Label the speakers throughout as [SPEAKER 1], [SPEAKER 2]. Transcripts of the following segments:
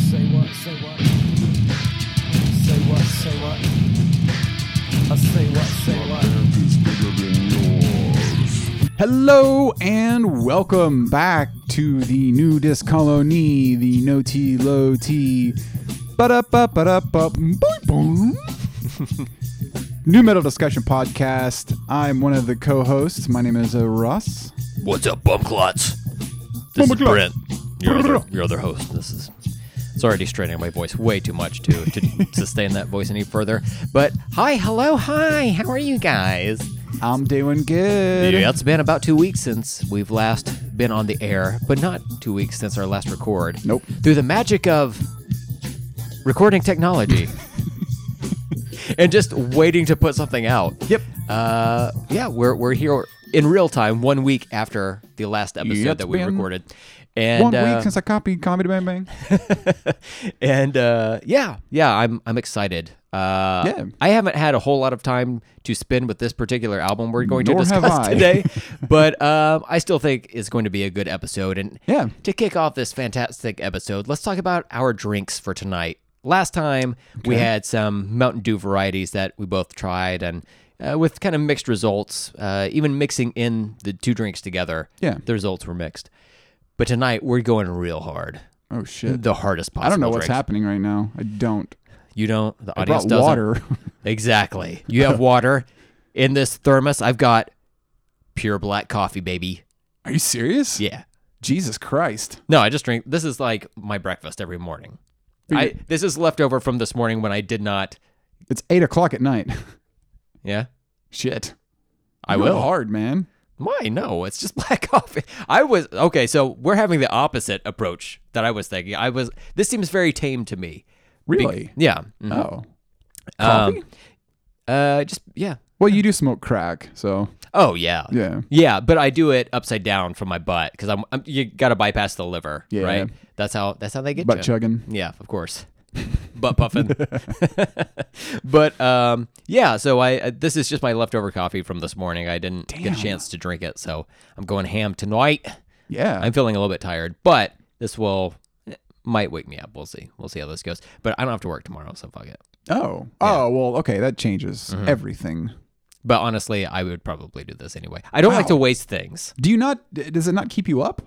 [SPEAKER 1] Say what? Say what? Say what? I say what? Say what?
[SPEAKER 2] Hello and welcome back to the new Discolonie, the no tea, low tea, but up, up, up, up, up, New Metal Discussion Podcast. I'm one of the co hosts. My name is uh, Russ.
[SPEAKER 3] What's up, bum clots? This
[SPEAKER 2] Bum
[SPEAKER 3] is
[SPEAKER 2] clots.
[SPEAKER 3] Brent, your
[SPEAKER 2] Brr.
[SPEAKER 3] other, your other host. This is it's already straining my voice way too much to to sustain that voice any further. But hi, hello, hi. How are you guys?
[SPEAKER 2] I'm doing good.
[SPEAKER 3] Yeah, it's been about two weeks since we've last been on the air, but not two weeks since our last record.
[SPEAKER 2] Nope.
[SPEAKER 3] Through the magic of recording technology and just waiting to put something out.
[SPEAKER 2] Yep.
[SPEAKER 3] Uh, yeah, we're, we're here in real time, one week after the last episode
[SPEAKER 2] Yeah, it's
[SPEAKER 3] that we
[SPEAKER 2] been
[SPEAKER 3] recorded. And,
[SPEAKER 2] One
[SPEAKER 3] uh,
[SPEAKER 2] week since I copied Comedy Bang Bang.
[SPEAKER 3] and uh, yeah, yeah, I'm I'm excited. Uh,
[SPEAKER 2] Yeah.
[SPEAKER 3] I haven't had a whole lot of time to spend with this particular album we're going
[SPEAKER 2] Nor
[SPEAKER 3] to
[SPEAKER 2] have
[SPEAKER 3] discuss
[SPEAKER 2] I.
[SPEAKER 3] today, but um, I still think it's going to be a good episode. And
[SPEAKER 2] Yeah.
[SPEAKER 3] to kick off this fantastic episode, let's talk about our drinks for tonight. Last time we had some Mountain Dew varieties that we both tried, and uh, with kind of mixed results. Uh, even mixing in the two drinks together,
[SPEAKER 2] Yeah.
[SPEAKER 3] the results were mixed. But tonight we're going real hard,
[SPEAKER 2] Oh, shit.
[SPEAKER 3] the hardest possible.
[SPEAKER 2] I don't know what's
[SPEAKER 3] drinks.
[SPEAKER 2] happening right now. I don't.
[SPEAKER 3] You don't. The
[SPEAKER 2] I
[SPEAKER 3] audience
[SPEAKER 2] brought
[SPEAKER 3] doesn't.
[SPEAKER 2] water.
[SPEAKER 3] Exactly. You have water in this thermos. I've got pure black coffee, baby.
[SPEAKER 2] Are you serious?
[SPEAKER 3] Yeah.
[SPEAKER 2] Jesus Christ.
[SPEAKER 3] No, I just drink. This is like my breakfast every morning. I this is leftover from this morning when I did not.
[SPEAKER 2] It's eight o'clock at night.
[SPEAKER 3] Yeah.
[SPEAKER 2] Shit.
[SPEAKER 3] I
[SPEAKER 2] You go
[SPEAKER 3] will.
[SPEAKER 2] hard, man.
[SPEAKER 3] Why? No, it's just black coffee. I was okay. So we're having the opposite approach that I was thinking. I was. This seems very tame to me. Be-
[SPEAKER 2] Really?
[SPEAKER 3] yeah. mhm.
[SPEAKER 2] Oh.
[SPEAKER 3] Um,
[SPEAKER 2] Coffee?
[SPEAKER 3] uh, just yeah.
[SPEAKER 2] Well, you do smoke crack, so
[SPEAKER 3] Oh yeah.
[SPEAKER 2] yeah.
[SPEAKER 3] Yeah, but I do it upside down from my butt because I'm, I'm you got to bypass the liver,
[SPEAKER 2] Yeah.
[SPEAKER 3] right? That's how that's how they get
[SPEAKER 2] Butt
[SPEAKER 3] you.
[SPEAKER 2] chugging.
[SPEAKER 3] Yeah, of course, butt puffing. but um, yeah, so I uh, this is just my leftover coffee from this morning. I didn't get a chance to drink it, so I'm going ham tonight.
[SPEAKER 2] Yeah.
[SPEAKER 3] I'm feeling a little bit tired, but this will it might wake me up. We'll see. We'll see how this goes. But I don't have to work tomorrow, so fuck it.
[SPEAKER 2] oh. Oh, well, okay, that changes everything.
[SPEAKER 3] But honestly, I would probably do this anyway. I don't like
[SPEAKER 2] Wow.
[SPEAKER 3] to waste things.
[SPEAKER 2] Do you not d- does it not keep you up?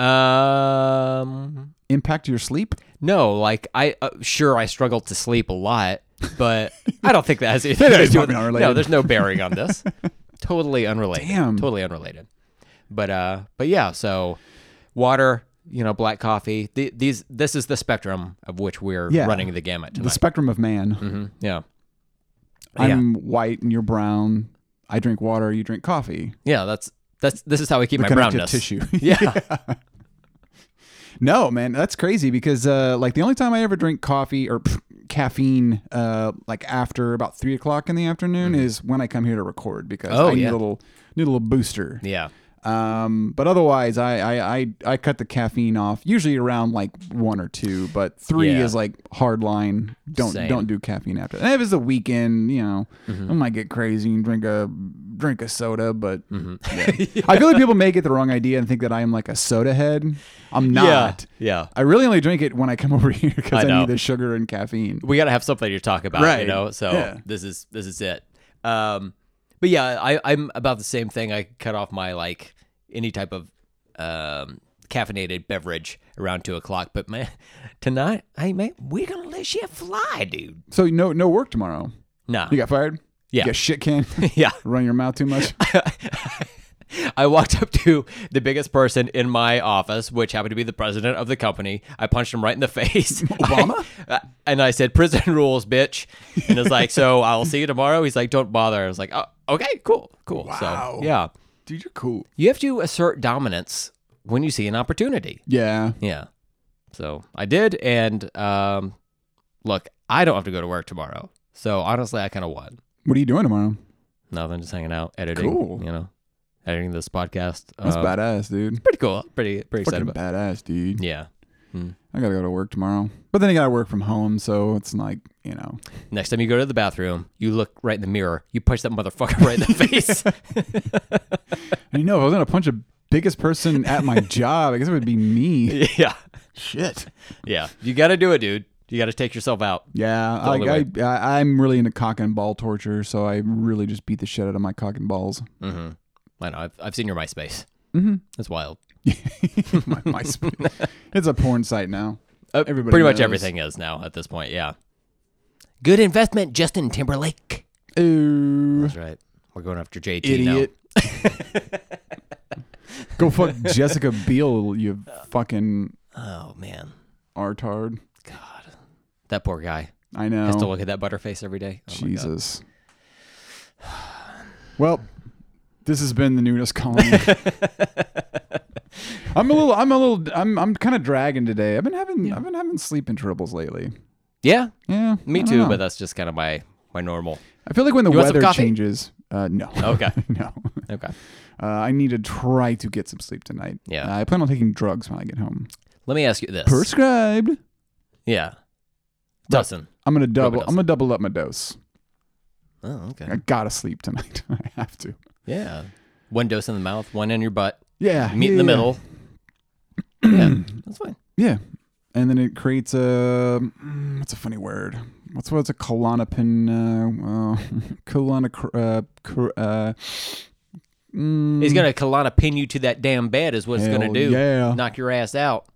[SPEAKER 3] Um.
[SPEAKER 2] Impact your sleep?
[SPEAKER 3] No, like I uh, sure I struggle to sleep a lot, but I don't think that has anything to
[SPEAKER 2] it's
[SPEAKER 3] do with
[SPEAKER 2] probably
[SPEAKER 3] No,
[SPEAKER 2] unrelated.
[SPEAKER 3] there's no bearing on this. totally unrelated.
[SPEAKER 2] Damn.
[SPEAKER 3] Totally unrelated. But uh but yeah, so water, you know, black coffee. The, these this is the spectrum of which we're
[SPEAKER 2] Yeah.
[SPEAKER 3] running the gamut
[SPEAKER 2] The
[SPEAKER 3] tonight.
[SPEAKER 2] spectrum of man.
[SPEAKER 3] Mhm, Yeah.
[SPEAKER 2] I'm white and you're brown. I drink water, you drink coffee.
[SPEAKER 3] Yeah, that's that's this is how I keep my
[SPEAKER 2] connective
[SPEAKER 3] brownness.
[SPEAKER 2] tissue.
[SPEAKER 3] Yeah.
[SPEAKER 2] No, man, that's crazy because uh, like the only time I ever drink coffee or pff, caffeine uh, like after about three o'clock in the afternoon is when I come here to record because
[SPEAKER 3] Oh,
[SPEAKER 2] I need
[SPEAKER 3] yeah.
[SPEAKER 2] a little need a little booster.
[SPEAKER 3] yeah.
[SPEAKER 2] Um, but otherwise, I, I I I cut the caffeine off usually around like one or two, but three
[SPEAKER 3] Yeah.
[SPEAKER 2] is like hard line. Don't
[SPEAKER 3] Same. Mm-hmm.
[SPEAKER 2] don't do caffeine after. And if it's a weekend, you know, I might get crazy and drink a drink a soda, but
[SPEAKER 3] Mm-hmm.
[SPEAKER 2] yeah. I feel like people may get the wrong idea and think that I am like a soda head. I'm not.
[SPEAKER 3] Yeah.
[SPEAKER 2] I really only drink it when I come over here
[SPEAKER 3] I
[SPEAKER 2] because I,
[SPEAKER 3] know.
[SPEAKER 2] need the sugar and caffeine.
[SPEAKER 3] we gotta have something to talk about, you
[SPEAKER 2] Right.
[SPEAKER 3] know. So
[SPEAKER 2] Yeah.
[SPEAKER 3] this is this is it. Um, but yeah, I, I'm about the same thing. I cut off my like any type of um, caffeinated beverage around two o'clock. But man, tonight, hey man, we're gonna let shit fly, dude.
[SPEAKER 2] So no no work tomorrow.
[SPEAKER 3] Nah,
[SPEAKER 2] You got fired.
[SPEAKER 3] Yeah.
[SPEAKER 2] You got shit canned.
[SPEAKER 3] yeah.
[SPEAKER 2] Run your mouth too much.
[SPEAKER 3] I walked up to the biggest person in my office, which happened to be the president of the company. I punched him right in the face.
[SPEAKER 2] Obama?
[SPEAKER 3] I- uh, and I said, prison rules, bitch. And it's like, so I'll see you tomorrow. He's like, don't bother. I was like, oh, okay, cool, cool.
[SPEAKER 2] Wow.
[SPEAKER 3] So, yeah.
[SPEAKER 2] Dude, you're cool.
[SPEAKER 3] You have to assert dominance when you see an opportunity.
[SPEAKER 2] Yeah.
[SPEAKER 3] Yeah. So I did. And um, look, I don't have to go to work tomorrow. So honestly, I kind of won.
[SPEAKER 2] What are you doing tomorrow?
[SPEAKER 3] Nothing, just hanging out, editing,
[SPEAKER 2] Cool.
[SPEAKER 3] you know, editing this podcast.
[SPEAKER 2] That's
[SPEAKER 3] Um,
[SPEAKER 2] badass, dude.
[SPEAKER 3] Pretty cool. Pretty, pretty excited
[SPEAKER 2] Fucking
[SPEAKER 3] about
[SPEAKER 2] badass, dude.
[SPEAKER 3] Yeah.
[SPEAKER 2] I gotta go to work tomorrow. But then I gotta work from home, so it's like, you know.
[SPEAKER 3] Next time you go to the bathroom, you look right in the mirror. You punch that motherfucker right in the face.
[SPEAKER 2] And you know, if I was gonna punch a biggest person at my job, I guess it would be me.
[SPEAKER 3] yeah.
[SPEAKER 2] Shit.
[SPEAKER 3] Yeah. You got to do it, dude. You got to take yourself out.
[SPEAKER 2] Yeah,
[SPEAKER 3] the only
[SPEAKER 2] I, I, I, I'm really into cock and ball torture, so I really just beat the shit out of my cock and balls.
[SPEAKER 3] I know. I've, I've seen your MySpace. Mm-hmm. That's wild.
[SPEAKER 2] my, my sp- it's a porn site now.
[SPEAKER 3] Uh,
[SPEAKER 2] Everybody
[SPEAKER 3] pretty much
[SPEAKER 2] knows.
[SPEAKER 3] everything is now at this point. Yeah. Good investment, Justin Timberlake.
[SPEAKER 2] Ooh,
[SPEAKER 3] That's right. We're going after JT
[SPEAKER 2] idiot. Go fuck Jessica Biel, you fucking
[SPEAKER 3] now. Oh man,
[SPEAKER 2] artard.
[SPEAKER 3] that poor guy
[SPEAKER 2] I know.
[SPEAKER 3] has to look at that butterface every day. Oh, my God.
[SPEAKER 2] Oh. Jesus. Well, this has been the nudist colony. I'm a little. I'm a little. I'm. I'm kind of dragging today. I've been having. I've been having sleeping troubles lately.
[SPEAKER 3] Yeah,
[SPEAKER 2] Yeah.
[SPEAKER 3] me
[SPEAKER 2] I don't
[SPEAKER 3] too.
[SPEAKER 2] know.
[SPEAKER 3] But that's just kind of my my normal.
[SPEAKER 2] I feel like when the
[SPEAKER 3] You want some
[SPEAKER 2] weather
[SPEAKER 3] coffee?
[SPEAKER 2] changes. Uh, no.
[SPEAKER 3] Okay.
[SPEAKER 2] no.
[SPEAKER 3] Okay.
[SPEAKER 2] Uh, I need to try to get some sleep tonight.
[SPEAKER 3] Yeah.
[SPEAKER 2] Uh, I plan on taking drugs when I get home.
[SPEAKER 3] Let me ask you this.
[SPEAKER 2] Prescribed.
[SPEAKER 3] Yeah. Dustin.
[SPEAKER 2] I'm gonna double.
[SPEAKER 3] Overdose.
[SPEAKER 2] I'm gonna double up my dose.
[SPEAKER 3] Oh, okay.
[SPEAKER 2] I gotta sleep tonight. I have to.
[SPEAKER 3] Yeah. One dose in the mouth, one in your butt,
[SPEAKER 2] Yeah.
[SPEAKER 3] meet
[SPEAKER 2] yeah,
[SPEAKER 3] in the
[SPEAKER 2] yeah.
[SPEAKER 3] middle. yeah, that's fine.
[SPEAKER 2] Yeah. And then it creates a mm, what's a funny word? What's what's a colonopin? Uh, uh, colonic. Uh, cr- uh, mm,
[SPEAKER 3] He's gonna Kalana pin you to that damn bed is what it's gonna
[SPEAKER 2] Hell
[SPEAKER 3] do.
[SPEAKER 2] yeah.
[SPEAKER 3] Knock your ass out.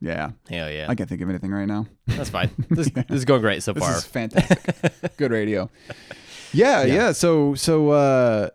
[SPEAKER 2] yeah.
[SPEAKER 3] Hell yeah.
[SPEAKER 2] I can't think of anything right now.
[SPEAKER 3] That's fine. This, this is going great so
[SPEAKER 2] This
[SPEAKER 3] far.
[SPEAKER 2] is fantastic. Good radio. Yeah, yeah. So so uh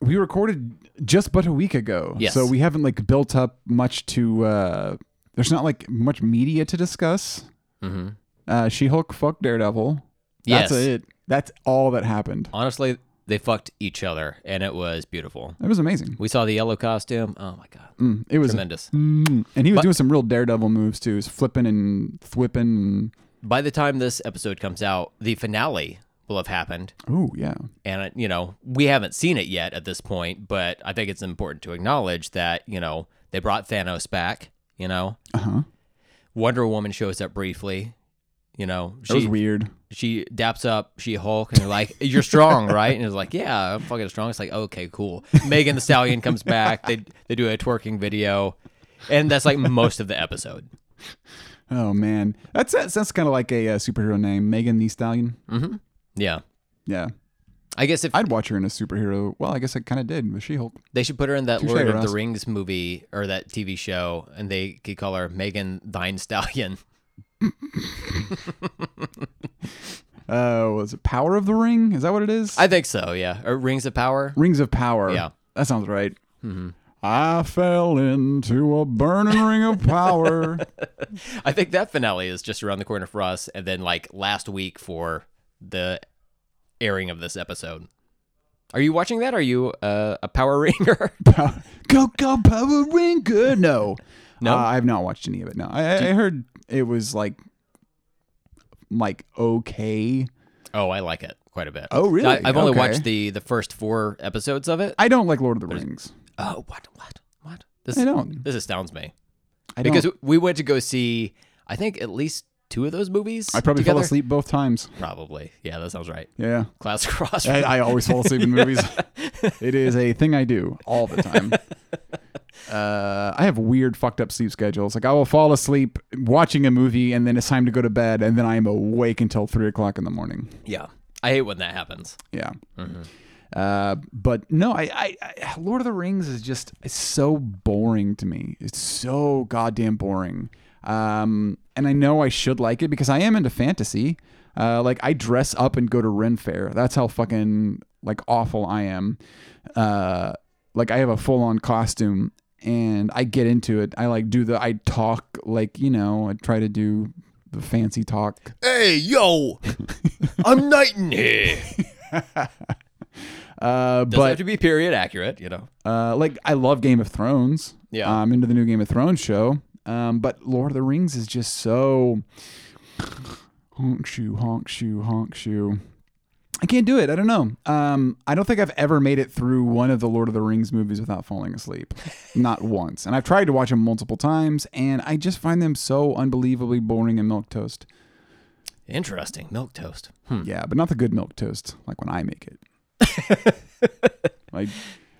[SPEAKER 2] we recorded just but a week ago.
[SPEAKER 3] Yes.
[SPEAKER 2] So we haven't like built up much to uh there's not like much media to discuss.
[SPEAKER 3] Mhm.
[SPEAKER 2] Uh She Hulk fuck Daredevil.
[SPEAKER 3] Yes.
[SPEAKER 2] That's it. That's all that happened.
[SPEAKER 3] Honestly, they fucked each other and it was beautiful.
[SPEAKER 2] It was amazing.
[SPEAKER 3] We saw the yellow costume. Oh my god.
[SPEAKER 2] Mm, it was
[SPEAKER 3] Tremendous.
[SPEAKER 2] Mm, and he was doing some real daredevil moves too. He was flipping and thwipping.
[SPEAKER 3] By the time this episode comes out, the finale will have happened.
[SPEAKER 2] Oh yeah,
[SPEAKER 3] and uh, you know we haven't seen it yet at this point but i think it's important to acknowledge that you know they brought thanos back you know
[SPEAKER 2] uh-huh.
[SPEAKER 3] wonder woman shows up briefly you know
[SPEAKER 2] That was
[SPEAKER 3] she
[SPEAKER 2] weird.
[SPEAKER 3] she daps up she hulk and they're like you're strong right and it's like yeah i'm fucking strong it's like okay cool megan the stallion comes back they they do a twerking video and that's like most of the episode
[SPEAKER 2] Oh man, that's that's, that's kind of like a, uh superhero name, Megan the Stallion.
[SPEAKER 3] yeah
[SPEAKER 2] Yeah,
[SPEAKER 3] i guess if
[SPEAKER 2] I'd watch her in a superhero. Well, I guess I kind of did with She Hulk.
[SPEAKER 3] They should put her in that
[SPEAKER 2] Touche,
[SPEAKER 3] Lord of
[SPEAKER 2] Ross.
[SPEAKER 3] the Rings movie or that TV show, and they could call her Megan Thine Stallion.
[SPEAKER 2] Uh, was it Power of the Ring? Is that what it is?
[SPEAKER 3] I think so, yeah. Or Rings of Power.
[SPEAKER 2] Rings of Power.
[SPEAKER 3] Yeah.
[SPEAKER 2] that sounds right. Mm-hmm. I fell into a burning ring of power.
[SPEAKER 3] I think that finale is just around the corner for us, and then like last week for the airing of this episode. Are you watching that? Are you uh, a Power Ringer?
[SPEAKER 2] Power- go go Power Ranger. No,
[SPEAKER 3] No?
[SPEAKER 2] Uh, I have not watched any of it. No, I, I- I heard it was like like okay.
[SPEAKER 3] oh, I like it quite a bit.
[SPEAKER 2] Oh, really?
[SPEAKER 3] I, have only
[SPEAKER 2] Okay.
[SPEAKER 3] watched the the first four episodes of it.
[SPEAKER 2] I don't like Lord of the Rings.
[SPEAKER 3] oh, what, what, what? This
[SPEAKER 2] I don't.
[SPEAKER 3] this astounds me.
[SPEAKER 2] I don't.
[SPEAKER 3] because we went to go see I think at least two of those movies.
[SPEAKER 2] I probably
[SPEAKER 3] together.
[SPEAKER 2] fell asleep both times.
[SPEAKER 3] Probably, yeah, that sounds right.
[SPEAKER 2] Yeah.
[SPEAKER 3] Classic cross.
[SPEAKER 2] I, I always fall asleep in movies. it is a thing I do all the time. Uh, I have weird, fucked up sleep schedules. Like I will fall asleep watching a movie, and then it's time to go to bed, and then I am awake until three o'clock in the morning.
[SPEAKER 3] yeah, I hate when that happens.
[SPEAKER 2] Yeah. Uh, but no, I, I, I, Lord of the Rings is just it's so boring to me. It's so goddamn boring. Um, and I know I should like it because I am into fantasy. Uh, like I dress up and go to Ren Fair. That's how fucking like awful I am. Uh, like I have a full on costume and I get into it. I like do the I talk like you know I try to do the fancy talk.
[SPEAKER 3] Hey, yo, I'm knighting here.
[SPEAKER 2] Uh,
[SPEAKER 3] Doesn't
[SPEAKER 2] but
[SPEAKER 3] have to be period accurate, you know.
[SPEAKER 2] Uh, like I love Game of Thrones.
[SPEAKER 3] Yeah.
[SPEAKER 2] I'm into the new Game of Thrones show. Um, but Lord of the Rings is just so honk shoe, honk shoe, honk shoe. I can't do it. I don't know. Um, I don't think I've ever made it through one of the Lord of the Rings movies without falling asleep. Not once. And I've tried to watch them multiple times, and I just find them so unbelievably boring and milk toast.
[SPEAKER 3] Interesting, milk toast. Hmm.
[SPEAKER 2] Yeah, but not the good milk toast, like when I make it. like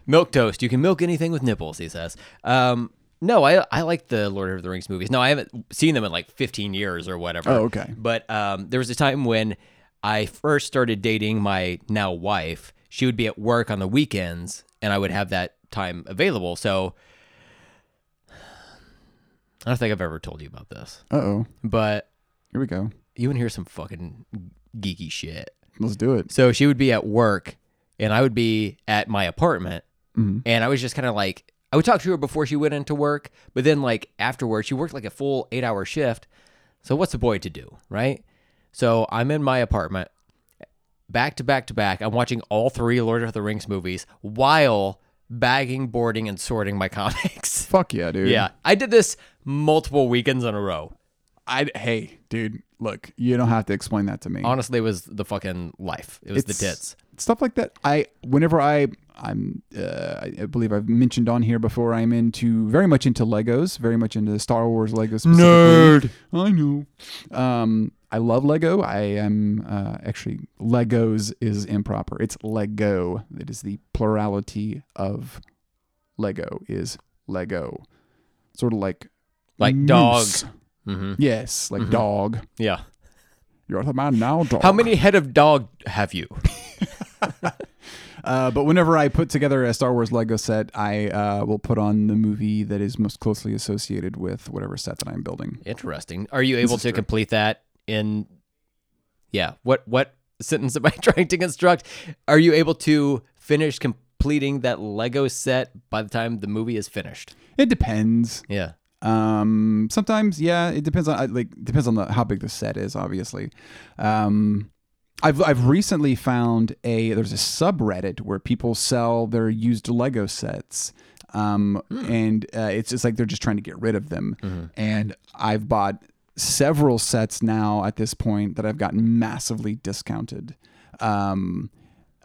[SPEAKER 3] Milk toast. You can milk anything with nipples, he says. Um, No, I I like the Lord of the Rings movies. No, I haven't seen them in like 15 years or whatever.
[SPEAKER 2] Oh, okay.
[SPEAKER 3] But um, there was a time when I first started dating my now wife. She would be at work on the weekends, and I would have that time available. So I don't think I've ever told you about this,
[SPEAKER 2] Uh oh.
[SPEAKER 3] but
[SPEAKER 2] Here we go.
[SPEAKER 3] you want to hear some fucking geeky shit.
[SPEAKER 2] Let's do it.
[SPEAKER 3] So she would be at work, and I would be at my apartment,
[SPEAKER 2] Mhm.
[SPEAKER 3] and I was just kind of like I would talk to her before she went into work, but then like afterwards, she worked like a full eight hour shift. So what's a boy to do, right? So I'm in my apartment, back to back to back. I'm watching all three Lord of the Rings movies while bagging, boarding, and sorting my comics.
[SPEAKER 2] Fuck yeah, dude.
[SPEAKER 3] yeah, I did this multiple weekends in a row.
[SPEAKER 2] I hey, dude. Look, you don't have to explain that to me.
[SPEAKER 3] Honestly, it was the fucking life. It was the tits.
[SPEAKER 2] stuff like that i whenever i i'm uh, i I believe i've mentioned on here before i'm into very much into legos very much into star wars lego specifically. i know um i love lego i am uh, actually legos is improper it's lego it is the plurality of lego is lego sort of like
[SPEAKER 3] Like
[SPEAKER 2] dogs.
[SPEAKER 3] dogs. Mm-hmm.
[SPEAKER 2] yes like dog
[SPEAKER 3] Yeah.
[SPEAKER 2] you're the man now dog
[SPEAKER 3] How many head of dog have you?
[SPEAKER 2] Uh, but whenever I put together a Star Wars Lego set, I uh, will put on the movie that is most closely associated with whatever set that I'm building.
[SPEAKER 3] Interesting. Are you able
[SPEAKER 2] is
[SPEAKER 3] to
[SPEAKER 2] true.
[SPEAKER 3] complete that in Yeah, what what sentence am I trying to construct? Are you able to finish completing that Lego set by the time the movie is finished?
[SPEAKER 2] It depends.
[SPEAKER 3] Yeah.
[SPEAKER 2] Um, sometimes, yeah, it depends on I- like depends on the, how big the set is, obviously. Um, I've I've recently found a there's a subreddit where people sell their used Lego sets. Um, and uh, it's just like they're just trying to get rid of them. And I've bought several sets now at this point that I've gotten massively discounted. Um,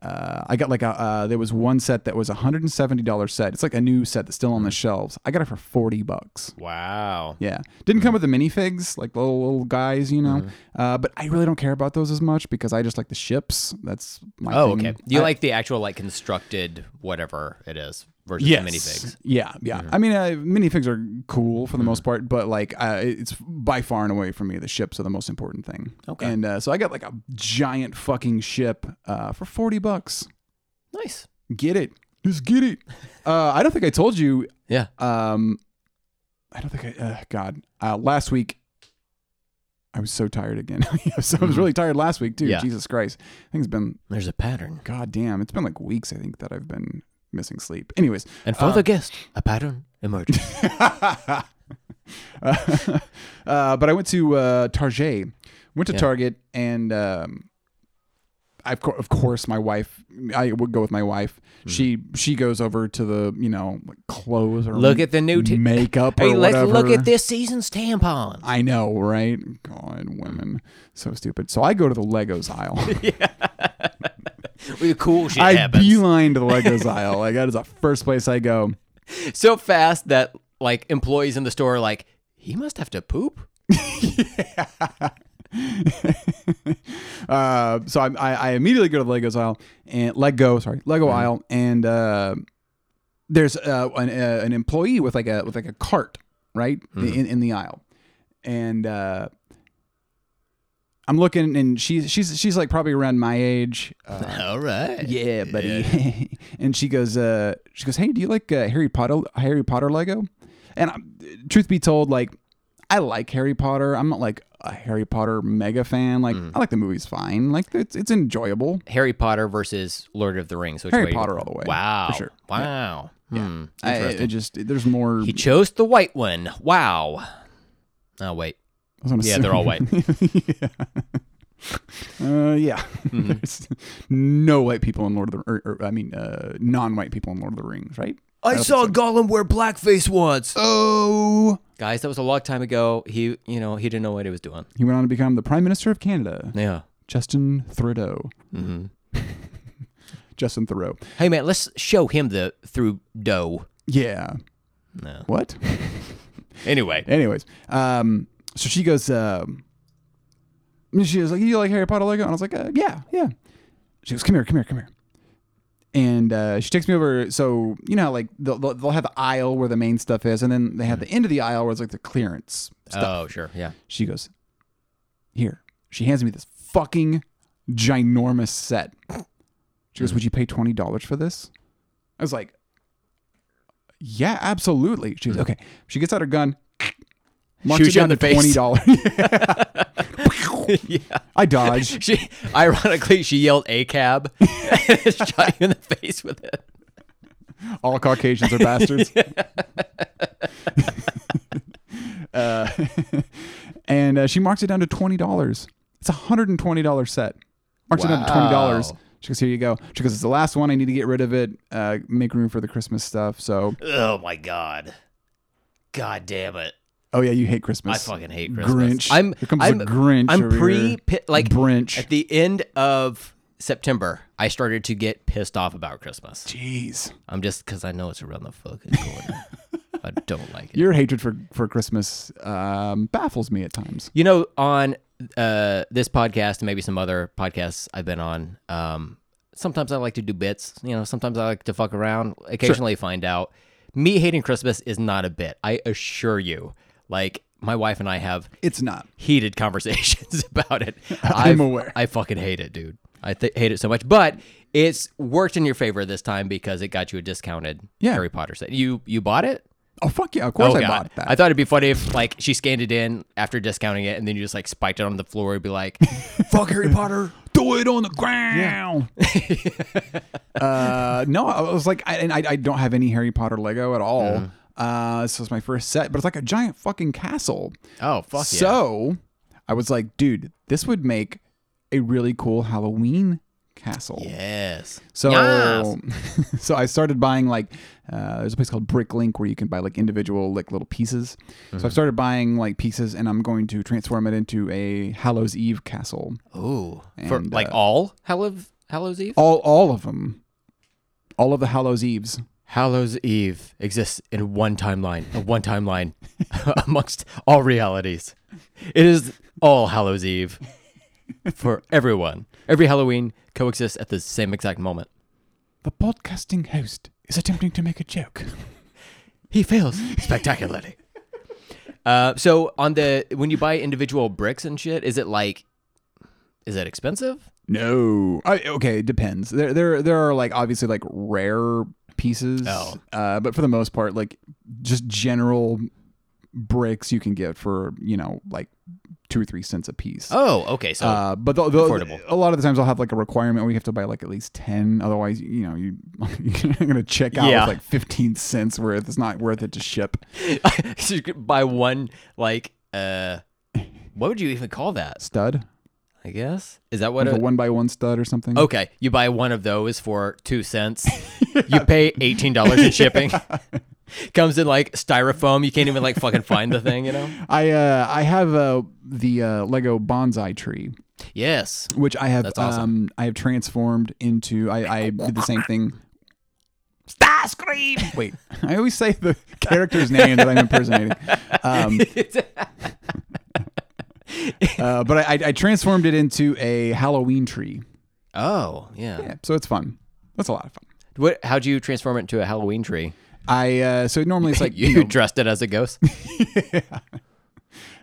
[SPEAKER 2] uh, I got like a uh, there was one set that was a hundred and seventy dollar set. It's like a new set that's still on the shelves. I got it for forty bucks.
[SPEAKER 3] Wow.
[SPEAKER 2] Yeah. Didn't come with the minifigs, like the little, little guys, you know.
[SPEAKER 3] Mm-hmm.
[SPEAKER 2] Uh, but I really don't care about those as much because I just like the ships. That's my
[SPEAKER 3] Oh,
[SPEAKER 2] thing.
[SPEAKER 3] okay. You
[SPEAKER 2] I-
[SPEAKER 3] like the actual like constructed whatever it is versus
[SPEAKER 2] yes.
[SPEAKER 3] the minifigs. Mm-hmm.
[SPEAKER 2] Yeah, yeah. I mean, uh, minifigs are cool for the most part, but like uh, it's by far and away for me the ships are the most important thing.
[SPEAKER 3] Okay.
[SPEAKER 2] And uh, so I got like a giant fucking ship uh, for forty bucks.
[SPEAKER 3] Nice.
[SPEAKER 2] Get it. Just get it. Uh, I don't think I told you
[SPEAKER 3] Yeah.
[SPEAKER 2] um i don't think i uh, god uh last week i was so tired again so i was really tired last week too
[SPEAKER 3] Mm-hmm. Yeah.
[SPEAKER 2] jesus christ i think it's been
[SPEAKER 3] There's a pattern.
[SPEAKER 2] god damn it's been like weeks i think that i've been missing sleep anyways
[SPEAKER 3] And for the guest, a pattern emerges.
[SPEAKER 2] uh, uh, but I went to uh, Target, went to
[SPEAKER 3] Yeah.
[SPEAKER 2] Target, and um, I, of, cour- of course my wife. I would go with my wife.
[SPEAKER 3] Mm-hmm.
[SPEAKER 2] She she goes over to the you know like clothes or
[SPEAKER 3] Look at the new t-
[SPEAKER 2] makeup or
[SPEAKER 3] hey, let's
[SPEAKER 2] whatever.
[SPEAKER 3] look at this season's tampon.
[SPEAKER 2] I know, right? God, women, so stupid. So I go to the Legos aisle.
[SPEAKER 3] The cool shit
[SPEAKER 2] I
[SPEAKER 3] happens.
[SPEAKER 2] beeline to the Legos aisle. Like that is the first place I go.
[SPEAKER 3] so fast that like employees in the store are like, he must have to poop.
[SPEAKER 2] Uh, so I, I, I immediately go to the Legos aisle and Lego, sorry, Lego aisle, and uh, there's uh, an, uh, an employee with like a with like a cart, right, in, in the aisle, and uh, I'm looking, and she's she's she's like probably around my age, uh,
[SPEAKER 3] All right.
[SPEAKER 2] yeah, buddy. and she goes, uh, she goes, hey, do you like uh, Harry Potter? Harry Potter Lego? And i truth be told, like, I like Harry Potter. I'm not like a Harry Potter mega fan. Like,
[SPEAKER 3] Mm.
[SPEAKER 2] I like the movies fine. Like, it's it's enjoyable.
[SPEAKER 3] Harry Potter versus Lord of the Rings. Which
[SPEAKER 2] Harry
[SPEAKER 3] way-
[SPEAKER 2] Potter all the way,
[SPEAKER 3] Wow.
[SPEAKER 2] for sure.
[SPEAKER 3] Wow. Hmm.
[SPEAKER 2] I, it just there's more.
[SPEAKER 3] He chose the white one. Wow. Oh wait.
[SPEAKER 2] I was gonna
[SPEAKER 3] Yeah,
[SPEAKER 2] say-
[SPEAKER 3] they're all white.
[SPEAKER 2] yeah. Uh, yeah.
[SPEAKER 3] Mm-hmm.
[SPEAKER 2] There's no white people in Lord of the, or, or I mean, uh, non-white people in Lord of the Rings, right?
[SPEAKER 3] I saw Gollum wear blackface once.
[SPEAKER 2] Oh,
[SPEAKER 3] Guys, that was a long time ago. He, you know, he didn't know what he was doing.
[SPEAKER 2] he went on to become the Prime Minister of Canada.
[SPEAKER 3] Yeah.
[SPEAKER 2] Justin Trudeau. Justin Thoreau.
[SPEAKER 3] Mm-hmm. Hey man, let's show him the through dough.
[SPEAKER 2] Yeah.
[SPEAKER 3] No.
[SPEAKER 2] What?
[SPEAKER 3] Anyway.
[SPEAKER 2] Anyways, um, so she goes. Um, and she was like, "You like Harry Potter Lego?" And I was like, uh, "Yeah, yeah." She goes, "Come here, come here, come here." and uh, she takes me over. So you know, like they'll, they'll they'll have the aisle where the main stuff is, and then they have the end of the aisle where it's like the clearance stuff.
[SPEAKER 3] Oh, sure. Yeah.
[SPEAKER 2] She goes, Here. She hands me this fucking ginormous set. She
[SPEAKER 3] Mm.
[SPEAKER 2] goes, Would you pay $20 for this? I was like, Yeah, absolutely. She goes, Okay. She gets out her gun, marks
[SPEAKER 3] Shoots
[SPEAKER 2] it
[SPEAKER 3] Mm.
[SPEAKER 2] down
[SPEAKER 3] you
[SPEAKER 2] to
[SPEAKER 3] in the face.
[SPEAKER 2] $20.
[SPEAKER 3] yeah.
[SPEAKER 2] I dodge.
[SPEAKER 3] She ironically she yelled a cab, shot you in the face with it.
[SPEAKER 2] All Caucasians are bastards. uh, and uh, she marks it down to twenty dollars. It's a hundred and twenty dollar set. Marks it down to twenty dollars.
[SPEAKER 3] Wow.
[SPEAKER 2] She goes, "Here you go." She goes, "It's the last one. I need to get rid of it. Uh, make room for the Christmas stuff." So,
[SPEAKER 3] Oh my god. God damn it.
[SPEAKER 2] oh yeah, you hate
[SPEAKER 3] I
[SPEAKER 2] Christmas.
[SPEAKER 3] fucking hate Christmas.
[SPEAKER 2] Grinch.
[SPEAKER 3] I'm
[SPEAKER 2] Here comes
[SPEAKER 3] I'm
[SPEAKER 2] the Grinch
[SPEAKER 3] I'm
[SPEAKER 2] over
[SPEAKER 3] pre
[SPEAKER 2] here.
[SPEAKER 3] pi- like
[SPEAKER 2] Grinch.
[SPEAKER 3] at the end of September, I started to get pissed off about Christmas.
[SPEAKER 2] Jeez,
[SPEAKER 3] I'm just because I know it's around the fucking corner. I don't like it.
[SPEAKER 2] your hatred for for Christmas um, baffles me at times.
[SPEAKER 3] You know, on uh, this podcast and maybe some other podcasts I've been on, um, sometimes I like to do bits. You know, sometimes I like to fuck around, occasionally find out. Me hating Christmas is not a bit. I assure you. Like, my wife and I have
[SPEAKER 2] It's not.
[SPEAKER 3] heated conversations about it.
[SPEAKER 2] I'm
[SPEAKER 3] I've-
[SPEAKER 2] aware.
[SPEAKER 3] I fucking hate it, dude. I th- hate it so much. But it's worked in your favor this time because it got you a discounted
[SPEAKER 2] Yeah.
[SPEAKER 3] Harry Potter set. You you bought it?
[SPEAKER 2] Oh fuck yeah! Of course
[SPEAKER 3] Oh,
[SPEAKER 2] I
[SPEAKER 3] God.
[SPEAKER 2] bought that.
[SPEAKER 3] I thought it'd be funny if like she scanned it in after discounting it, and then you just like spiked it on the floor and be like,
[SPEAKER 2] Fuck Harry Potter. Do it on the ground. uh, no, I was like, I, and I, I don't have any Harry Potter Lego at all.
[SPEAKER 3] Hmm.
[SPEAKER 2] Uh, so it's my first set, but it's like a giant fucking castle.
[SPEAKER 3] "Oh fuck
[SPEAKER 2] so I was like, dude, this would make a really cool Halloween castle.
[SPEAKER 3] yeah!" Yes.
[SPEAKER 2] So,
[SPEAKER 3] Yes.
[SPEAKER 2] so I started buying like uh, there's a place called Bricklink where you can buy like individual like little pieces.
[SPEAKER 3] Mm-hmm.
[SPEAKER 2] So I started buying like pieces, and I'm going to transform it into a Hallows Eve castle.
[SPEAKER 3] Ooh, for
[SPEAKER 2] And,
[SPEAKER 3] like
[SPEAKER 2] uh,
[SPEAKER 3] all Hallows Hallows Eve.
[SPEAKER 2] All all of them. All of the Hallows Eves.
[SPEAKER 3] Hallows Eve exists in one timeline, a one timeline amongst all realities. It is all Hallows Eve for everyone. Every Halloween coexists at the same exact moment.
[SPEAKER 2] The podcasting host is attempting to make a joke.
[SPEAKER 3] He fails spectacularly. uh, so on the when you buy individual bricks and shit, is it like is it expensive?
[SPEAKER 2] No. I, okay, it depends. There there there are like obviously like rare pieces.
[SPEAKER 3] Oh.
[SPEAKER 2] Uh, but for the most part, like just general bricks you can get for, you know, like two or three cents a piece.
[SPEAKER 3] Oh, okay. So
[SPEAKER 2] Uh, but the, the-
[SPEAKER 3] Affordable.
[SPEAKER 2] a lot of the times I'll have like a requirement where you have to buy like at least 10. Otherwise, you know, you, you're going to check out
[SPEAKER 3] Yeah.
[SPEAKER 2] with like 15 cents worth. It's not worth it to ship.
[SPEAKER 3] so you could buy one like uh what would you even call that?
[SPEAKER 2] Stud?
[SPEAKER 3] I guess. Is that what
[SPEAKER 2] Like a
[SPEAKER 3] a,
[SPEAKER 2] one by one stud or something.
[SPEAKER 3] Okay, you buy one of those for two cents. You pay eighteen dollars in shipping. Comes in like styrofoam. You can't even like fucking find the thing, you know?
[SPEAKER 2] I uh, I have uh, the uh, Lego bonsai tree,
[SPEAKER 3] Yes.
[SPEAKER 2] which I have
[SPEAKER 3] That's awesome.
[SPEAKER 2] um, I have transformed into. I, I did the same thing.
[SPEAKER 3] Starscream.
[SPEAKER 2] Wait, I always say the character's name that I'm impersonating. Um, uh, but I, I, I transformed it into a Halloween tree.
[SPEAKER 3] Oh yeah.
[SPEAKER 2] Yeah, so it's fun. That's a lot of fun.
[SPEAKER 3] What? How'd you transform it into a Halloween tree?
[SPEAKER 2] I uh, so normally it's like
[SPEAKER 3] You
[SPEAKER 2] you know,
[SPEAKER 3] dressed it as a ghost. Oh,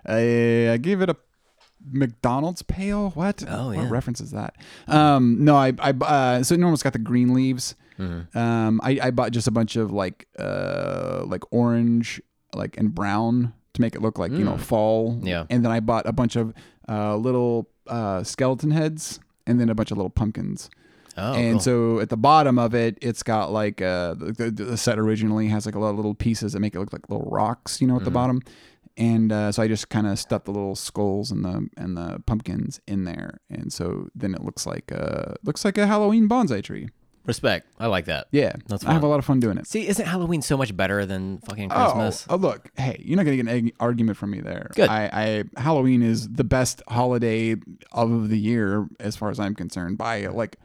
[SPEAKER 2] I, I gave it a McDonald's pail. What?
[SPEAKER 3] Oh, yeah.
[SPEAKER 2] What reference is that? Um, no, I, I uh, so normally it's got the green leaves.
[SPEAKER 3] Mm-hmm.
[SPEAKER 2] Um, I, I bought just a bunch of like uh like orange like and brown to make it look like you know fall.
[SPEAKER 3] Mm. Yeah.
[SPEAKER 2] And then I bought a bunch of uh, little uh, skeleton heads and then a bunch of little pumpkins.
[SPEAKER 3] Oh,
[SPEAKER 2] and
[SPEAKER 3] cool.
[SPEAKER 2] so at the bottom of it, it's got like uh, the, the, the set originally has like a lot of little pieces that make it look like little rocks, you know, at
[SPEAKER 3] Mm-hmm.
[SPEAKER 2] the bottom. And uh, so I just kind of stuffed the little skulls and the and the pumpkins in there, and so then it looks like a looks like a Halloween bonsai tree.
[SPEAKER 3] respect. I like that.
[SPEAKER 2] Yeah,
[SPEAKER 3] That's
[SPEAKER 2] I have a
[SPEAKER 3] fun.
[SPEAKER 2] lot of fun doing it.
[SPEAKER 3] See, isn't Halloween so much better than fucking Christmas?
[SPEAKER 2] Oh, oh, look, hey, you're not gonna get an egg argument from me there.
[SPEAKER 3] Good.
[SPEAKER 2] I, I Halloween is the best holiday of the year, as far as I'm concerned, by uh, like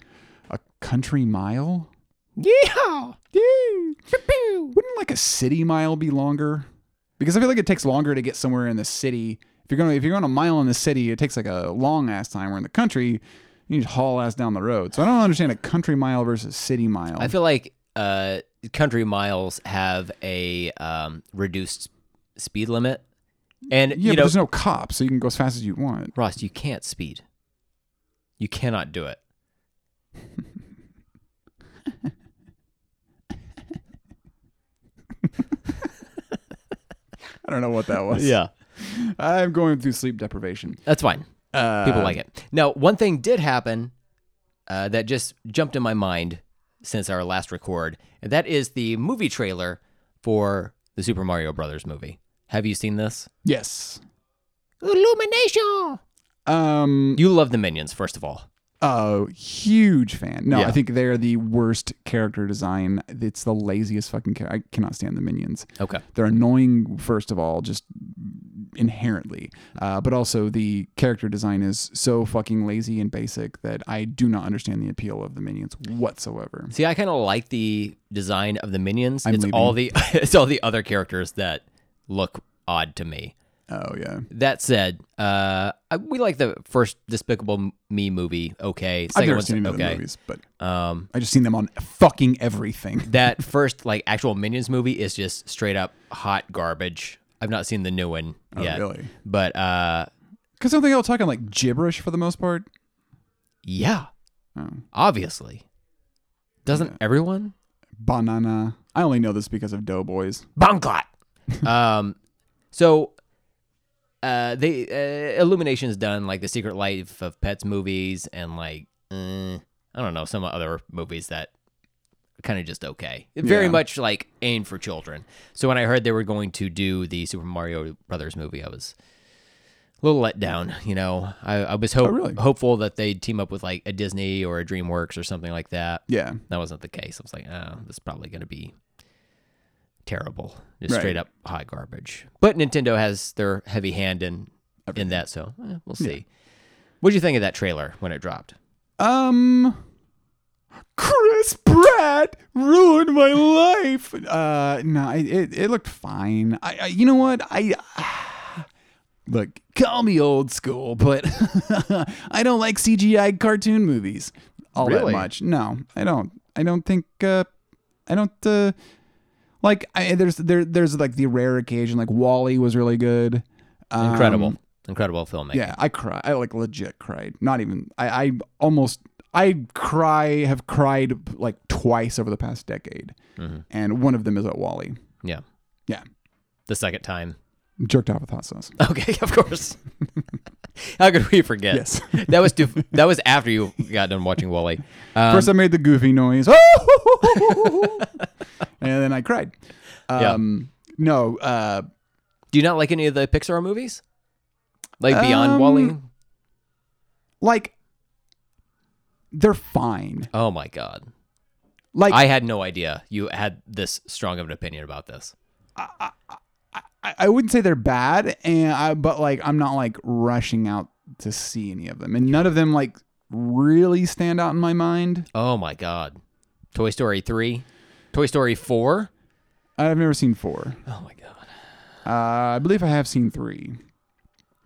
[SPEAKER 2] a country mile.
[SPEAKER 3] Yeah.
[SPEAKER 2] Wouldn't like a city mile be longer? Because I feel like it takes longer to get somewhere in the city. If you're going to, if you're going a mile in the city, it takes like a long ass time. Where in the country, You just haul ass down the road. So I don't understand a country mile versus city mile.
[SPEAKER 3] I feel like uh, country miles have a um, reduced speed limit, and
[SPEAKER 2] yeah,
[SPEAKER 3] you
[SPEAKER 2] but
[SPEAKER 3] know,
[SPEAKER 2] there's no cops, so you can go as fast as you want.
[SPEAKER 3] Ross, you can't speed. You cannot do it.
[SPEAKER 2] I don't know what that was. I'm going through sleep deprivation.
[SPEAKER 3] that's fine.
[SPEAKER 2] Uh,
[SPEAKER 3] People like it. Now, one thing did happen uh, that just jumped in my mind since our last record, and that is the movie trailer for the Super Mario Brothers movie. Have you seen this?
[SPEAKER 2] Yes.
[SPEAKER 3] Illumination.
[SPEAKER 2] Um.
[SPEAKER 3] You love the Minions, first of all.
[SPEAKER 2] Oh, huge fan. No,
[SPEAKER 3] Yeah.
[SPEAKER 2] I think they're the worst character design. It's the laziest fucking. Char- I cannot stand the minions.
[SPEAKER 3] Okay.
[SPEAKER 2] They're annoying, first of all, just inherently, uh, but also the character design is so fucking lazy and basic that I do not understand the appeal of the minions whatsoever.
[SPEAKER 3] See, I kind of like the design of the minions.
[SPEAKER 2] I'm
[SPEAKER 3] it's all the it's all the other characters that look odd to me.
[SPEAKER 2] Oh yeah,
[SPEAKER 3] That said, uh, I, we like the first Despicable Me movie. Okay,
[SPEAKER 2] I've
[SPEAKER 3] second
[SPEAKER 2] never
[SPEAKER 3] one's
[SPEAKER 2] seen any of the
[SPEAKER 3] okay.
[SPEAKER 2] movies, but
[SPEAKER 3] Um,
[SPEAKER 2] I just seen them on fucking everything.
[SPEAKER 3] that first like actual Minions movie is just straight up hot garbage. I've not seen the new one yet,
[SPEAKER 2] Oh, really?
[SPEAKER 3] but uh,
[SPEAKER 2] Because don't they all talking like gibberish for the most part?
[SPEAKER 3] yeah,
[SPEAKER 2] Oh.
[SPEAKER 3] obviously, doesn't everyone?
[SPEAKER 2] Banana. I only know this because of Doughboys.
[SPEAKER 3] Bonkot. um, so uh, they uh, Illumination's done like the Secret Life of Pets movies and like eh, I don't know some other movies that kind of just okay. Very
[SPEAKER 2] Yeah.
[SPEAKER 3] much like aimed for children. So when I heard they were going to do the Super Mario Brothers movie, I was a little let down. You know, I, I was hope-
[SPEAKER 2] Oh, really?
[SPEAKER 3] hopeful that they'd team up with like a Disney or a DreamWorks or something like that
[SPEAKER 2] Yeah.
[SPEAKER 3] that wasn't the case. I was like, oh, this is probably going to be terrible, just
[SPEAKER 2] Right.
[SPEAKER 3] straight up hot garbage. But Nintendo has their heavy hand in in that, so eh, we'll see. What would you think of that trailer when it dropped?
[SPEAKER 2] Um, Chris Pratt ruined my life. Uh, no, I- it it looked fine. I, I you know what I. Look, call me old school, but I don't like CGI cartoon movies all
[SPEAKER 3] Really?
[SPEAKER 2] that much. No, I don't. I don't think. Uh, I don't. Uh, like, I, there's there there's like the rare occasion. Like Wally was really good. Um,
[SPEAKER 3] Incredible, incredible filmmaking.
[SPEAKER 2] yeah, I cry. I like legit cried. Not even. I, I almost. I cry. Have cried like twice over the past decade, and one of them is at Wally.
[SPEAKER 3] yeah.
[SPEAKER 2] Yeah,
[SPEAKER 3] The second time.
[SPEAKER 2] jerked off with hot sauce.
[SPEAKER 3] Okay, of course. How could we forget?
[SPEAKER 2] Yes.
[SPEAKER 3] that was too, that was after you got done watching Wally. Um,
[SPEAKER 2] First, I made the goofy noise, and then I cried. Um, No, uh,
[SPEAKER 3] do you not like any of the Pixar movies? Like Beyond
[SPEAKER 2] Um,
[SPEAKER 3] Wally?
[SPEAKER 2] like they're fine.
[SPEAKER 3] Oh my god.
[SPEAKER 2] Like
[SPEAKER 3] I had no idea you had this strong of an opinion about this.
[SPEAKER 2] I, I wouldn't say they're bad, and I, but like I'm not like rushing out to see any of them, and none of them like really stand out in my mind.
[SPEAKER 3] Oh my god. Toy Story 3, Toy Story 4.
[SPEAKER 2] I've never seen four.
[SPEAKER 3] Oh my god.
[SPEAKER 2] Uh, I believe I have seen 3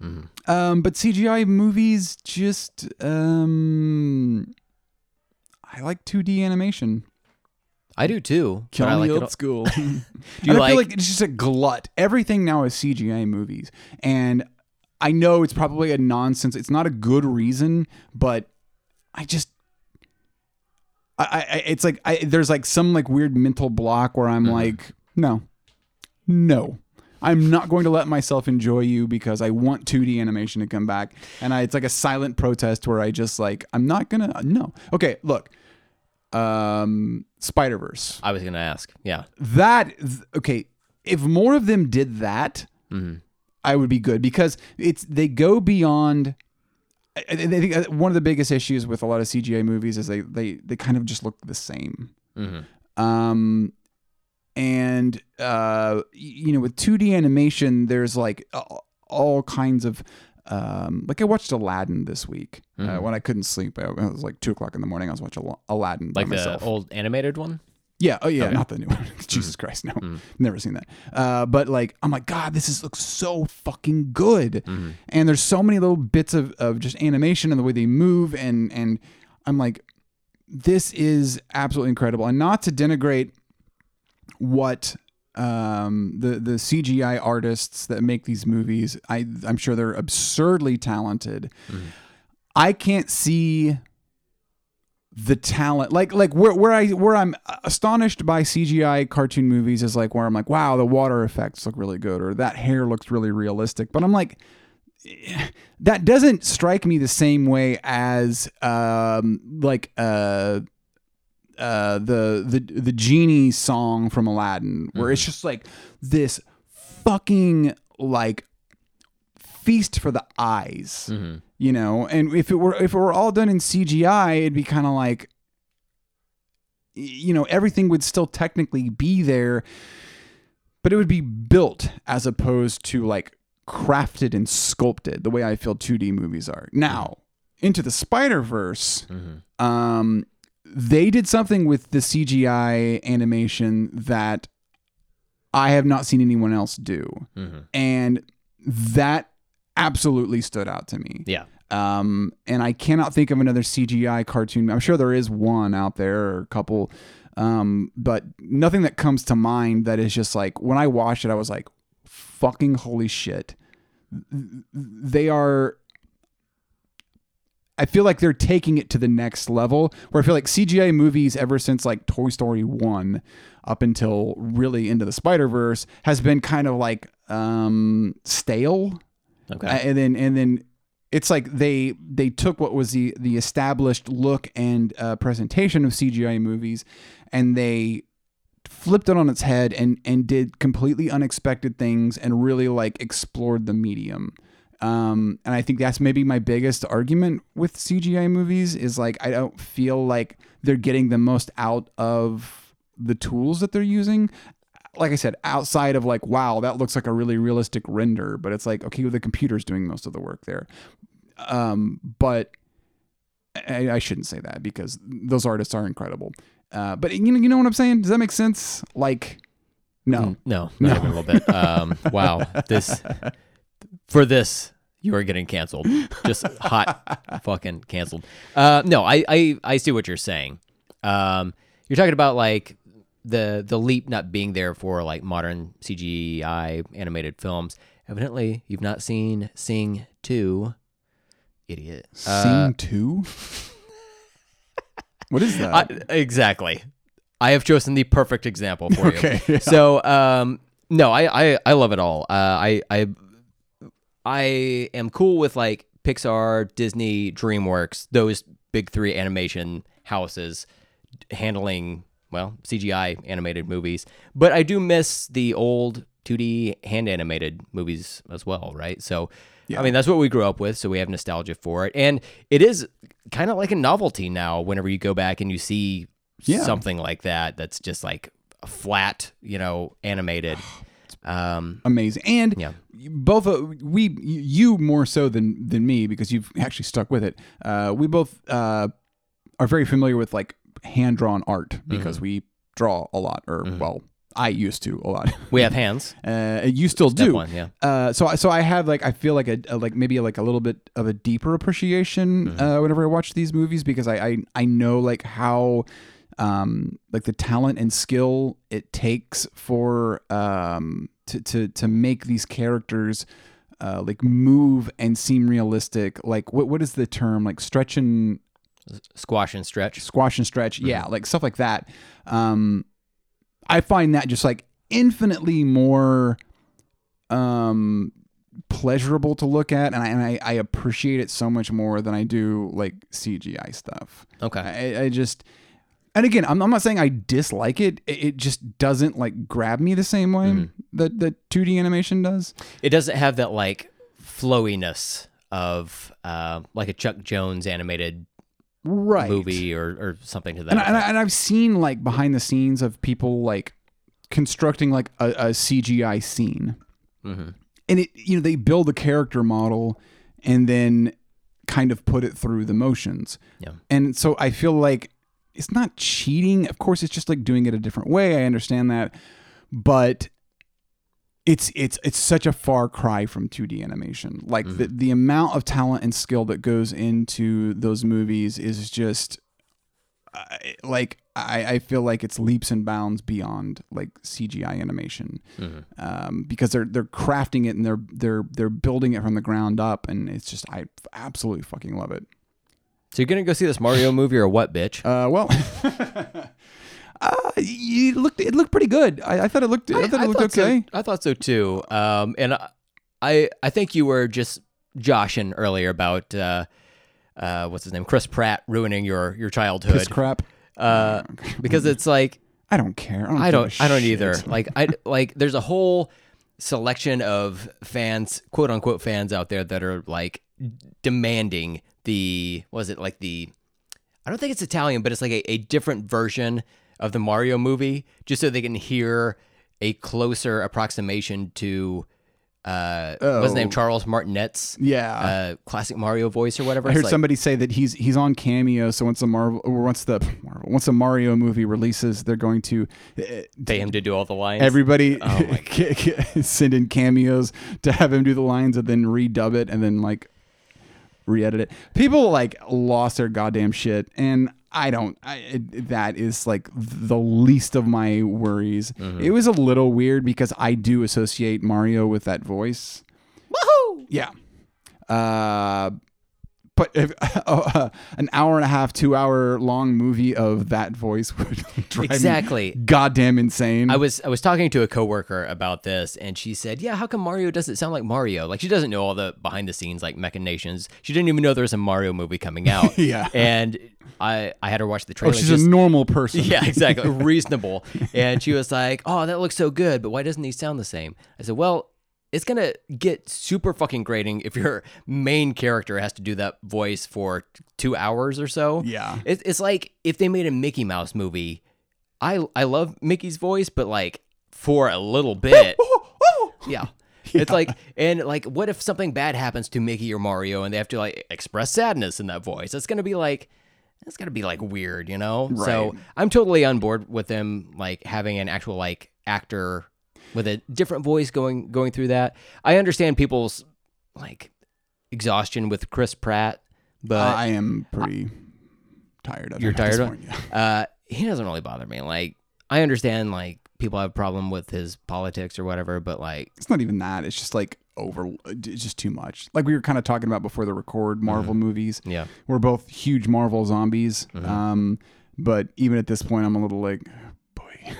[SPEAKER 2] Um, but CGI movies just um, I like 2D animation.
[SPEAKER 3] I do too. but I
[SPEAKER 2] Call me
[SPEAKER 3] like it
[SPEAKER 2] old
[SPEAKER 3] all-
[SPEAKER 2] school.
[SPEAKER 3] Do you
[SPEAKER 2] I feel
[SPEAKER 3] like-
[SPEAKER 2] like it's just a glut. Everything now is CGI movies, and I know it's probably a nonsense. It's not a good reason, but I just. I, I I- it's like I there's like some like weird mental block where I'm like no, no, I'm not going to let myself enjoy you because I want 2D animation to come back, and I, it's like a silent protest where I just like I'm not gonna no. Okay, look, um, Spider Verse
[SPEAKER 3] I was going to ask. Yeah.
[SPEAKER 2] that th- okay if more of them did that i would be good because it's they go beyond I, I think uh, one of the biggest issues with a lot of cgi movies is they they they kind of just look the same um and uh y- you know with 2d animation there's like a- all kinds of um like i watched aladdin this week uh, when i couldn't sleep I, it was like two o'clock in the morning i was watching Ala- aladdin by
[SPEAKER 3] Like the
[SPEAKER 2] myself
[SPEAKER 3] old animated one?
[SPEAKER 2] Yeah, oh yeah, not the new one. Jesus Christ, no, never seen that. Uh, but like, I'm like, God, this is looks so fucking good, and there's so many little bits of, of just animation and the way they move, and and I'm like, this is absolutely incredible, and not to denigrate what um, the the CGI artists that make these movies. I I'm sure they're absurdly talented. I can't see the talent like like where where I where I'm astonished by CGI cartoon movies is like where I'm like wow the water effects look really good or that hair looks really realistic but I'm like that doesn't strike me the same way as um like uh uh, the the the genie song from Aladdin, where it's just like this fucking like feast for the eyes, you know. And if it were if it were all done in CGI, it'd be kind of like, y- you know, everything would still technically be there, but it would be built as opposed to like crafted and sculpted the way I feel 2D movies are now. Into the Spider Verse, um, they did something with the CGI animation that I have not seen anyone else do. And that absolutely stood out to me.
[SPEAKER 3] Yeah.
[SPEAKER 2] Um, and I cannot think of another CGI cartoon. I'm sure there is one out there or a couple, um, but nothing that comes to mind that is just like when I watched it, I was like, fucking holy shit. They are I feel like they're taking it to the next level. Where I feel like CGI movies, ever since like Toy Story one, up until really into the Spider Verse, has been kind of like um, stale.
[SPEAKER 3] Okay.
[SPEAKER 2] Uh, and then and then it's like they they took what was the the established look and uh, presentation of CGI movies, and they flipped it on its head and and did completely unexpected things and really like explored the medium. Um, and I think that's maybe my biggest argument with CGI movies is like I don't feel like they're getting the most out of the tools that they're using. Like I said, outside of like, wow, that looks like a really realistic render, but it's like, okay, well, the computer's doing most of the work there. Um, but I, I shouldn't say that because those artists are incredible. Uh, but you know, you know what I'm saying? Does that make sense? Like, no,
[SPEAKER 3] No, not even a little bit. Um, wow, this for this you are getting canceled. Just hot fucking canceled. Uh, no, I, I I see what you're saying. Um, you're talking about like the the leap not being there for like modern CGI animated films. Evidently, you've not seen Sing Two, idiot. Uh,
[SPEAKER 2] scene two. what is that?
[SPEAKER 3] I, exactly. I have chosen the perfect example for you. So, um, no, I, I, I love it all. Uh, I, I, I am cool with like Pixar, Disney, DreamWorks, those big three animation houses handling well CGI animated movies. But I do miss the old 2D hand animated movies as well, right? So. I mean, that's what we grew up with, so we have nostalgia for it. And it is kind of like a novelty now whenever you go back and you see
[SPEAKER 2] Yeah.
[SPEAKER 3] something like that that's just like flat, you know, animated. Um,
[SPEAKER 2] amazing. And
[SPEAKER 3] Yeah.
[SPEAKER 2] both of, we you more so than than me because you've actually stuck with it. Uh, we both uh, are very familiar with like hand drawn art because
[SPEAKER 3] Mm-hmm.
[SPEAKER 2] we draw a lot, or well, I used to a lot.
[SPEAKER 3] we have hands.
[SPEAKER 2] Uh, you still do.
[SPEAKER 3] one, yeah.
[SPEAKER 2] Uh, so I- so I have like I feel like a, a- like maybe like a little bit of a deeper appreciation
[SPEAKER 3] Mm-hmm.
[SPEAKER 2] uh, whenever I watch these movies because I I, I know like how um like the talent and skill it takes for um to to to make these characters uh like move and seem realistic like what what is the term like stretch and
[SPEAKER 3] Squash and stretch.
[SPEAKER 2] squash and stretch yeah like stuff like that um i find that just like infinitely more um pleasurable to look at and i, and I, I appreciate it so much more than i do like cgi stuff
[SPEAKER 3] Okay.
[SPEAKER 2] I, I just and again I'm, I'm not saying i dislike it it, it just doesn't like grab me the same way that the 2d animation does
[SPEAKER 3] It doesn't have that like flowiness of uh, like a Chuck Jones animated
[SPEAKER 2] right
[SPEAKER 3] movie or, or something to that.
[SPEAKER 2] and, I, and,
[SPEAKER 3] effect.
[SPEAKER 2] I, and I've seen like behind the scenes of people like constructing like a, a CGI scene,
[SPEAKER 3] Mm-hmm.
[SPEAKER 2] and it you know they build the character model and then kind of put it through the motions.
[SPEAKER 3] Yeah.
[SPEAKER 2] And so I feel like it's not cheating. Of course, it's just like doing it a different way. I understand that, but it's it's it's such a far cry from 2D animation. Like the
[SPEAKER 3] Mm-hmm.
[SPEAKER 2] the amount of talent and skill that goes into those movies is just I- like I, I feel like it's leaps and bounds beyond like CGI animation
[SPEAKER 3] Mm-hmm.
[SPEAKER 2] um, because they're they're crafting it and they're they're they're building it from the ground up and it's just I absolutely fucking love it.
[SPEAKER 3] So you're gonna go see this Mario movie or what, bitch?
[SPEAKER 2] Uh, well, uh, you looked it looked pretty good. I, I thought it looked I, thought it looked
[SPEAKER 3] so-
[SPEAKER 2] okay.
[SPEAKER 3] I thought so too. Um, and I- I, I think you were just joshing earlier about uh, uh, what's his name, Chris Pratt, ruining your your childhood.
[SPEAKER 2] Piss crap.
[SPEAKER 3] Uh, because it's like
[SPEAKER 2] I don't care. give
[SPEAKER 3] I
[SPEAKER 2] a
[SPEAKER 3] don't I don't
[SPEAKER 2] shit.
[SPEAKER 3] either. Like I like there's a whole selection of fans, quote unquote fans out there that are like demanding the was it like the I don't think it's Italian, but it's like a, a different version of the Mario movie, just so they can hear a closer approximation to uh what's his name,
[SPEAKER 2] Oh.
[SPEAKER 3] Charles Martinet's
[SPEAKER 2] Yeah.
[SPEAKER 3] uh classic Mario voice or whatever.
[SPEAKER 2] I
[SPEAKER 3] It's
[SPEAKER 2] heard
[SPEAKER 3] like-
[SPEAKER 2] somebody say that he's he's on cameo. So once the Marvel, or once the Marvel, once the Mario movie releases, they're going to uh,
[SPEAKER 3] pay him to do all the lines.
[SPEAKER 2] everybody ca- ca- send in cameos to have him do the lines and then redub it and then like re-edit it. People like lost their goddamn shit, and I don't. I, it, that is like the least of my worries. It was a little weird because I do associate Mario with that voice.
[SPEAKER 3] Woohoo!
[SPEAKER 2] Yeah. Uh, but if, uh, an hour and a half, two hour long movie of that voice would drive
[SPEAKER 3] Exactly.
[SPEAKER 2] me goddamn insane.
[SPEAKER 3] I was I was talking to a coworker about this, and she said, "Yeah, how come Mario doesn't sound like Mario? Like she doesn't know all the behind the scenes like machinations. She didn't even know there was a Mario movie coming out."
[SPEAKER 2] Yeah.
[SPEAKER 3] and I I had her watch
[SPEAKER 2] oh,
[SPEAKER 3] the trailer.
[SPEAKER 2] she's
[SPEAKER 3] just-
[SPEAKER 2] a normal person.
[SPEAKER 3] yeah, exactly. Reasonable. And she was like, "Oh, that looks so good, but why doesn't he sound the same?" I said, "Well, it's going to get super fucking grating if your main character has to do that voice for 2 hours or so."
[SPEAKER 2] Yeah.
[SPEAKER 3] It, it's like if they made a Mickey Mouse movie. I I love Mickey's voice, but like for a little bit.
[SPEAKER 2] Oh,
[SPEAKER 3] yeah. It's like and like what if something bad happens to Mickey or Mario and they have to like express sadness in that voice? It's gonna be like it's gonna be like weird, you know? So
[SPEAKER 2] Right.
[SPEAKER 3] I'm totally on board with them like having an actual like actor with a different voice going going through that. I understand people's like exhaustion with Chris Pratt, but
[SPEAKER 2] Uh, I am pretty tired of
[SPEAKER 3] Uh, you're
[SPEAKER 2] it at this
[SPEAKER 3] tired of
[SPEAKER 2] point,
[SPEAKER 3] it?
[SPEAKER 2] yeah.
[SPEAKER 3] uh, he doesn't really bother me. Like I understand like people have a problem with his politics or whatever, but like
[SPEAKER 2] It's not even that. It's just like over. It's just too much. Like we were kind of talking about before the record Marvel
[SPEAKER 3] Mm-hmm.
[SPEAKER 2] movies.
[SPEAKER 3] yeah.
[SPEAKER 2] We're both huge Marvel zombies.
[SPEAKER 3] Mm-hmm.
[SPEAKER 2] Um, but even at this point, I'm a little like, boy.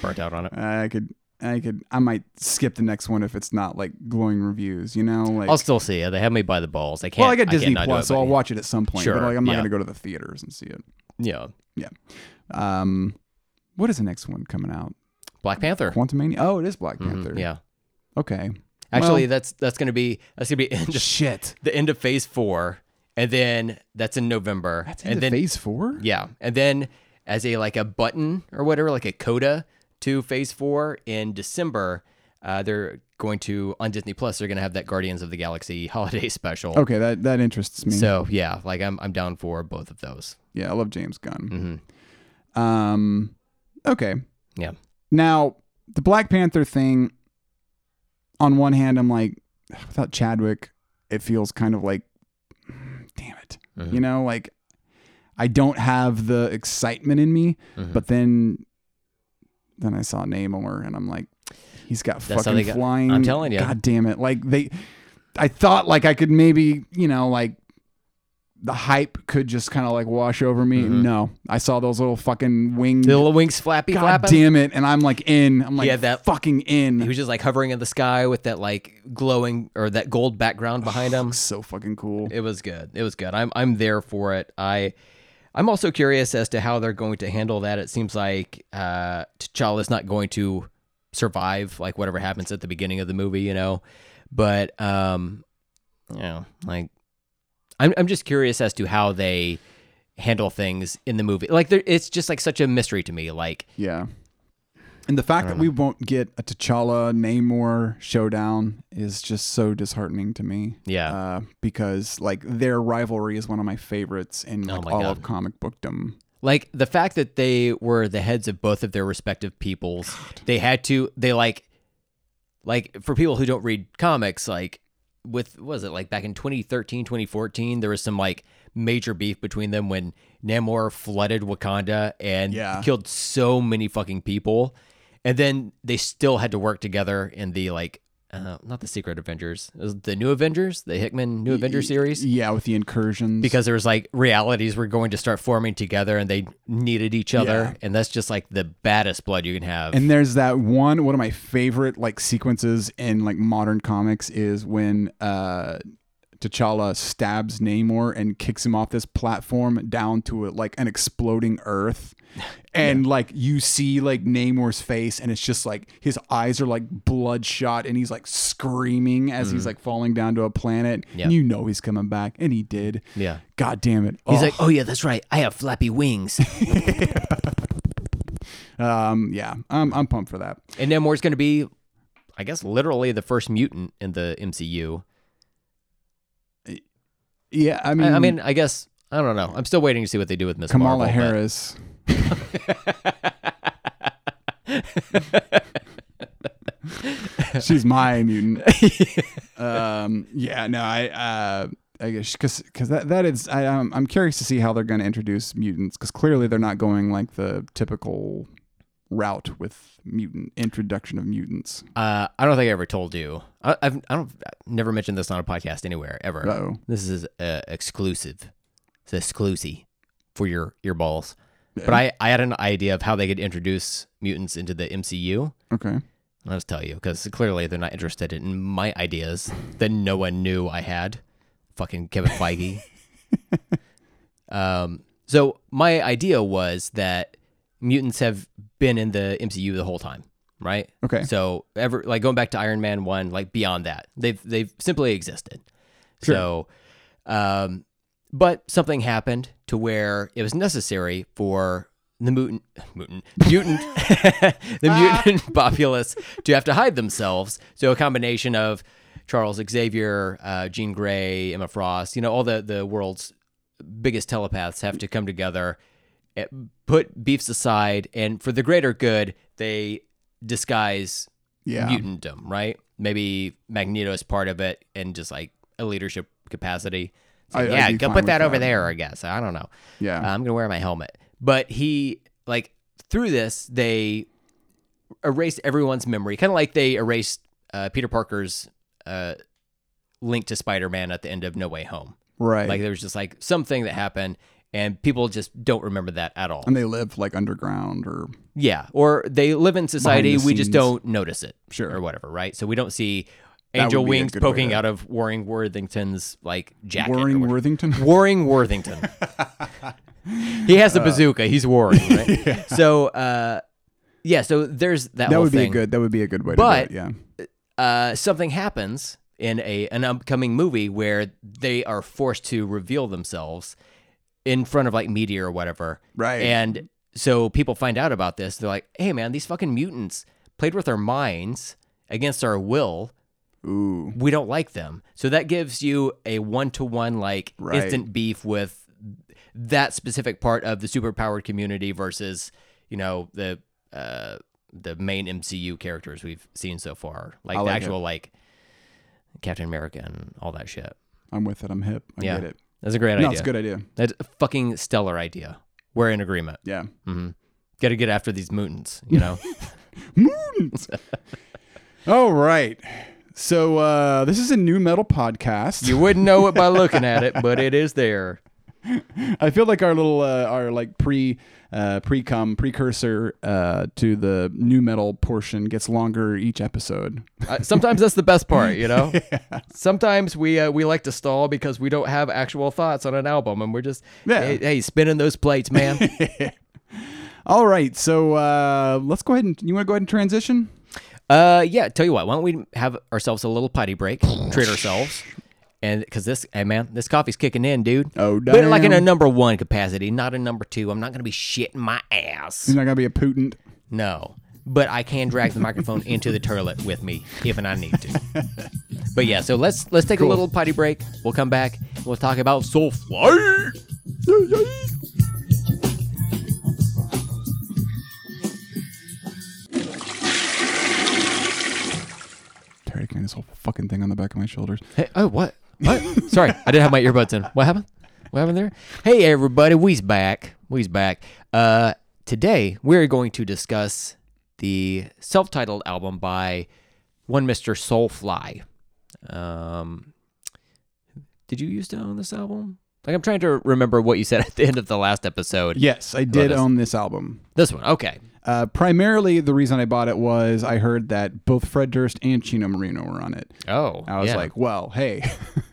[SPEAKER 3] burnt out on it.
[SPEAKER 2] I could, I could, I might skip the next one if it's not like glowing reviews. You know, like
[SPEAKER 3] I'll still see it. They have me by the balls. I can't.
[SPEAKER 2] well, I got Disney
[SPEAKER 3] can't not do
[SPEAKER 2] Plus,
[SPEAKER 3] it,
[SPEAKER 2] so
[SPEAKER 3] but
[SPEAKER 2] I'll
[SPEAKER 3] yeah.
[SPEAKER 2] watch it at some point.
[SPEAKER 3] Sure,
[SPEAKER 2] but like, I'm not
[SPEAKER 3] yeah.
[SPEAKER 2] gonna go to the theaters and see it.
[SPEAKER 3] Yeah,
[SPEAKER 2] Yeah. Um, what is the next one coming out?
[SPEAKER 3] Black Panther.
[SPEAKER 2] Quantum Mania. Oh, it is Black Panther.
[SPEAKER 3] Mm-hmm, Yeah,
[SPEAKER 2] Okay.
[SPEAKER 3] actually, that's that's gonna be that's gonna be end of,
[SPEAKER 2] Shit.
[SPEAKER 3] the end of Phase Four, and then that's in November.
[SPEAKER 2] That's
[SPEAKER 3] and
[SPEAKER 2] into
[SPEAKER 3] then
[SPEAKER 2] Phase Four.
[SPEAKER 3] yeah, and then as a like a button or whatever, like a coda to Phase Four in December. Uh, they're going to on Disney Plus. They're going to have that Guardians of the Galaxy holiday special.
[SPEAKER 2] Okay, that that interests Oh, me.
[SPEAKER 3] So yeah, like I'm I'm down for both of those. Mm-hmm.
[SPEAKER 2] yeah, I love James Gunn. Um, okay.
[SPEAKER 3] Yeah.
[SPEAKER 2] Now, the Black Panther thing, on one hand, I'm like, without Chadwick, it feels kind of like, damn it.
[SPEAKER 3] Mm-hmm.
[SPEAKER 2] You know, like, I don't have the excitement in me,
[SPEAKER 3] Mm-hmm.
[SPEAKER 2] but then. Then I saw Namor, and I'm like, he's got
[SPEAKER 3] how
[SPEAKER 2] fucking
[SPEAKER 3] they got-
[SPEAKER 2] flying.
[SPEAKER 3] I'm telling you.
[SPEAKER 2] god damn it! Like they, I thought like I could maybe you know like the hype could just kind of like wash over me.
[SPEAKER 3] Mm-hmm.
[SPEAKER 2] No, I saw those little fucking wings.
[SPEAKER 3] The little wings flappy
[SPEAKER 2] God
[SPEAKER 3] flapping.
[SPEAKER 2] damn it! And I'm like in. I'm like
[SPEAKER 3] had that-
[SPEAKER 2] fucking in.
[SPEAKER 3] He was just like hovering in the sky with that like glowing or that gold background behind him.
[SPEAKER 2] so fucking cool.
[SPEAKER 3] It was good. It was good. I'm I'm there for it. I I'm also curious as to how they're going to handle that. It seems like uh T'Challa's not going to survive like whatever happens at the beginning of the movie, you know. But um you know, like I'm I'm just curious as to how they handle things in the movie. Like there it's just like such a mystery to me. Like
[SPEAKER 2] Yeah. And the fact that we won't get a T'Challa Namor showdown is just so disheartening to me.
[SPEAKER 3] Yeah.
[SPEAKER 2] Uh, because like their rivalry is one of my favorites in like
[SPEAKER 3] Oh my
[SPEAKER 2] all
[SPEAKER 3] God.
[SPEAKER 2] of comic bookdom.
[SPEAKER 3] Like the fact that they were the heads of both of their respective peoples, they had to. They like, like for people who don't read comics, like with what was it like back in 2013, 2014, there was some like major beef between them when Namor flooded Wakanda and
[SPEAKER 2] Yeah.
[SPEAKER 3] killed so many fucking people, and then they still had to work together in the like. Uh, not the Secret Avengers, It was the New Avengers, the Hickman New Avengers series
[SPEAKER 2] Yeah, with the incursions.
[SPEAKER 3] because there was like realities were going to start forming together and they needed each other
[SPEAKER 2] Yeah.
[SPEAKER 3] and that's just like the baddest blood you can have
[SPEAKER 2] And there's that one one of my favorite like sequences in like modern comics is when uh T'Challa stabs Namor and kicks him off this platform down to a, like an exploding earth. And like you see like Namor's face and it's just like his eyes are like bloodshot and he's like screaming as he's like falling down to a planet.
[SPEAKER 3] Mm-hmm. Yeah.
[SPEAKER 2] And you know he's coming back and he did.
[SPEAKER 3] Yeah.
[SPEAKER 2] God damn it.
[SPEAKER 3] he's
[SPEAKER 2] Oh.
[SPEAKER 3] like oh yeah that's right i have flappy wings
[SPEAKER 2] um yeah. I'm I'm pumped for that.
[SPEAKER 3] and namor's going to be i guess literally the first mutant in the mcu
[SPEAKER 2] Yeah, I
[SPEAKER 3] I,
[SPEAKER 2] mean
[SPEAKER 3] I mean i guess i don't know i'm still waiting to see what they do with miss
[SPEAKER 2] Kamala
[SPEAKER 3] Marvel, but-
[SPEAKER 2] Harris. She's my mutant. um, yeah, no, I, uh, I guess because because that that is I um, I'm curious to see how they're going to introduce mutants because clearly they're not going like the typical route with mutant introduction of mutants.
[SPEAKER 3] uh, i don't think i ever told you I, I've, I don't I've never mentioned this on a podcast anywhere ever
[SPEAKER 2] Uh-oh.
[SPEAKER 3] this is uh, exclusive it's exclusive for your earballs But I, I had an idea of how they could introduce mutants into the MCU.
[SPEAKER 2] Oh, Okay.
[SPEAKER 3] And I'll just tell you, because clearly they're not interested in my ideas that no one knew I had. Fucking Kevin Feige. um, so my idea was that mutants have been in the MCU the whole time, right?
[SPEAKER 2] Okay.
[SPEAKER 3] So ever like going back to Iron Man one, like beyond that, they've they've simply existed. So, um, but something happened to where it was necessary for the mutant, mutant, mutant, the mutant populace to have to hide themselves. So a combination of Charles Xavier, uh, Jean Grey, Emma Frost, you know, all the the world's biggest telepaths have to come together, eh, put beefs aside, and for the greater good, they disguise
[SPEAKER 2] Yeah.
[SPEAKER 3] mutantdom, right? Maybe Magneto is part of it and just like a leadership capacity. It's like,
[SPEAKER 2] I- I'd
[SPEAKER 3] yeah,
[SPEAKER 2] be
[SPEAKER 3] go
[SPEAKER 2] fine
[SPEAKER 3] put
[SPEAKER 2] with
[SPEAKER 3] that over
[SPEAKER 2] that.
[SPEAKER 3] there, I guess. I don't know.
[SPEAKER 2] Yeah.
[SPEAKER 3] I'm going to wear my helmet. But he, like, through this, they erased everyone's memory, kind of like they erased uh, Peter Parker's uh, link to Spider Man at the end of No Way Home.
[SPEAKER 2] right.
[SPEAKER 3] Like, there was just like something that happened, and people just don't remember that at all.
[SPEAKER 2] and they live like underground or
[SPEAKER 3] Yeah, or they live in society,
[SPEAKER 2] Behind the
[SPEAKER 3] we just
[SPEAKER 2] scenes.
[SPEAKER 3] don't notice it,
[SPEAKER 2] Sure.
[SPEAKER 3] or whatever, right? So we don't see
[SPEAKER 2] That
[SPEAKER 3] angel
[SPEAKER 2] would be a
[SPEAKER 3] wings
[SPEAKER 2] good way
[SPEAKER 3] poking
[SPEAKER 2] to-
[SPEAKER 3] out of Warring Worthington's like jacket. or
[SPEAKER 2] Warring
[SPEAKER 3] whatever.
[SPEAKER 2] Worthington.
[SPEAKER 3] Warring Worthington. he has the
[SPEAKER 2] Uh,
[SPEAKER 3] bazooka. He's warring, right? So, uh, yeah. So there's that.
[SPEAKER 2] That
[SPEAKER 3] whole
[SPEAKER 2] would be a
[SPEAKER 3] thing.
[SPEAKER 2] good. That would be a good way
[SPEAKER 3] But-
[SPEAKER 2] to do it. Yeah.
[SPEAKER 3] Uh, something happens in a an upcoming movie where they are forced to reveal themselves in front of like media or whatever,
[SPEAKER 2] Right.
[SPEAKER 3] and so people find out about this. They're like, hey, man, these fucking mutants played with our minds against our will.
[SPEAKER 2] Ooh.
[SPEAKER 3] We don't like them. So that gives you a one to one, like,
[SPEAKER 2] Right.
[SPEAKER 3] instant beef with that specific part of the superpowered community versus, you know, the, uh, the main MCU characters we've seen so far, like, the
[SPEAKER 2] like
[SPEAKER 3] actual like Captain America and all that shit.
[SPEAKER 2] I'm with it. I'm hip. I
[SPEAKER 3] yeah,
[SPEAKER 2] get it.
[SPEAKER 3] that's a great
[SPEAKER 2] No,
[SPEAKER 3] idea.
[SPEAKER 2] it's a good idea.
[SPEAKER 3] That's a fucking stellar idea. We're in agreement.
[SPEAKER 2] Yeah.
[SPEAKER 3] Got to get after these mutants, you know.
[SPEAKER 2] Moons. All right. So uh, this is a new metal podcast.
[SPEAKER 3] You wouldn't know it by looking at it, but it is there.
[SPEAKER 2] I feel like our little uh, our like pre uh, pre cum precursor uh, to the new metal portion gets longer each episode.
[SPEAKER 3] Uh, sometimes that's the best part, you know. Sometimes we uh, we like to stall because we don't have actual thoughts on an album, and we're just
[SPEAKER 2] Yeah.
[SPEAKER 3] hey, hey spinning those plates, man.
[SPEAKER 2] All right. So uh, let's go ahead and you want to go ahead and transition.
[SPEAKER 3] uh, yeah. Tell you what, why don't we have ourselves a little potty break, treat ourselves, and because this, hey man, this coffee's kicking in, dude.
[SPEAKER 2] Oh,
[SPEAKER 3] But like in a
[SPEAKER 2] damn.
[SPEAKER 3] number one capacity, not a number two. I'm not gonna be shitting my ass.
[SPEAKER 2] It's not gonna be a potent.
[SPEAKER 3] No, but I can drag the microphone into the toilet with me if and I need to. but yeah, so let's let's take a little potty break. We'll come back. We'll talk about Soulfly.
[SPEAKER 2] on the back of my shoulders.
[SPEAKER 3] Hey, oh, what? What? Sorry, I didn't have my earbuds in. What happened? What happened there? Hey, everybody, we's back. We's back. Uh, today, we're going to discuss the self-titled album by one Mister Soulfly. Um, did you used to own this album? Like, I'm trying to remember what you said at the end of the last episode.
[SPEAKER 2] Yes, I did
[SPEAKER 3] this.
[SPEAKER 2] own this album.
[SPEAKER 3] This one, okay.
[SPEAKER 2] Uh, primarily, the reason I bought it was I heard that both Fred Durst and Chino Marino were on it.
[SPEAKER 3] Oh,
[SPEAKER 2] I was
[SPEAKER 3] yeah.
[SPEAKER 2] like, well, hey,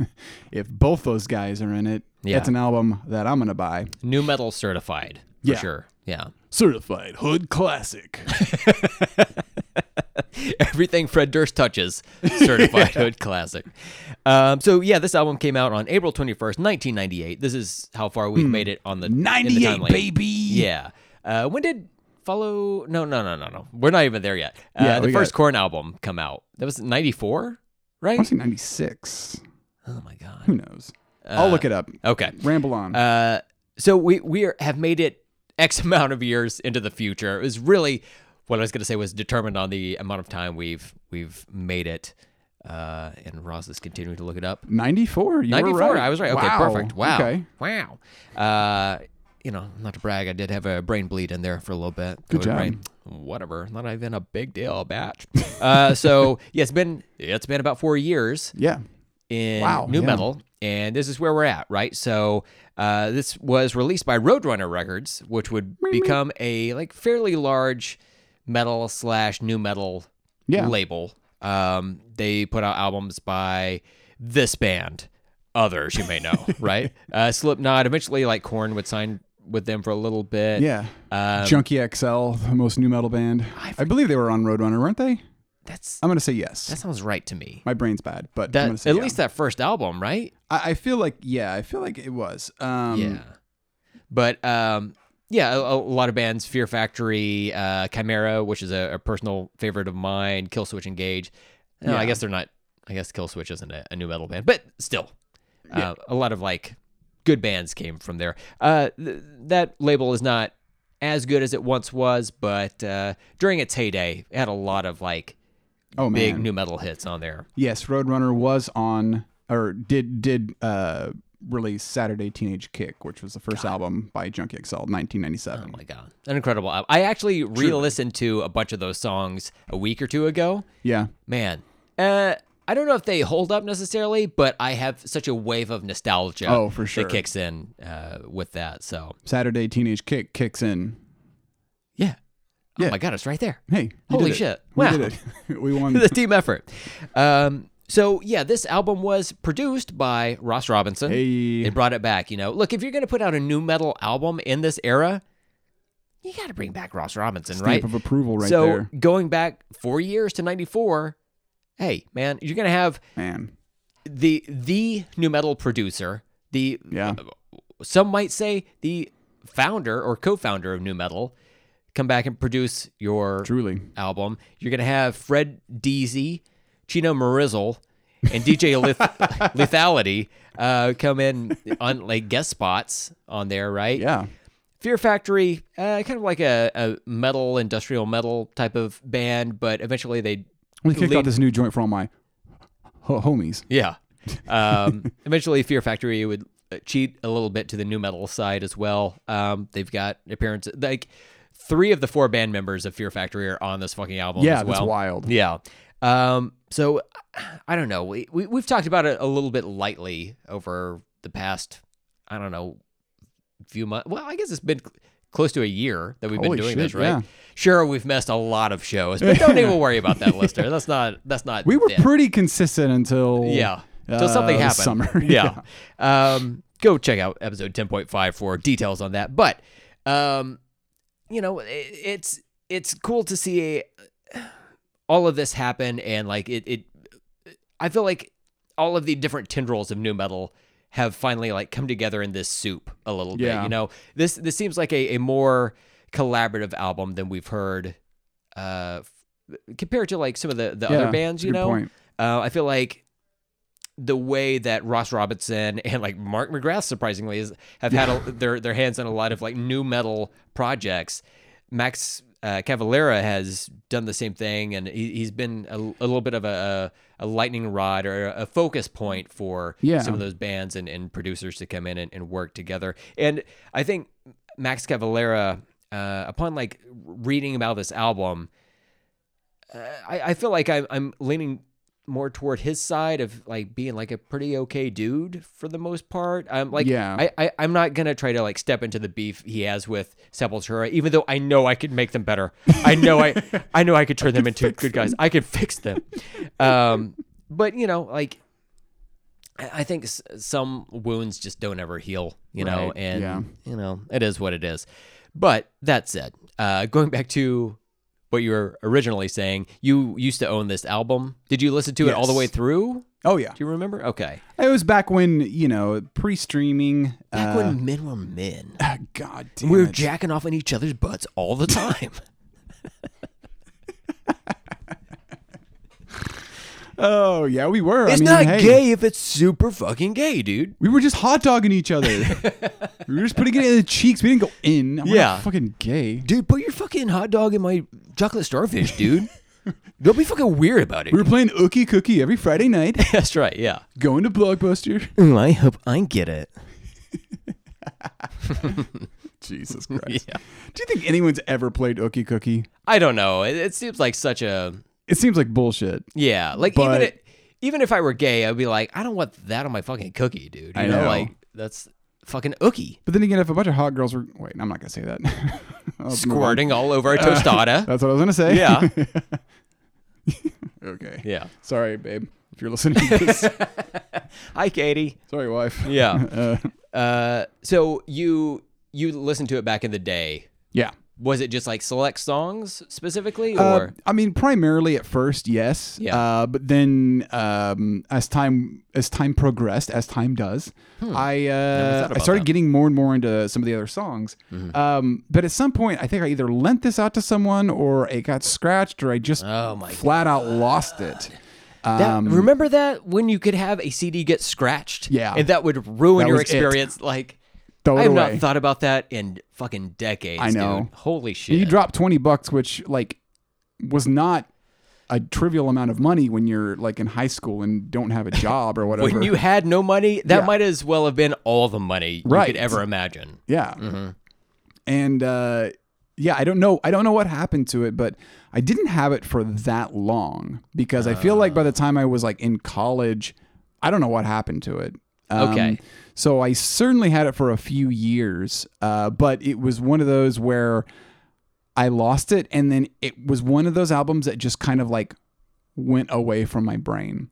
[SPEAKER 2] if both those guys are in it,
[SPEAKER 3] Yeah.
[SPEAKER 2] that's an album that I'm going to buy.
[SPEAKER 3] new metal certified for
[SPEAKER 2] Yeah.
[SPEAKER 3] sure. Yeah,
[SPEAKER 2] Certified Hood Classic.
[SPEAKER 3] everything Fred Durst touches, certified hood classic. Um, so yeah, this album came out on April twenty first, nineteen ninety eight. This is how far we've made it on the in the
[SPEAKER 2] 98,
[SPEAKER 3] timeline.
[SPEAKER 2] Hmm. baby.
[SPEAKER 3] Yeah. Uh, when did follow? No, no, no, no, no. We're not even there yet. Uh,
[SPEAKER 2] Yeah,
[SPEAKER 3] the
[SPEAKER 2] we got-
[SPEAKER 3] first Corn album come out. That was ninety four,
[SPEAKER 2] I
[SPEAKER 3] right?
[SPEAKER 2] want to say 96.
[SPEAKER 3] Oh my god.
[SPEAKER 2] Who knows? I'll look it up.
[SPEAKER 3] Okay.
[SPEAKER 2] Ramble on.
[SPEAKER 3] Uh, so we we are, have made it X amount of years into the future. It was really what I was going to say was determined on the amount of time we've we've made it. Uh, and Ross is continuing to look it up.
[SPEAKER 2] 94. You were
[SPEAKER 3] 94.
[SPEAKER 2] right.
[SPEAKER 3] I was right. Okay,
[SPEAKER 2] Wow.
[SPEAKER 3] perfect. Wow.
[SPEAKER 2] Okay.
[SPEAKER 3] Wow. Uh, you know, not to brag, I did have a brain bleed in there for a little bit. Good
[SPEAKER 2] job.
[SPEAKER 3] Whatever. Not even a big deal, batch. uh, so yeah, it's been it's been about four years
[SPEAKER 2] Yeah.
[SPEAKER 3] in
[SPEAKER 2] Wow,
[SPEAKER 3] new
[SPEAKER 2] yeah.
[SPEAKER 3] metal, and this is where we're at, right? So uh, this was released by Roadrunner Records, which would become a like fairly large metal slash new metal
[SPEAKER 2] Yeah.
[SPEAKER 3] label. Um, they put out albums by this band, others you may know, right? Uh, Slipknot. Eventually, like Korn would sign with them for a little bit.
[SPEAKER 2] Yeah.
[SPEAKER 3] Um,
[SPEAKER 2] Junkie XL, the most new metal band. I, believe they were on Roadrunner, weren't they?
[SPEAKER 3] that's
[SPEAKER 2] I'm going to say yes.
[SPEAKER 3] that sounds right to me.
[SPEAKER 2] My brain's bad, but I'm
[SPEAKER 3] That
[SPEAKER 2] gonna
[SPEAKER 3] at
[SPEAKER 2] say yeah.
[SPEAKER 3] least that first album, right?
[SPEAKER 2] I, I feel like yeah, I feel like it was. Um,
[SPEAKER 3] yeah but um yeah a, a lot of bands fear factory uh chimera which is a, a personal favorite of mine kill switch engage no, i
[SPEAKER 2] Yeah.
[SPEAKER 3] guess they're not i guess kill switch isn't a, a new metal band but still uh, a lot of like good bands came from there uh th- that label is not as good as it once was but uh during its heyday it had a lot of like
[SPEAKER 2] Oh man.
[SPEAKER 3] big new metal hits on there
[SPEAKER 2] yes, Roadrunner was on or did did uh, release Saturday Teenage Kick, which was the first album by Junkie XL, 1997.
[SPEAKER 3] Oh my god, an incredible album! I actually re-listened to a bunch of those songs a week or two ago.
[SPEAKER 2] yeah.
[SPEAKER 3] Man, uh, I don't know if they hold up necessarily, but I have such a wave of nostalgia.
[SPEAKER 2] Oh, for sure.
[SPEAKER 3] that kicks in uh, with that. So
[SPEAKER 2] Saturday Teenage Kick kicks in.
[SPEAKER 3] yeah. Oh
[SPEAKER 2] Yeah.
[SPEAKER 3] my god, it's right there.
[SPEAKER 2] Hey, we
[SPEAKER 3] Holy
[SPEAKER 2] did it.
[SPEAKER 3] shit.
[SPEAKER 2] We
[SPEAKER 3] Wow.
[SPEAKER 2] did it. we won.
[SPEAKER 3] the team effort. Um, so yeah, this album was produced by Ross Robinson.
[SPEAKER 2] Hey.
[SPEAKER 3] They brought it back. You know, look if you're gonna put out a new metal album in this era, you got to bring back Ross Robinson,
[SPEAKER 2] stamp
[SPEAKER 3] right?
[SPEAKER 2] of approval right
[SPEAKER 3] so
[SPEAKER 2] there,
[SPEAKER 3] going back four years to '94, hey man, you're gonna have
[SPEAKER 2] man.
[SPEAKER 3] the the new metal producer, the
[SPEAKER 2] Yeah.
[SPEAKER 3] some might say the founder or co-founder of new metal, come back and produce your
[SPEAKER 2] Truly.
[SPEAKER 3] album. You're gonna have Fred Deasy, Chino Marizzle, and DJ Leth- Lethality uh, come in on like guest spots on there, right?
[SPEAKER 2] Yeah.
[SPEAKER 3] Fear Factory, uh, kind of like a, a metal, industrial metal type of band, but eventually they.
[SPEAKER 2] We kicked
[SPEAKER 3] lead-
[SPEAKER 2] out this new joint for all my ho- homies.
[SPEAKER 3] Yeah. Um, eventually, Fear Factory would uh, cheat a little bit to the new metal side as well. Um, they've got appearances. Like three of the four band members of Fear Factory are on this fucking album
[SPEAKER 2] Yeah,
[SPEAKER 3] as well.
[SPEAKER 2] that's wild.
[SPEAKER 3] Yeah. Um, so I don't know. We, we we've talked about it a little bit lightly over the past, I don't know, few months. Well, I guess it's been cl- close to a year that we've
[SPEAKER 2] Holy
[SPEAKER 3] been doing
[SPEAKER 2] shit,
[SPEAKER 3] this, right?
[SPEAKER 2] yeah.
[SPEAKER 3] Sure, we've missed a lot of shows, but don't even worry about that, listener. That's not that's not.
[SPEAKER 2] We were
[SPEAKER 3] it.
[SPEAKER 2] pretty consistent until
[SPEAKER 3] yeah.
[SPEAKER 2] uh,
[SPEAKER 3] Till something
[SPEAKER 2] the
[SPEAKER 3] happened.
[SPEAKER 2] Summer.
[SPEAKER 3] Yeah. Um, go check out episode 10.5 for details on that. But, um, you know, it, it's it's cool to see all of this happen and like it, it. I feel like all of the different tendrils of new metal have finally like come together in this soup a little bit.
[SPEAKER 2] Yeah.
[SPEAKER 3] You know, this this seems like a, a more collaborative album than we've heard uh f- compared to like some of the the
[SPEAKER 2] Yeah,
[SPEAKER 3] other bands
[SPEAKER 2] that's a
[SPEAKER 3] you
[SPEAKER 2] good
[SPEAKER 3] know
[SPEAKER 2] point.
[SPEAKER 3] uh, i feel like the way that Ross Robinson and like Mark McGrath surprisingly is have had a, their their hands on a lot of like new metal projects. Max uh, Cavalera has done the same thing, and he, he's been a, a little bit of a, a lightning rod or a focus point for
[SPEAKER 2] Yeah.
[SPEAKER 3] some of those bands and, and producers to come in and, and work together. And I think Max Cavalera, uh, upon like reading about this album, I, I feel like I'm, I'm leaning more toward his side of like being like a pretty okay dude for the most part. I'm like,
[SPEAKER 2] Yeah.
[SPEAKER 3] I, I, I'm not gonna try to like step into the beef he has with Sepultura, even though I know I could make them better. I know I, I know I could turn them into good guys. I could fix them. Um, but you know, like, I, I think s- some wounds just don't ever heal. You know,
[SPEAKER 2] Right,
[SPEAKER 3] and
[SPEAKER 2] yeah.
[SPEAKER 3] you know, it is what it is. But that said, uh, going back to what you were originally saying, you used to own this album. Did you listen to it all the
[SPEAKER 2] Yes.
[SPEAKER 3] way through?
[SPEAKER 2] Oh yeah,
[SPEAKER 3] Do you remember? Okay.
[SPEAKER 2] it was back when you know pre-streaming.
[SPEAKER 3] Back
[SPEAKER 2] uh,
[SPEAKER 3] when men were men,
[SPEAKER 2] God damn
[SPEAKER 3] we were
[SPEAKER 2] it.
[SPEAKER 3] jacking off in each other's butts all the time.
[SPEAKER 2] oh yeah, we were. I
[SPEAKER 3] it's
[SPEAKER 2] mean,
[SPEAKER 3] not
[SPEAKER 2] hey,
[SPEAKER 3] gay if it's super fucking gay, dude.
[SPEAKER 2] We were just hot dogging each other. we were just putting it in the cheeks. We didn't go in. We're not
[SPEAKER 3] Yeah.
[SPEAKER 2] fucking gay.
[SPEAKER 3] Dude, put your fucking hot dog in my chocolate starfish, dude. Don't be fucking weird about it.
[SPEAKER 2] We were playing Ookie Cookie every Friday night.
[SPEAKER 3] That's right. Yeah.
[SPEAKER 2] going to Blockbuster.
[SPEAKER 3] Ooh, I hope I get it.
[SPEAKER 2] Jesus Christ.
[SPEAKER 3] Yeah.
[SPEAKER 2] Do you think anyone's ever played Ookie Cookie?
[SPEAKER 3] I don't know. It, it seems like such a
[SPEAKER 2] It seems like bullshit.
[SPEAKER 3] Yeah, like
[SPEAKER 2] But-
[SPEAKER 3] even it, even if I were gay, I'd be like, I don't want that on my fucking cookie, dude. You
[SPEAKER 2] I know.
[SPEAKER 3] like that's fucking ookie
[SPEAKER 2] But then again, if a bunch of hot girls were wait, I'm not gonna say that. I'll move on. Uh,
[SPEAKER 3] squirting all over a tostada.
[SPEAKER 2] That's what I was gonna say.
[SPEAKER 3] yeah,
[SPEAKER 2] okay.
[SPEAKER 3] yeah.
[SPEAKER 2] Sorry, babe. If you're listening to this.
[SPEAKER 3] Hi, Katie.
[SPEAKER 2] Sorry, wife.
[SPEAKER 3] Yeah.
[SPEAKER 2] Uh,
[SPEAKER 3] Uh, so you you listened to it back in the day.
[SPEAKER 2] yeah.
[SPEAKER 3] Was it just like select songs specifically,
[SPEAKER 2] Uh,
[SPEAKER 3] or
[SPEAKER 2] I mean, primarily at first, yes.
[SPEAKER 3] Yeah.
[SPEAKER 2] Uh, but then, um, as time as time progressed, as time does, I uh,
[SPEAKER 3] Hmm. thought
[SPEAKER 2] I
[SPEAKER 3] about
[SPEAKER 2] started
[SPEAKER 3] that. Mm-hmm.
[SPEAKER 2] getting more and more into some of the other songs. Um, but at some point, I think I either lent this out to someone, or it got scratched, or I just
[SPEAKER 3] Oh my
[SPEAKER 2] flat out lost it.
[SPEAKER 3] that,
[SPEAKER 2] um,
[SPEAKER 3] remember that when you could have a CD get scratched?
[SPEAKER 2] Yeah.
[SPEAKER 3] and that would ruin
[SPEAKER 2] That
[SPEAKER 3] your
[SPEAKER 2] was it.
[SPEAKER 3] experience. Like,
[SPEAKER 2] Throw it
[SPEAKER 3] I have
[SPEAKER 2] away.
[SPEAKER 3] not thought about that in fucking decades.
[SPEAKER 2] I know.
[SPEAKER 3] dude. Holy shit.
[SPEAKER 2] You dropped twenty bucks, which like was not a trivial amount of money when you're like in high school and don't have a job or whatever.
[SPEAKER 3] when you had no money, that
[SPEAKER 2] Yeah.
[SPEAKER 3] might as well have been all the money you
[SPEAKER 2] Right.
[SPEAKER 3] could ever imagine.
[SPEAKER 2] Yeah. And uh, yeah, I don't know. I don't know what happened to it, but I didn't have it for that long because I feel like by the time I was like in college, I don't know what happened to it. Um,
[SPEAKER 3] Okay.
[SPEAKER 2] So I certainly had it for a few years, uh, but it was one of those where I lost it, and then it was one of those albums that just kind of like went away from my brain.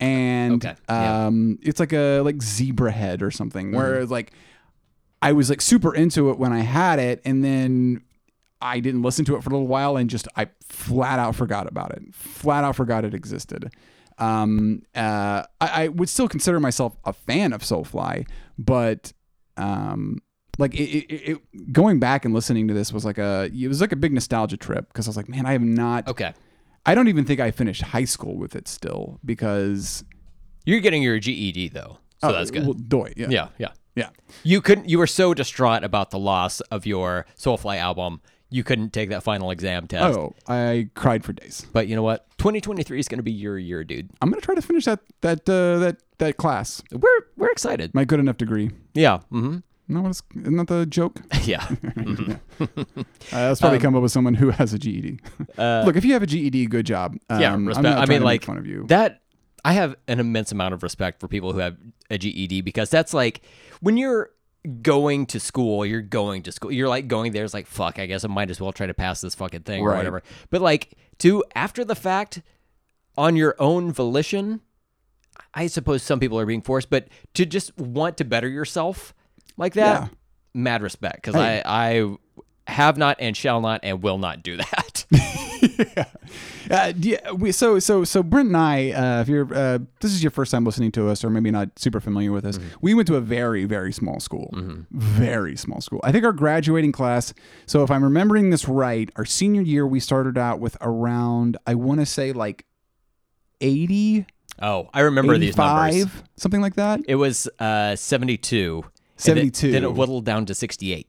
[SPEAKER 2] And
[SPEAKER 3] Okay, yeah. Mm-hmm.
[SPEAKER 2] um, it's like a like zebra head or something, where it's like I was like super into it when I had it, and then I didn't listen to it for a little while, and just I flat out forgot about it. Flat out forgot it existed. Um, uh, I, I would still consider myself a fan of Soulfly, but um, like it, it, it- it, going back and listening to this was like a it was like a big nostalgia trip because I was like, man, I have not.
[SPEAKER 3] Okay.
[SPEAKER 2] I don't even think I finished high school with it still because
[SPEAKER 3] You're getting your GED though. So
[SPEAKER 2] Oh,
[SPEAKER 3] that's good.
[SPEAKER 2] well, doy, yeah,
[SPEAKER 3] yeah, yeah.
[SPEAKER 2] yeah.
[SPEAKER 3] You couldn't you were so distraught about the loss of your Soulfly album, you couldn't take that final exam test.
[SPEAKER 2] Oh, I cried for days.
[SPEAKER 3] But you know what? 2023 is going to be your year, dude.
[SPEAKER 2] I'm gonna try to finish that that uh, that that class.
[SPEAKER 3] We're we're excited.
[SPEAKER 2] My good enough degree.
[SPEAKER 3] Yeah. Mhm.
[SPEAKER 2] No, it's not the joke.
[SPEAKER 3] Yeah. Mm-hmm.
[SPEAKER 2] Uh, that's
[SPEAKER 3] Um,
[SPEAKER 2] probably come up with someone who has a GED. Look, if you have a GED, good job. Um,
[SPEAKER 3] uh, Yeah,
[SPEAKER 2] I'm
[SPEAKER 3] respect.
[SPEAKER 2] not
[SPEAKER 3] I
[SPEAKER 2] trying
[SPEAKER 3] mean,
[SPEAKER 2] to make
[SPEAKER 3] like
[SPEAKER 2] fun of you.
[SPEAKER 3] that. I have an immense amount of respect for people who have a GED because that's like when you're going to school, you're going to school. You're like going there. It's like fuck. I guess I might as well try to pass this fucking thing or
[SPEAKER 2] Right.
[SPEAKER 3] whatever. But like to after the fact, on your own volition, I suppose some people are being forced, but to just want to better yourself like that,
[SPEAKER 2] Yeah.
[SPEAKER 3] mad respect because I I have not and shall not and will not do that.
[SPEAKER 2] Uh, do you- we, so so so Brent and I, uh, if you're uh, this is your first time listening to us, or maybe not super familiar with
[SPEAKER 3] Mm-hmm.
[SPEAKER 2] us, we went to a very very small school, very small school. I think our graduating class. So if I'm remembering this right, our senior year we started out with around I want to say like 80,
[SPEAKER 3] oh, I remember these numbers.
[SPEAKER 2] 85, something like that.
[SPEAKER 3] It was uh, 72. and then-
[SPEAKER 2] 72.
[SPEAKER 3] Then it whittled down to 68.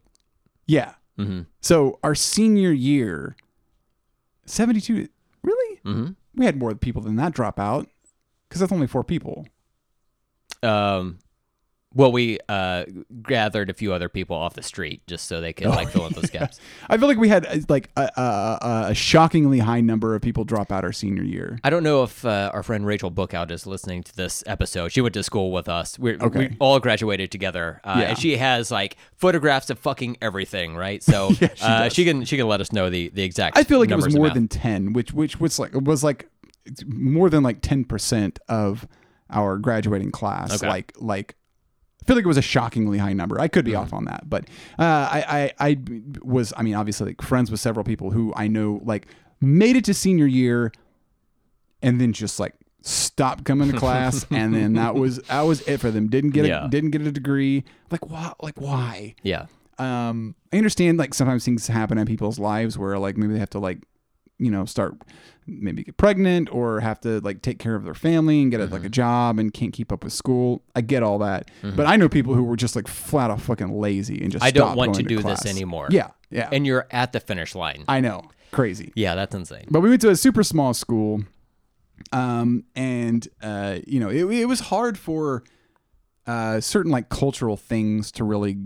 [SPEAKER 2] Yeah.
[SPEAKER 3] Mm-hmm.
[SPEAKER 2] So our senior year, 72, really? Mm-hmm. We had more people than that drop out because that's only four people.
[SPEAKER 3] Um, well, we uh, gathered a few other people off the street just so they could like fill in those gaps.
[SPEAKER 2] I feel like we had uh, like a, a- a, a shockingly high number of people drop out our senior year.
[SPEAKER 3] I don't know if uh, our friend Rachel Bookout is listening to this episode. She went to school with us. We're,
[SPEAKER 2] Okay.
[SPEAKER 3] We all graduated together, uh,
[SPEAKER 2] Yeah.
[SPEAKER 3] and she has like photographs of fucking everything, right? So
[SPEAKER 2] she
[SPEAKER 3] uh,
[SPEAKER 2] does.
[SPEAKER 3] she can she can let us know the the exact.
[SPEAKER 2] I feel like it was
[SPEAKER 3] numbers and
[SPEAKER 2] more
[SPEAKER 3] math.
[SPEAKER 2] than ten, which which was like was like more than like ten percent of our graduating class.
[SPEAKER 3] Okay.
[SPEAKER 2] Like like I feel like it was a shockingly high number. I
[SPEAKER 3] Mm-hmm.
[SPEAKER 2] could be off on that, but uh, I, I I was I mean obviously like friends with several people who I know like made it to senior year, and then just like stopped coming to class, and then that was that was it for them. Didn't get
[SPEAKER 3] Yeah.
[SPEAKER 2] a, didn't get a degree. Like why like why?
[SPEAKER 3] yeah.
[SPEAKER 2] um i understand like sometimes things happen in people's lives where like maybe they have to like you know start maybe get pregnant or have to like take care of their family and get a, like
[SPEAKER 3] Mm-hmm.
[SPEAKER 2] a job and can't keep up with school i get all that but i know people who were just like flat out fucking lazy and just
[SPEAKER 3] I don't
[SPEAKER 2] stopped
[SPEAKER 3] want to
[SPEAKER 2] going
[SPEAKER 3] do this
[SPEAKER 2] class.
[SPEAKER 3] anymore.
[SPEAKER 2] yeah yeah
[SPEAKER 3] And you're at the finish line.
[SPEAKER 2] i know crazy
[SPEAKER 3] yeah, that's insane.
[SPEAKER 2] but we went to a super small school um and uh you know it, it was hard for uh certain like cultural things to really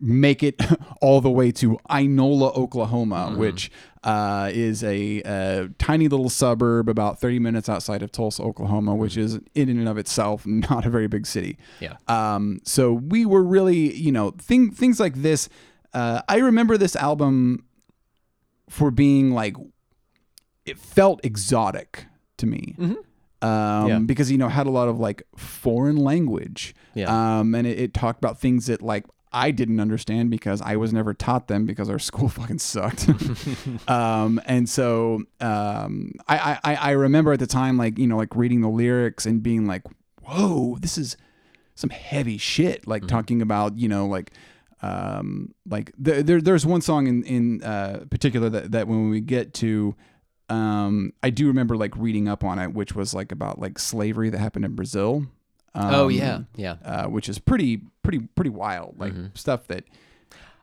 [SPEAKER 2] make it all the way to Inola, Oklahoma, which uh, is a, uh tiny little suburb about 30 minutes outside of Tulsa, Oklahoma, which is in and of itself not a very big city.
[SPEAKER 3] Yeah.
[SPEAKER 2] Um, so we were really, you know, thing, things like this. Uh, I remember this album for being like, it felt exotic to me. Um,
[SPEAKER 3] Yeah.
[SPEAKER 2] because you know it had a lot of like foreign language,
[SPEAKER 3] Yeah.
[SPEAKER 2] um, and it, it talked about things that like I didn't understand because I was never taught them because our school fucking sucked. um, and so um, I, I I remember at the time like you know like reading the lyrics and being like, whoa, this is some heavy shit.
[SPEAKER 3] Mm-hmm.
[SPEAKER 2] Like talking about you know like um, like there, there there's one song in in uh, particular that that when we get to um, I do remember like reading up on it, which was like about like slavery that happened in Brazil. Um,
[SPEAKER 3] oh yeah, yeah.
[SPEAKER 2] uh, which is pretty pretty pretty wild, like stuff that.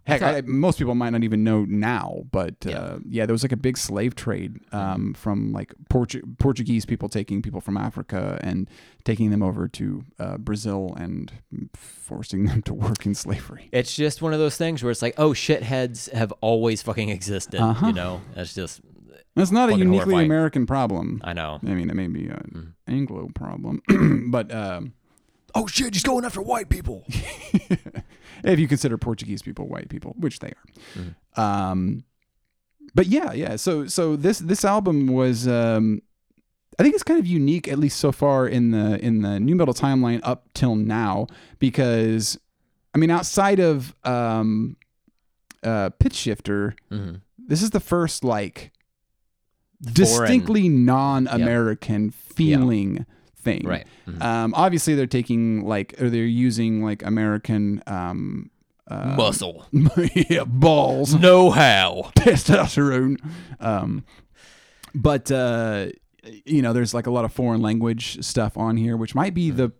[SPEAKER 2] Heck, I, most people might not even know now, but yeah, uh, yeah there was like a big slave trade um, from like Portu- Portuguese people taking people from Africa and taking them over to uh, Brazil and forcing them to work in slavery.
[SPEAKER 3] It's just one of those things where it's like, oh, shitheads have always fucking existed. You know, that's just,
[SPEAKER 2] That's not a
[SPEAKER 3] Fucking
[SPEAKER 2] uniquely
[SPEAKER 3] horrifying.
[SPEAKER 2] American problem.
[SPEAKER 3] I know.
[SPEAKER 2] I mean, it may be an Anglo problem, but um,
[SPEAKER 3] Oh shit, he's going after white people.
[SPEAKER 2] if you consider Portuguese people white people, which they are. Um, but yeah, yeah. So so this this album was, um, I think it's kind of unique, at least so far in the in the new metal timeline up till now, because I mean, outside of um, uh, Pitch Shifter,
[SPEAKER 3] Mhm.
[SPEAKER 2] this is the first like distinctly non-American feeling thing,
[SPEAKER 3] Right. Mhm.
[SPEAKER 2] Um, obviously, they're taking like or they're using like American um,
[SPEAKER 3] Muscle.
[SPEAKER 2] yeah, balls,
[SPEAKER 3] Know how.
[SPEAKER 2] testosterone. Um, but uh, you know, there's like a lot of foreign language stuff on here, which might be the.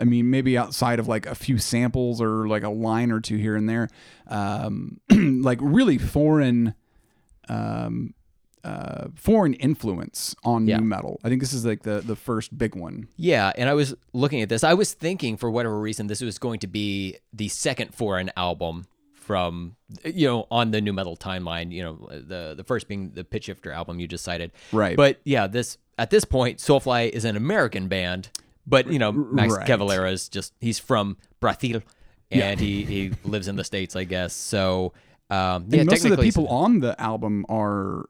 [SPEAKER 2] I mean, maybe outside of like a few samples or like a line or two here and there, um, like really foreign, um, uh, foreign influence on
[SPEAKER 3] Yeah.
[SPEAKER 2] new metal. I think this is like the the first big one.
[SPEAKER 3] Yeah, and I was looking at this. I was thinking for whatever reason this was going to be the second foreign album from you know on the new metal timeline, you know, the the first being the Pitch Shifter album you just cited.
[SPEAKER 2] Right.
[SPEAKER 3] But yeah, this at this point Soulfly is an American band, but you know, Max
[SPEAKER 2] Right.
[SPEAKER 3] Cavalera is just he's from Brazil and he he lives in the states, I guess. So um
[SPEAKER 2] and most
[SPEAKER 3] yeah,
[SPEAKER 2] of the
[SPEAKER 3] technically it's-
[SPEAKER 2] people on the album are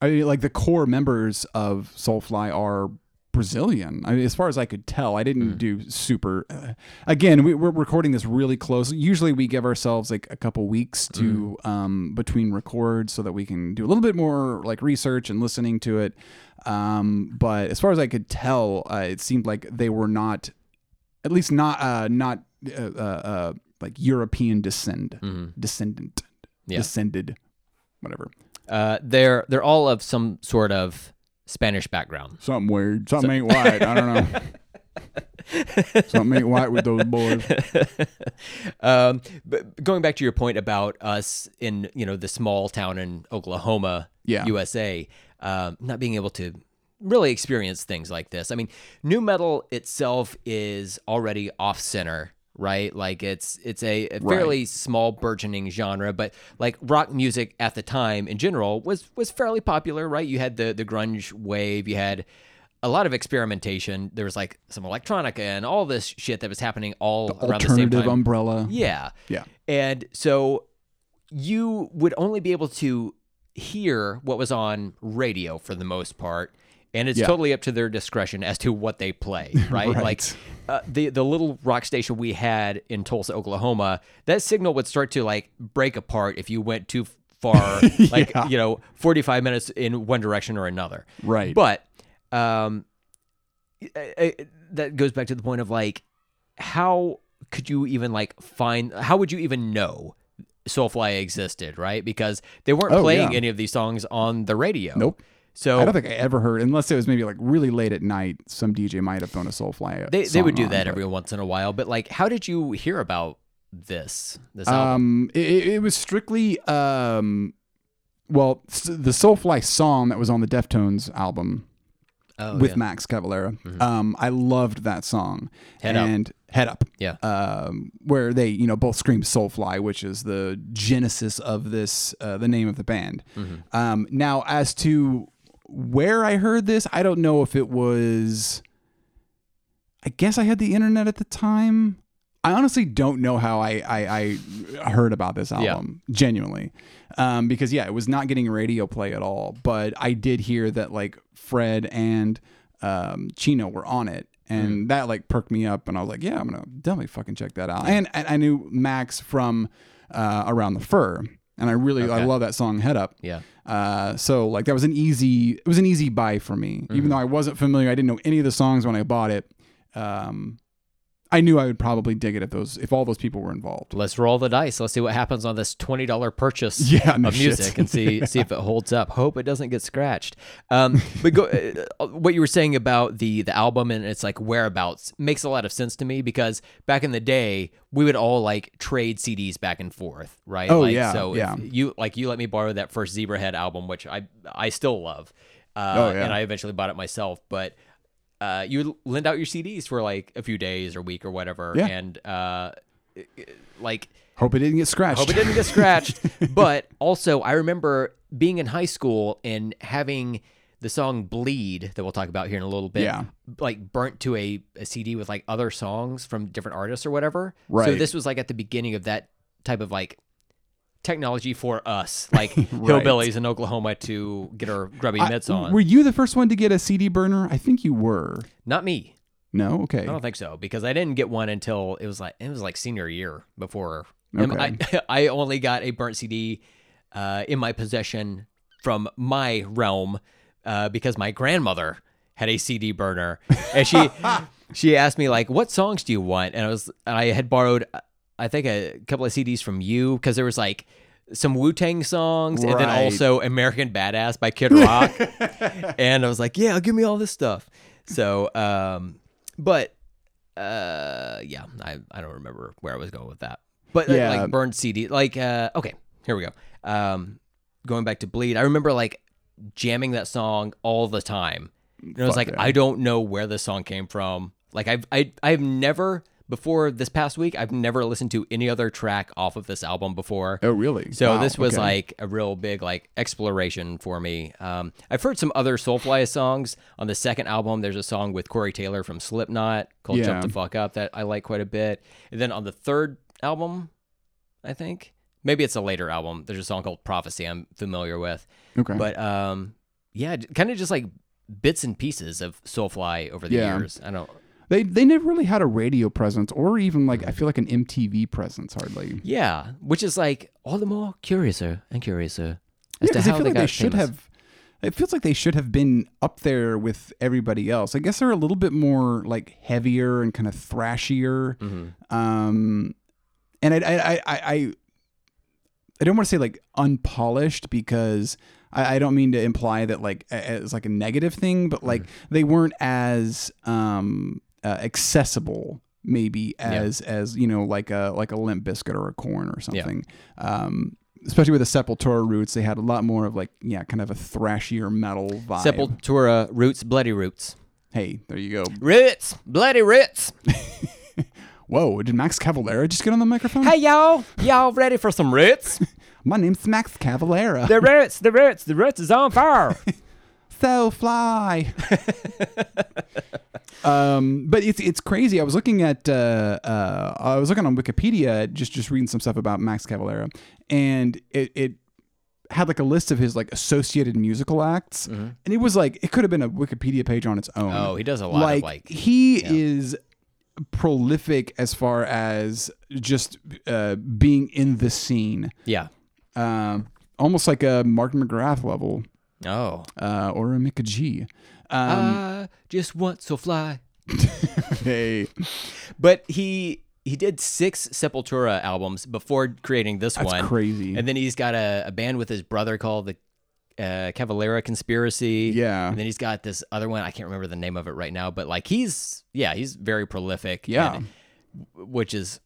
[SPEAKER 2] I mean, like the core members of Soulfly are Brazilian. I mean, as far as I could tell, I didn't
[SPEAKER 3] Mm.
[SPEAKER 2] do super. Uh, again, we, we're recording this really close. Usually, we give ourselves like a couple weeks to
[SPEAKER 3] Mm.
[SPEAKER 2] um, between records so that we can do a little bit more like research and listening to it. Um, but as far as I could tell, uh, it seemed like they were not at least not uh not uh, uh, uh like European descend
[SPEAKER 3] Mm-hmm.
[SPEAKER 2] descendant
[SPEAKER 3] Yeah.
[SPEAKER 2] descended whatever
[SPEAKER 3] uh they're they're all of some sort of Spanish background.
[SPEAKER 2] something weird something ain't white I don't know Something ain't right with those boys.
[SPEAKER 3] Um, but going back to your point about us in you know the small town in Oklahoma,
[SPEAKER 2] Yeah.
[SPEAKER 3] USA, um, not being able to really experience things like this. I mean, new metal itself is already off center, right? Like it's it's a, a fairly small burgeoning genre, but like rock music at the time in general was was fairly popular, right? You had the the grunge wave, you had a lot of experimentation. There was like some electronica and all this shit that was happening all around the same
[SPEAKER 2] Alternative
[SPEAKER 3] time.
[SPEAKER 2] umbrella.
[SPEAKER 3] Yeah.
[SPEAKER 2] Yeah.
[SPEAKER 3] And so you would only be able to hear what was on radio for the most part. And it's
[SPEAKER 2] Yeah.
[SPEAKER 3] totally up to their discretion as to what they play, right?
[SPEAKER 2] Right.
[SPEAKER 3] Like uh, the the little rock station we had in Tulsa, Oklahoma, that signal would start to like break apart if you went too far, like you know, forty five minutes in one direction or another.
[SPEAKER 2] Right.
[SPEAKER 3] But um, I- I- that goes back to the point of like how could you even like find how would you even know soulfly existed right because they weren't
[SPEAKER 2] Oh,
[SPEAKER 3] playing
[SPEAKER 2] yeah.
[SPEAKER 3] any of these songs on the radio
[SPEAKER 2] Nope.
[SPEAKER 3] so
[SPEAKER 2] I don't think I ever heard, unless it was maybe like really late at night, some DJ might have thrown a Soulfly.
[SPEAKER 3] they, they would
[SPEAKER 2] song
[SPEAKER 3] do
[SPEAKER 2] on,
[SPEAKER 3] that
[SPEAKER 2] but-
[SPEAKER 3] every once in a while but like how did you hear about this this album
[SPEAKER 2] Um, it- it, it was strictly um, well, s- the Soulfly song that was on the Deftones album
[SPEAKER 3] oh,
[SPEAKER 2] with
[SPEAKER 3] yeah. Mm-hmm.
[SPEAKER 2] Max Cavalera. Um, I loved that song.
[SPEAKER 3] Head Up.
[SPEAKER 2] and Head Up.
[SPEAKER 3] Yeah.
[SPEAKER 2] Um, where they, you know, both scream Soulfly, which is the genesis of this, uh, the name of the band. Um, now, as to where I heard this, I don't know if it was. I guess I had the internet at the time. I honestly don't know how I I, I heard about this
[SPEAKER 3] Yeah.
[SPEAKER 2] album genuinely, um, because yeah, it was not getting radio play at all. But I did hear that like Fred and um, Chino were on it,
[SPEAKER 3] Mm.
[SPEAKER 2] and that like perked me up, and I was like, yeah, I'm gonna definitely fucking check that out. And, and I knew Max from uh, Around the Fur, and I really I
[SPEAKER 3] Okay.
[SPEAKER 2] love that song Head Up.
[SPEAKER 3] yeah
[SPEAKER 2] Uh, so like that was an easy it was an easy buy for me
[SPEAKER 3] Mm-hmm.
[SPEAKER 2] even though i wasn't familiar i didn't know any of the songs when i bought it um, i knew i would probably dig it if those if all those people were involved
[SPEAKER 3] let's roll the dice let's see what happens on this $20 purchase
[SPEAKER 2] Yeah, no
[SPEAKER 3] of
[SPEAKER 2] shit.
[SPEAKER 3] music and see see if it holds up hope it doesn't get scratched um, but go, uh, what you were saying about the the album and it's like whereabouts makes a lot of sense to me because back in the day we would all like trade CDs back and forth right
[SPEAKER 2] Oh,
[SPEAKER 3] like
[SPEAKER 2] yeah,
[SPEAKER 3] so if
[SPEAKER 2] yeah.
[SPEAKER 3] you like you let me borrow that first Zebrahead album which I I still love uh,
[SPEAKER 2] Oh, yeah.
[SPEAKER 3] and I eventually bought it myself but uh, you would lend out your CDs for like a few days or week or whatever
[SPEAKER 2] Yeah.
[SPEAKER 3] and uh, like
[SPEAKER 2] hope it didn't get scratched
[SPEAKER 3] hope it didn't get scratched but also i remember being in high school and having the song bleed that we'll talk about here in a little bit
[SPEAKER 2] Yeah.
[SPEAKER 3] like burnt to a, a cd with like other songs from different artists or whatever so
[SPEAKER 2] Right.
[SPEAKER 3] this was like at the beginning of that type of like technology for us like hillbillies in oklahoma to get our grubby
[SPEAKER 2] I-
[SPEAKER 3] mitts on
[SPEAKER 2] were you the first one to get a cd burner i think you were
[SPEAKER 3] not me
[SPEAKER 2] no okay
[SPEAKER 3] I don't think so because I didn't get one until it was like it was like senior year before. I mean,
[SPEAKER 2] Okay.
[SPEAKER 3] I, I only got a burnt CD uh, in my possession from my realm uh, because my grandmother had a CD burner and she she asked me like what songs do you want and I was and I had borrowed uh, I think a couple of CDs from you because there was like some Wu Tang songs and then
[SPEAKER 2] Right.
[SPEAKER 3] also American Badass by Kid Rock and I was like, yeah, give me all this stuff. So, um, but uh, yeah, I, I don't remember where I was going with that. But uh,
[SPEAKER 2] Yeah.
[SPEAKER 3] like burned CD, like uh, okay, here we go. Um, going back to bleed, I remember like jamming that song all the time. And I
[SPEAKER 2] Fuck
[SPEAKER 3] was like,
[SPEAKER 2] yeah.
[SPEAKER 3] I don't know where this song came from. Like I've I, I've never before this past week, I've never listened to any other track off of this album before.
[SPEAKER 2] oh really
[SPEAKER 3] So
[SPEAKER 2] Wow,
[SPEAKER 3] this was
[SPEAKER 2] okay.
[SPEAKER 3] like a real big like exploration for me. Um, I've heard some other Soulfly songs on the second album. There's a song with Corey Taylor from Slipknot called
[SPEAKER 2] Yeah.
[SPEAKER 3] "Jump the Fuck Up" that I like quite a bit. And then on the third album, I think maybe it's a later album. There's a song called "Prophecy" I'm familiar with,
[SPEAKER 2] okay
[SPEAKER 3] but um, yeah, kind of just like bits and pieces of Soulfly over the
[SPEAKER 2] Yeah.
[SPEAKER 3] years. I don't.
[SPEAKER 2] they they never really had a radio presence or even like i feel like an mtv presence hardly
[SPEAKER 3] Yeah, which is like all the more curiouser and curiouser
[SPEAKER 2] Yeah,
[SPEAKER 3] as to
[SPEAKER 2] 'cause
[SPEAKER 3] how
[SPEAKER 2] I feel
[SPEAKER 3] they
[SPEAKER 2] like
[SPEAKER 3] got
[SPEAKER 2] they should
[SPEAKER 3] famous.
[SPEAKER 2] have. It feels like they should have been up there with everybody else. I guess they're a little bit more like heavier and kind of thrashier.
[SPEAKER 3] Mm-hmm.
[SPEAKER 2] Um, and I, I, I, I- I, I don't want to say like unpolished because I, I don't mean to imply that like a- as like a negative thing, but like they weren't as um, uh, uh, accessible maybe as as you know like a like a limp biscuit or a corn or something um especially with the sepultura roots they had a lot more of like yeah kind of a thrashier metal vibe
[SPEAKER 3] Sepultura roots, bloody roots,
[SPEAKER 2] hey there you go
[SPEAKER 3] roots, bloody roots.
[SPEAKER 2] whoa did max cavalera just get on the microphone
[SPEAKER 3] Hey y'all, y'all ready for some roots?
[SPEAKER 2] my name's max cavalera
[SPEAKER 3] The roots, the roots, the roots is on fire.
[SPEAKER 2] so fly. um, but it's it's crazy. I was looking at uh, uh, I was looking on Wikipedia, just just reading some stuff about Max Cavalera, and it it had like a list of his like associated musical acts, and it was like it could have been a Wikipedia page on its own.
[SPEAKER 3] Mm-hmm. Oh, he does a lot of, like-
[SPEAKER 2] he is prolific as far as just uh, being in the scene,
[SPEAKER 3] yeah.
[SPEAKER 2] um, almost like a Martin McGrath level
[SPEAKER 3] Oh.
[SPEAKER 2] uh, or a Mika G.
[SPEAKER 3] Um, I Uh, just want to fly.
[SPEAKER 2] Hey,
[SPEAKER 3] But he he did six Sepultura albums before creating this
[SPEAKER 2] that's
[SPEAKER 3] one.
[SPEAKER 2] crazy.
[SPEAKER 3] And then he's got a, a band with his brother called the uh, Cavalera Conspiracy.
[SPEAKER 2] Yeah.
[SPEAKER 3] And then he's got this other one. I can't remember the name of it right now, but like he's, yeah, he's very prolific.
[SPEAKER 2] Yeah.
[SPEAKER 3] and- which is,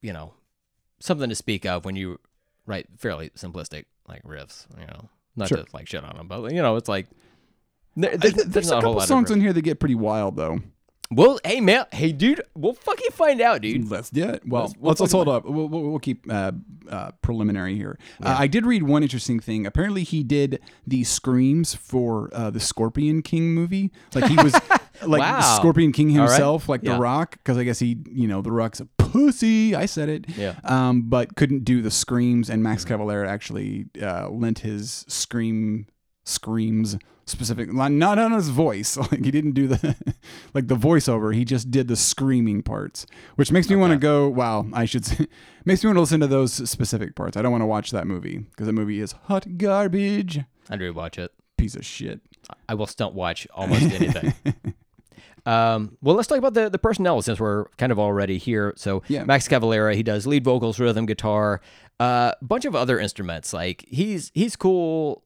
[SPEAKER 3] you know, something to speak of when you write fairly simplistic like riffs, you know, not
[SPEAKER 2] Sure.
[SPEAKER 3] to like shit on them, but you know, it's like, there-
[SPEAKER 2] I-
[SPEAKER 3] there-
[SPEAKER 2] th- there's a
[SPEAKER 3] not whole
[SPEAKER 2] couple
[SPEAKER 3] lot of
[SPEAKER 2] songs
[SPEAKER 3] riff-
[SPEAKER 2] in here that get pretty wild, though.
[SPEAKER 3] Well, hey man, hey dude, we'll fucking find out, dude.
[SPEAKER 2] Let's do it. Well, let's,
[SPEAKER 3] we'll
[SPEAKER 2] let's, hold up. We'll, we'll, we'll keep uh, uh, preliminary here. Uh, I did read one interesting thing. Apparently, he did the screams for uh, the Scorpion King movie. Like he was like
[SPEAKER 3] Wow.
[SPEAKER 2] Scorpion King
[SPEAKER 3] All right.
[SPEAKER 2] himself, like
[SPEAKER 3] Yeah.
[SPEAKER 2] The Rock, because I guess he, you know, The Rock's a pussy. I said it.
[SPEAKER 3] Yeah. Mm-hmm.
[SPEAKER 2] Um, but couldn't do the screams, and Max Cavalera actually uh, lent his scream screams specific not not on his voice like he didn't do the like the voiceover he just did the screaming parts which makes me want to go wow i should s- makes me want to listen to those specific parts i don't want to watch that movie because that movie is hot garbage
[SPEAKER 3] I'd rewatch it.
[SPEAKER 2] piece of shit
[SPEAKER 3] I will stunt watch almost anything. um, well, let's talk about the, the personnel since we're kind of already here. So,
[SPEAKER 2] Yeah.
[SPEAKER 3] Max Cavalera, he does lead vocals, rhythm, guitar, a bunch of other instruments. Like he's he's cool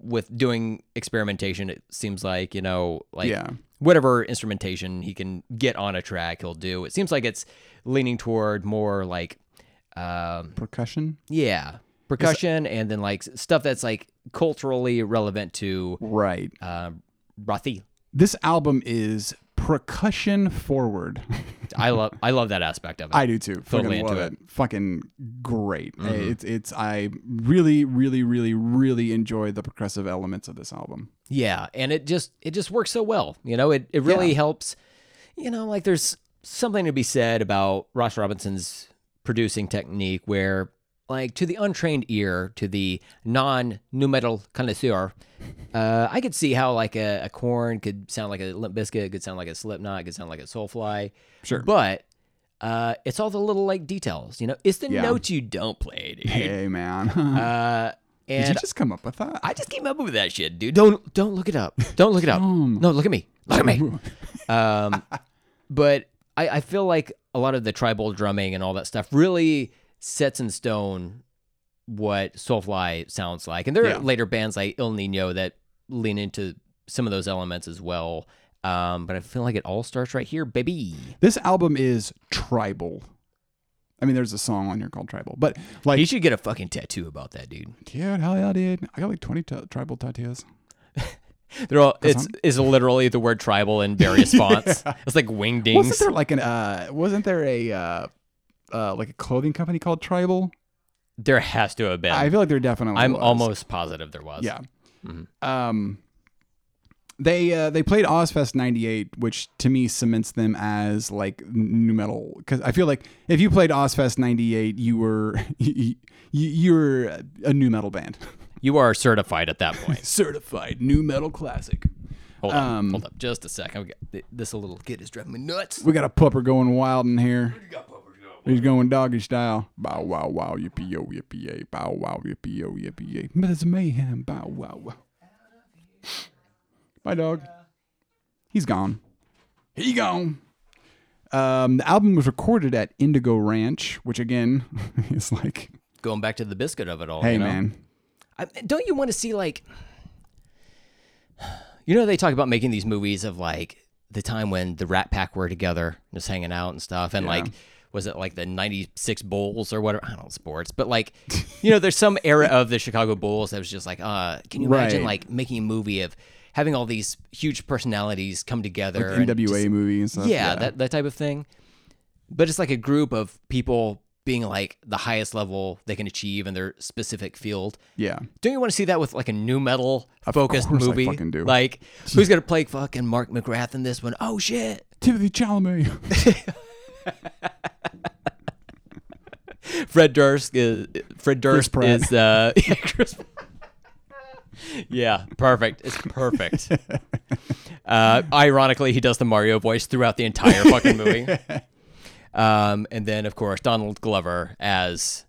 [SPEAKER 3] with doing experimentation. It seems like you know, like
[SPEAKER 2] Yeah.
[SPEAKER 3] whatever instrumentation he can get on a track, he'll do. It seems like it's leaning toward more like. Um,
[SPEAKER 2] percussion
[SPEAKER 3] yeah. Percussion and then like s- stuff that's like culturally relevant to
[SPEAKER 2] right
[SPEAKER 3] um Rathi.
[SPEAKER 2] this album is percussion forward
[SPEAKER 3] I love I love that aspect of it.
[SPEAKER 2] I do too.
[SPEAKER 3] Totally
[SPEAKER 2] Fucking
[SPEAKER 3] into Mm-hmm.
[SPEAKER 2] love it. Fucking great. It's it's I really really really really enjoy the progressive elements of this album.
[SPEAKER 3] yeah, and it just it just works so well. You know, it it really helps. You know, like there's something to be said about Ross Robinson's producing technique where like to the untrained ear, to the non new metal connoisseur, uh, I could see how like a, a corn could sound like a limp biscuit, could sound like a slipknot, could sound like a soulfly.
[SPEAKER 2] Sure.
[SPEAKER 3] But uh, it's all the little like details, you know. It's the
[SPEAKER 2] Yeah.
[SPEAKER 3] notes you don't play, dude.
[SPEAKER 2] Hey man.
[SPEAKER 3] Uh,
[SPEAKER 2] Did you
[SPEAKER 3] and
[SPEAKER 2] just come up with that?
[SPEAKER 3] I just came up with that shit, dude. Don't don't look it up. Don't look it up. no, look at me. Look at me. Um, but I, I feel like a lot of the tribal drumming and all that stuff really sets in stone what Soulfly sounds like. And there
[SPEAKER 2] Yeah.
[SPEAKER 3] are later bands like El Nino that lean into some of those elements as well. Um, but I feel like it all starts right here, baby.
[SPEAKER 2] this album is tribal. I mean, there's a song on here called Tribal, but like,
[SPEAKER 3] You should get a fucking tattoo about that, dude.
[SPEAKER 2] dude, hell yeah, dude! I got like 20 t- tribal tattoos.
[SPEAKER 3] They're all, it's is literally the word tribal in various fonts. It's like
[SPEAKER 2] Wasn't
[SPEAKER 3] wingdings.
[SPEAKER 2] there like an uh? Wasn't there a uh, uh like a clothing company called Tribal?
[SPEAKER 3] There has to have been.
[SPEAKER 2] I
[SPEAKER 3] i
[SPEAKER 2] feel like there definitely.
[SPEAKER 3] am
[SPEAKER 2] was.
[SPEAKER 3] almost positive there was.
[SPEAKER 2] Yeah. Um, they uh, they played Ozfest '98, which to me cements them as like new metal. Because I feel like if you played Ozfest '98, you were you, you were a new metal band,
[SPEAKER 3] You are certified at that point.
[SPEAKER 2] certified new metal classic.
[SPEAKER 3] Hold on.
[SPEAKER 2] Um,
[SPEAKER 3] hold up. Just a sec. I'm get- this little kid is driving me nuts.
[SPEAKER 2] We got a pupper going wild in here. He's going doggy style. Bow wow wow yippee yo yippee yay. Bow wow yippee yo yippee yay. Mother's mayhem. Bow wow wow. Bye dog. He's gone. He gone. Um, the album was recorded at Indigo Ranch, which again is like,
[SPEAKER 3] Going back to the biscuit of it all.
[SPEAKER 2] hey
[SPEAKER 3] you know?
[SPEAKER 2] man,
[SPEAKER 3] I, don't you want to see like you know they talk about making these movies of like the time when the Rat Pack were together, just hanging out and stuff, and like. Was it like the '96 Bulls or whatever? I don't know sports, but like, you know, there's some era of the Chicago Bulls that was just like, uh, can you imagine
[SPEAKER 2] Right.
[SPEAKER 3] like making a movie of having all these huge personalities come together? and
[SPEAKER 2] NWA
[SPEAKER 3] just-
[SPEAKER 2] movie and stuff.
[SPEAKER 3] yeah, that that type of thing. But it's like a group of people being like the highest level they can achieve in their specific field.
[SPEAKER 2] yeah.
[SPEAKER 3] Don't you want to see that with like a new metal focused
[SPEAKER 2] course I
[SPEAKER 3] movie?
[SPEAKER 2] fucking do.
[SPEAKER 3] Like who's gonna play fucking Mark McGrath in this one? Oh shit!
[SPEAKER 2] Timothy Chalamet.
[SPEAKER 3] Fred Durst is Fred Durst
[SPEAKER 2] Pratt.
[SPEAKER 3] is uh, yeah, Chris- yeah, perfect. It's perfect. uh, ironically, he does the Mario voice throughout the entire fucking movie. Um, and then, of course, Donald Glover as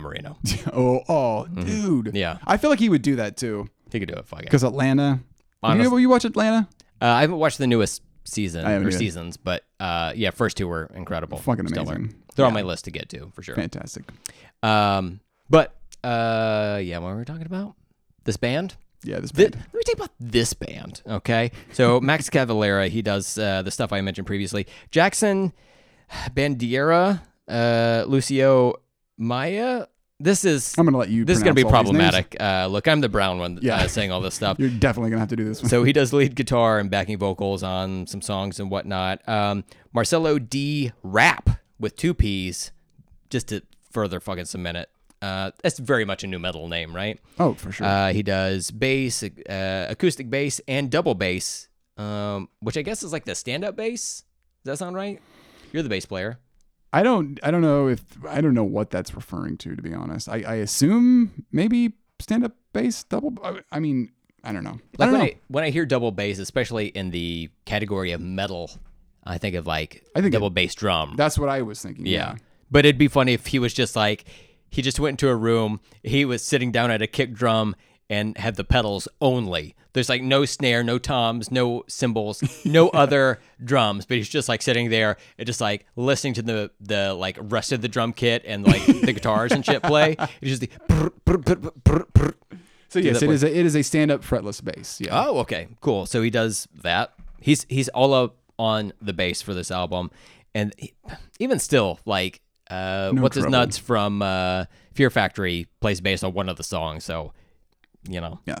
[SPEAKER 3] Marino.
[SPEAKER 2] oh, oh, dude.
[SPEAKER 3] Mm-hmm. Yeah.
[SPEAKER 2] I feel like he would do that too.
[SPEAKER 3] He could do it. Fuck it. Uh,
[SPEAKER 2] Because Atlanta.
[SPEAKER 3] Honest- uh,
[SPEAKER 2] you, know, you watch Atlanta?
[SPEAKER 3] I haven't watched the newest season
[SPEAKER 2] haven't
[SPEAKER 3] or
[SPEAKER 2] either.
[SPEAKER 3] seasons, but uh, yeah, first two were incredible.
[SPEAKER 2] Fucking
[SPEAKER 3] Stellar.
[SPEAKER 2] amazing.
[SPEAKER 3] They're on my list to get to for sure.
[SPEAKER 2] Fantastic.
[SPEAKER 3] Um, but uh, yeah, what were we talking about? This band.
[SPEAKER 2] Yeah, this
[SPEAKER 3] Thi-
[SPEAKER 2] band.
[SPEAKER 3] let me tell you about this band, okay? So Max Cavalera, he does uh, the stuff I mentioned previously. Jackson Bandiera, uh, Lucio Maya. This is
[SPEAKER 2] I'm going to let you.
[SPEAKER 3] this is gonna be
[SPEAKER 2] pronounce all these names.
[SPEAKER 3] problematic. Uh, look, I'm the brown one
[SPEAKER 2] Yeah.
[SPEAKER 3] uh, saying all this stuff.
[SPEAKER 2] You're definitely going to have to do this one.
[SPEAKER 3] so he does lead guitar and backing vocals on some songs and whatnot. Um, Marcelo D. Rap with two P's, just to further fucking cement it. Uh, that's very much a new metal name, right?
[SPEAKER 2] Oh, for sure.
[SPEAKER 3] Uh, he does bass, uh, acoustic bass, and double bass, um, which I guess is like the stand-up bass. Does that sound right? You're the bass player.
[SPEAKER 2] I don't. I don't know if I don't know what that's referring to. To be honest, I, I assume maybe stand up bass double. I, I mean, I don't know. I
[SPEAKER 3] Like
[SPEAKER 2] don't
[SPEAKER 3] when
[SPEAKER 2] know.
[SPEAKER 3] I when I hear double bass, especially in the category of metal, I think of like
[SPEAKER 2] I think
[SPEAKER 3] double bass drum.
[SPEAKER 2] that's what I was thinking.
[SPEAKER 3] yeah. but it'd be funny if he was just like he just went into a room. He was sitting down at a kick drum and had the pedals only. There's like no snare, no toms, no cymbals, no other drums. But he's just like sitting there and just like listening to the the like rest of the drum kit and like the guitars and shit play. It's just the brr, brr, brr, brr, brr, brr.
[SPEAKER 2] So yes,
[SPEAKER 3] that
[SPEAKER 2] it
[SPEAKER 3] one.
[SPEAKER 2] is. A, it is a stand up fretless bass. Yeah.
[SPEAKER 3] Oh, okay, cool. So he does that. He's he's all up on the bass for this album, and he- even still, like uh, what's his
[SPEAKER 2] trouble.
[SPEAKER 3] nuts from uh, Fear Factory plays bass on one of the songs. So you know,
[SPEAKER 2] yeah.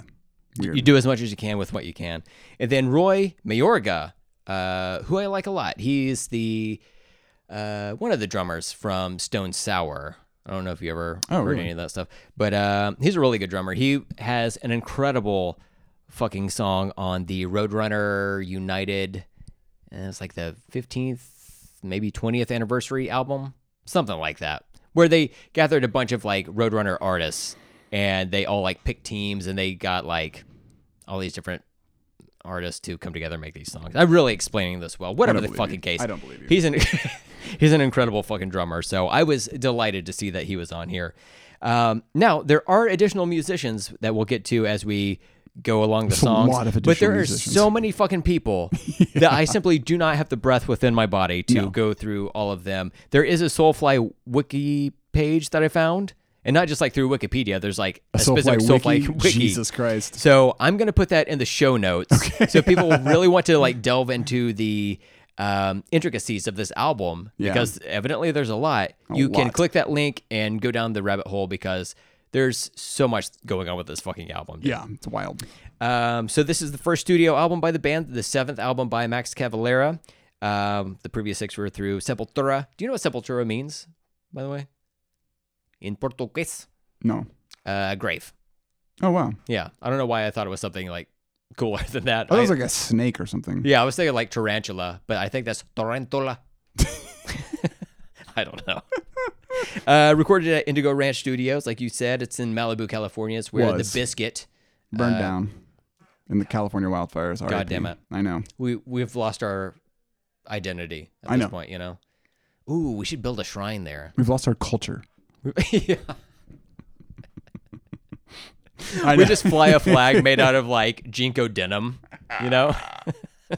[SPEAKER 2] Weird.
[SPEAKER 3] you do as much as you can with what you can. And then Roy Mayorga, uh, who I like a lot. He's the uh, one of the drummers from Stone Sour. I don't know if you ever
[SPEAKER 2] Oh,
[SPEAKER 3] heard
[SPEAKER 2] really?
[SPEAKER 3] any of that stuff, but uh, he's a really good drummer. He has an incredible fucking song on the Roadrunner United. And it's like the 15th, maybe 20th anniversary album, something like that, where they gathered a bunch of like Roadrunner artists and they all like picked teams and they got like all these different artists to come together and make these songs. I'm really explaining this well. Whatever the
[SPEAKER 2] believe you.
[SPEAKER 3] fucking case.
[SPEAKER 2] I don't believe you.
[SPEAKER 3] He's an he's an incredible fucking drummer. So I was delighted to see that he was on here. Um, now there are additional musicians that we'll get to as we go along the
[SPEAKER 2] a
[SPEAKER 3] songs.
[SPEAKER 2] lot of
[SPEAKER 3] but there
[SPEAKER 2] additional
[SPEAKER 3] are
[SPEAKER 2] musicians.
[SPEAKER 3] so many fucking people that I simply do not have the breath within my body to go through all of them. There is a Soulfly wiki page that I found. And not just like through Wikipedia. There's like a,
[SPEAKER 2] Soulfly
[SPEAKER 3] specific
[SPEAKER 2] wiki?
[SPEAKER 3] Soulfly wiki.
[SPEAKER 2] Jesus Christ.
[SPEAKER 3] So I'm gonna put that in the show notes. So if people really want to like delve into the um, intricacies of this album
[SPEAKER 2] Yeah.
[SPEAKER 3] because evidently there's a lot. you can
[SPEAKER 2] lot.
[SPEAKER 3] click that link and go down the rabbit hole because there's so much going on with this fucking album. dude.
[SPEAKER 2] Yeah. It's wild.
[SPEAKER 3] Um, so this is the first studio album by the band, the seventh album by Max Cavalera. Um, the previous six were through Sepultura. Do you know what Sepultura means, by the way? In Portuguese,
[SPEAKER 2] No.
[SPEAKER 3] uh, grave.
[SPEAKER 2] Oh wow.
[SPEAKER 3] Yeah, I don't know why I thought it was something like cooler than that.
[SPEAKER 2] Oh, that
[SPEAKER 3] I-
[SPEAKER 2] was like a snake or something.
[SPEAKER 3] yeah, I was thinking like tarantula, but I think that's tarantula. I don't know. Uh, recorded at Indigo Ranch Studios, like you said, it's in Malibu, California. It's where
[SPEAKER 2] Was.
[SPEAKER 3] the biscuit.
[SPEAKER 2] Burned down in the California wildfires. God
[SPEAKER 3] Uh, damn it.
[SPEAKER 2] I know.
[SPEAKER 3] We we've lost our identity at
[SPEAKER 2] I
[SPEAKER 3] this
[SPEAKER 2] know.
[SPEAKER 3] point, you know. Ooh, we should build a shrine there.
[SPEAKER 2] We've lost our culture.
[SPEAKER 3] yeah.
[SPEAKER 2] I
[SPEAKER 3] We
[SPEAKER 2] know.
[SPEAKER 3] just fly a flag made out of like Jinko denim, you know?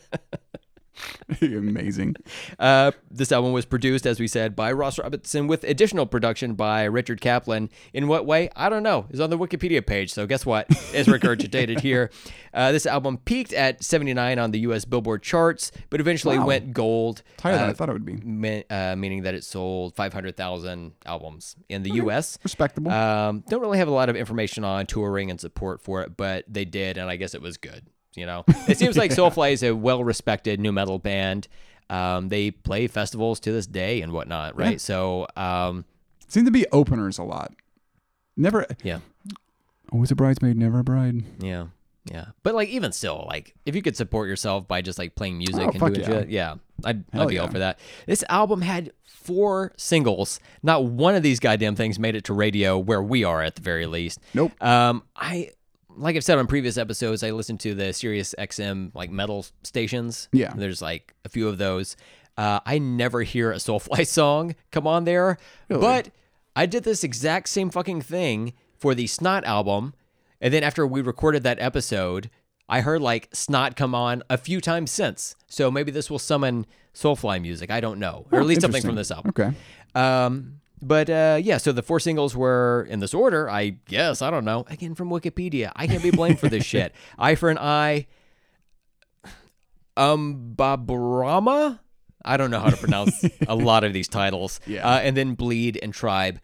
[SPEAKER 2] Amazing.
[SPEAKER 3] Uh, this album was produced, as we said, by Ross Robinson with additional production by Richard Kaplan. In what way? I don't know. It's on the Wikipedia page, so guess what? It's regurgitated here. Uh, this album peaked at 79 on the U.S. Billboard charts, but eventually
[SPEAKER 2] Wow.
[SPEAKER 3] went gold.
[SPEAKER 2] Higher than
[SPEAKER 3] uh,
[SPEAKER 2] I thought it would be.
[SPEAKER 3] me- uh, meaning that it sold 500,000 albums in the U.S.
[SPEAKER 2] Respectable.
[SPEAKER 3] Um, don't really have a lot of information on touring and support for it, but they did, and I guess it was good. You know, it seems like Soulfly is a well-respected new metal band. Um, they play festivals to this day and whatnot, right? So, um,
[SPEAKER 2] Seem to be openers a lot. Never.
[SPEAKER 3] yeah,
[SPEAKER 2] Always a bridesmaid, never a bride.
[SPEAKER 3] yeah, yeah. But like, even still, like, if you could support yourself by just like playing music
[SPEAKER 2] Oh,
[SPEAKER 3] and
[SPEAKER 2] fuck
[SPEAKER 3] doing
[SPEAKER 2] yeah.
[SPEAKER 3] shit, yeah, I'd, I'd
[SPEAKER 2] Hell
[SPEAKER 3] be all
[SPEAKER 2] yeah.
[SPEAKER 3] for that. This album had four singles. Not one of these goddamn things made it to radio where we are, at the very least.
[SPEAKER 2] Nope.
[SPEAKER 3] Um, I like I've said on previous episodes, I listen to the Sirius XM like metal stations.
[SPEAKER 2] Yeah.
[SPEAKER 3] there's like a few of those. Uh, I never hear a Soulfly song come on there, but I did this exact same fucking thing for the Snot album, and then after we recorded that episode, I heard like Snot come on a few times since. So maybe this will summon Soulfly music. I don't know, or at least something from
[SPEAKER 2] Interesting.
[SPEAKER 3] this album.
[SPEAKER 2] Okay.
[SPEAKER 3] Um, but uh, yeah, so the four singles were in this order, I guess. I don't know. Again, from Wikipedia. I can't be blamed for this shit. Eye for an Eye, Um Babrama. I don't know how to pronounce a lot of these titles.
[SPEAKER 2] Yeah.
[SPEAKER 3] Uh, and then Bleed and Tribe.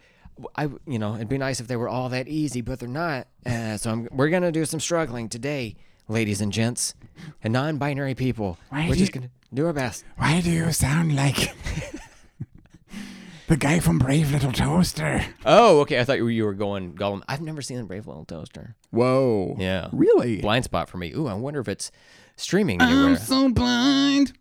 [SPEAKER 3] I, you know, it'd be nice if they were all that easy, but they're not. Uh, so I'm, we're gonna do some struggling today, ladies and gents, and non-binary people.
[SPEAKER 2] Why
[SPEAKER 3] we're
[SPEAKER 2] do
[SPEAKER 3] just
[SPEAKER 2] you-
[SPEAKER 3] gonna do our best.
[SPEAKER 2] Why do you sound like the guy from Brave Little Toaster?
[SPEAKER 3] Oh, okay. I thought you were- you were going Gollum. I've never seen a Brave Little Toaster.
[SPEAKER 2] Whoa.
[SPEAKER 3] Yeah.
[SPEAKER 2] Really?
[SPEAKER 3] Blind spot for me. Ooh, I wonder if it's streaming anywhere.
[SPEAKER 2] so blind.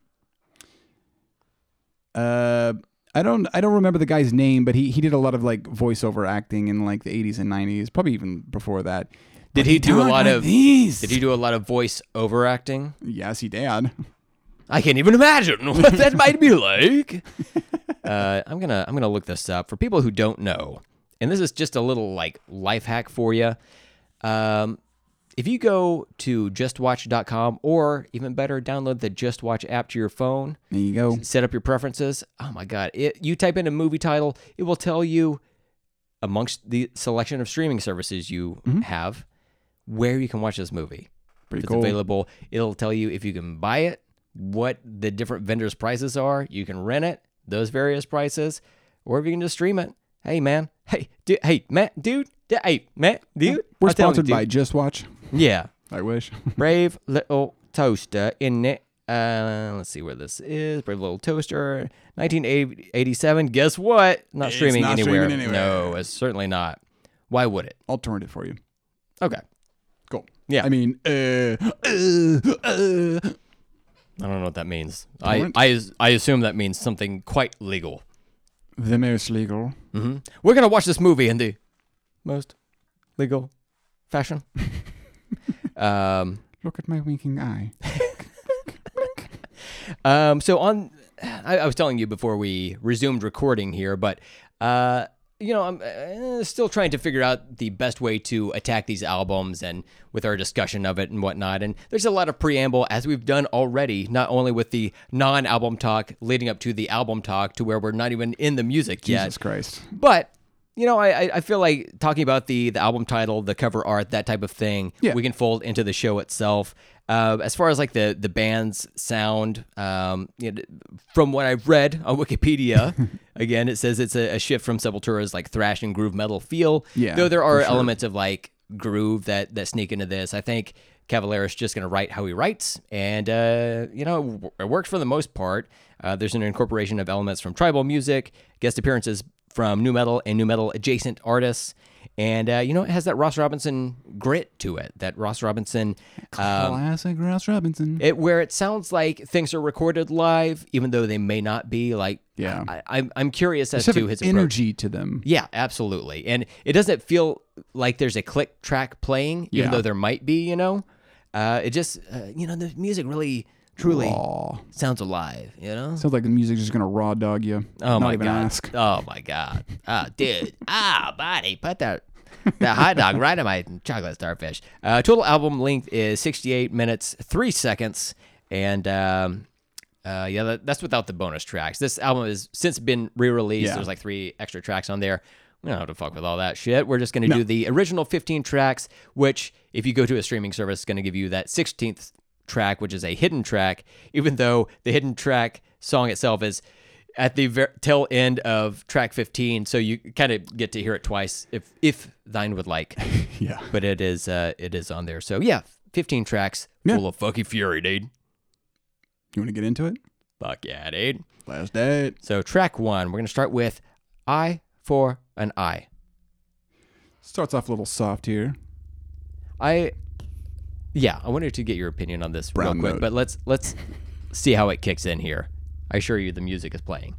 [SPEAKER 2] Uh, I don't I don't remember the guy's name, but he he did a lot of like voiceover acting in like the 80s and 90s, probably even before that.
[SPEAKER 3] Did he do a
[SPEAKER 2] Talk
[SPEAKER 3] lot
[SPEAKER 2] like
[SPEAKER 3] of? Did
[SPEAKER 2] these?
[SPEAKER 3] he do a lot of voice overacting?
[SPEAKER 2] Yes, he did.
[SPEAKER 3] I can't even imagine what that might be like. Uh, I'm gonna I'm gonna look this up for people who don't know, and this is just a little like life hack for you. Um, if you go to justwatch.com or even better, download the Just Watch app to your phone.
[SPEAKER 2] There you go.
[SPEAKER 3] set up your preferences. Oh my god! It, you type in a movie title, it will tell you amongst the selection of streaming services you have where you can watch this movie. If
[SPEAKER 2] Mm-hmm. Pretty
[SPEAKER 3] it's
[SPEAKER 2] cool.
[SPEAKER 3] available, it'll tell you if you can buy it, what the different vendors' prices are. You can rent it, those various prices, or if you can just stream it. Hey man, hey dude, hey Matt, dude, d- hey Matt, dude.
[SPEAKER 2] We're
[SPEAKER 3] I'm telling
[SPEAKER 2] sponsored
[SPEAKER 3] you,
[SPEAKER 2] by
[SPEAKER 3] dude.
[SPEAKER 2] Just Watch.
[SPEAKER 3] yeah.
[SPEAKER 2] I wish.
[SPEAKER 3] Brave Little Toaster in it. Uh, let's see where this is. Brave Little Toaster, 1987. Guess what? Not streaming
[SPEAKER 2] not streaming
[SPEAKER 3] anywhere.
[SPEAKER 2] anywhere.
[SPEAKER 3] No, it's certainly not. Why would it?
[SPEAKER 2] I'll turn it for you.
[SPEAKER 3] Okay.
[SPEAKER 2] Cool.
[SPEAKER 3] Yeah.
[SPEAKER 2] I mean, uh, uh, uh.
[SPEAKER 3] I don't know what that means. I,
[SPEAKER 2] Torrent?
[SPEAKER 3] I I assume that means something quite legal.
[SPEAKER 2] the most legal.
[SPEAKER 3] hmm We're gonna watch this movie in the most legal fashion. um.
[SPEAKER 2] Look at my winking eye.
[SPEAKER 3] Um, so on, I, I was telling you before we resumed recording here, but uh, you know, I'm uh, still trying to figure out the best way to attack these albums and with our discussion of it and whatnot. And there's a lot of preamble as we've done already, not only with the non-album talk leading up to the album talk, to where we're not even in the music yet,
[SPEAKER 2] Jesus Christ.
[SPEAKER 3] but you know, I I- I feel like talking about the the album title, the cover art, that type of thing,
[SPEAKER 2] Yeah.
[SPEAKER 3] we can fold into the show itself. Uh, as far as like the the band's sound, um, you know, from what I've read on Wikipedia, again, it says it's a, a shift from Sepultura's like thrash and groove metal feel.
[SPEAKER 2] Yeah,
[SPEAKER 3] though there are elements of like groove that that sneak into this. I think Cavalera's just going to write how he writes, and uh, you know, it w- it works for the most part. Uh, there's an incorporation of elements from tribal music, guest appearances from new metal and new metal adjacent artists, and uh, you know, it has that Ross Robinson grit to it. That Ross Robinson. Um,
[SPEAKER 2] Classic Ross Robinson.
[SPEAKER 3] it, where it sounds like things are recorded live, even though they may not be. Like,
[SPEAKER 2] Yeah.
[SPEAKER 3] I, I'm I'm curious as
[SPEAKER 2] Just have
[SPEAKER 3] to
[SPEAKER 2] an
[SPEAKER 3] his approach.
[SPEAKER 2] energy to them.
[SPEAKER 3] Yeah, absolutely. And it doesn't feel like there's a click track playing,
[SPEAKER 2] Yeah.
[SPEAKER 3] even though there might be, you know? Uh, it just, uh, you know, the music really, truly
[SPEAKER 2] Aw.
[SPEAKER 3] sounds alive, you know?
[SPEAKER 2] Sounds like the music's just gonna raw dog you.
[SPEAKER 3] Oh
[SPEAKER 2] Not
[SPEAKER 3] my
[SPEAKER 2] even
[SPEAKER 3] god!
[SPEAKER 2] ask.
[SPEAKER 3] Oh my god! Oh dude! Ah, buddy, put that that hot dog right in my chocolate starfish. Uh, total album length is 68 minutes three seconds, and um, Uh, yeah, that, that's without the bonus tracks. This album has since been re-released.
[SPEAKER 2] Yeah.
[SPEAKER 3] There's like three extra tracks on there. We don't have to fuck with all that shit. We're just gonna do the original 15 tracks, which, if you go to a streaming service, is gonna give you that 16th track, which is a hidden track. Even though the hidden track song itself is at the ver- tail end of track 15, so you kind of get to hear it twice if if thine would like.
[SPEAKER 2] Yeah.
[SPEAKER 3] but it is uh it is on there. So yeah, 15 tracks
[SPEAKER 2] Yeah.
[SPEAKER 3] full of fucking fury, dude.
[SPEAKER 2] You want to get into it?
[SPEAKER 3] Fuck yeah, dude.
[SPEAKER 2] Last date.
[SPEAKER 3] So track one, we're gonna start with I for an I.
[SPEAKER 2] Starts off a little soft here.
[SPEAKER 3] I yeah, I wanted to get your opinion on this
[SPEAKER 2] Brown
[SPEAKER 3] real quick,
[SPEAKER 2] note.
[SPEAKER 3] but let's let's see how it kicks in here. I assure you the music is playing.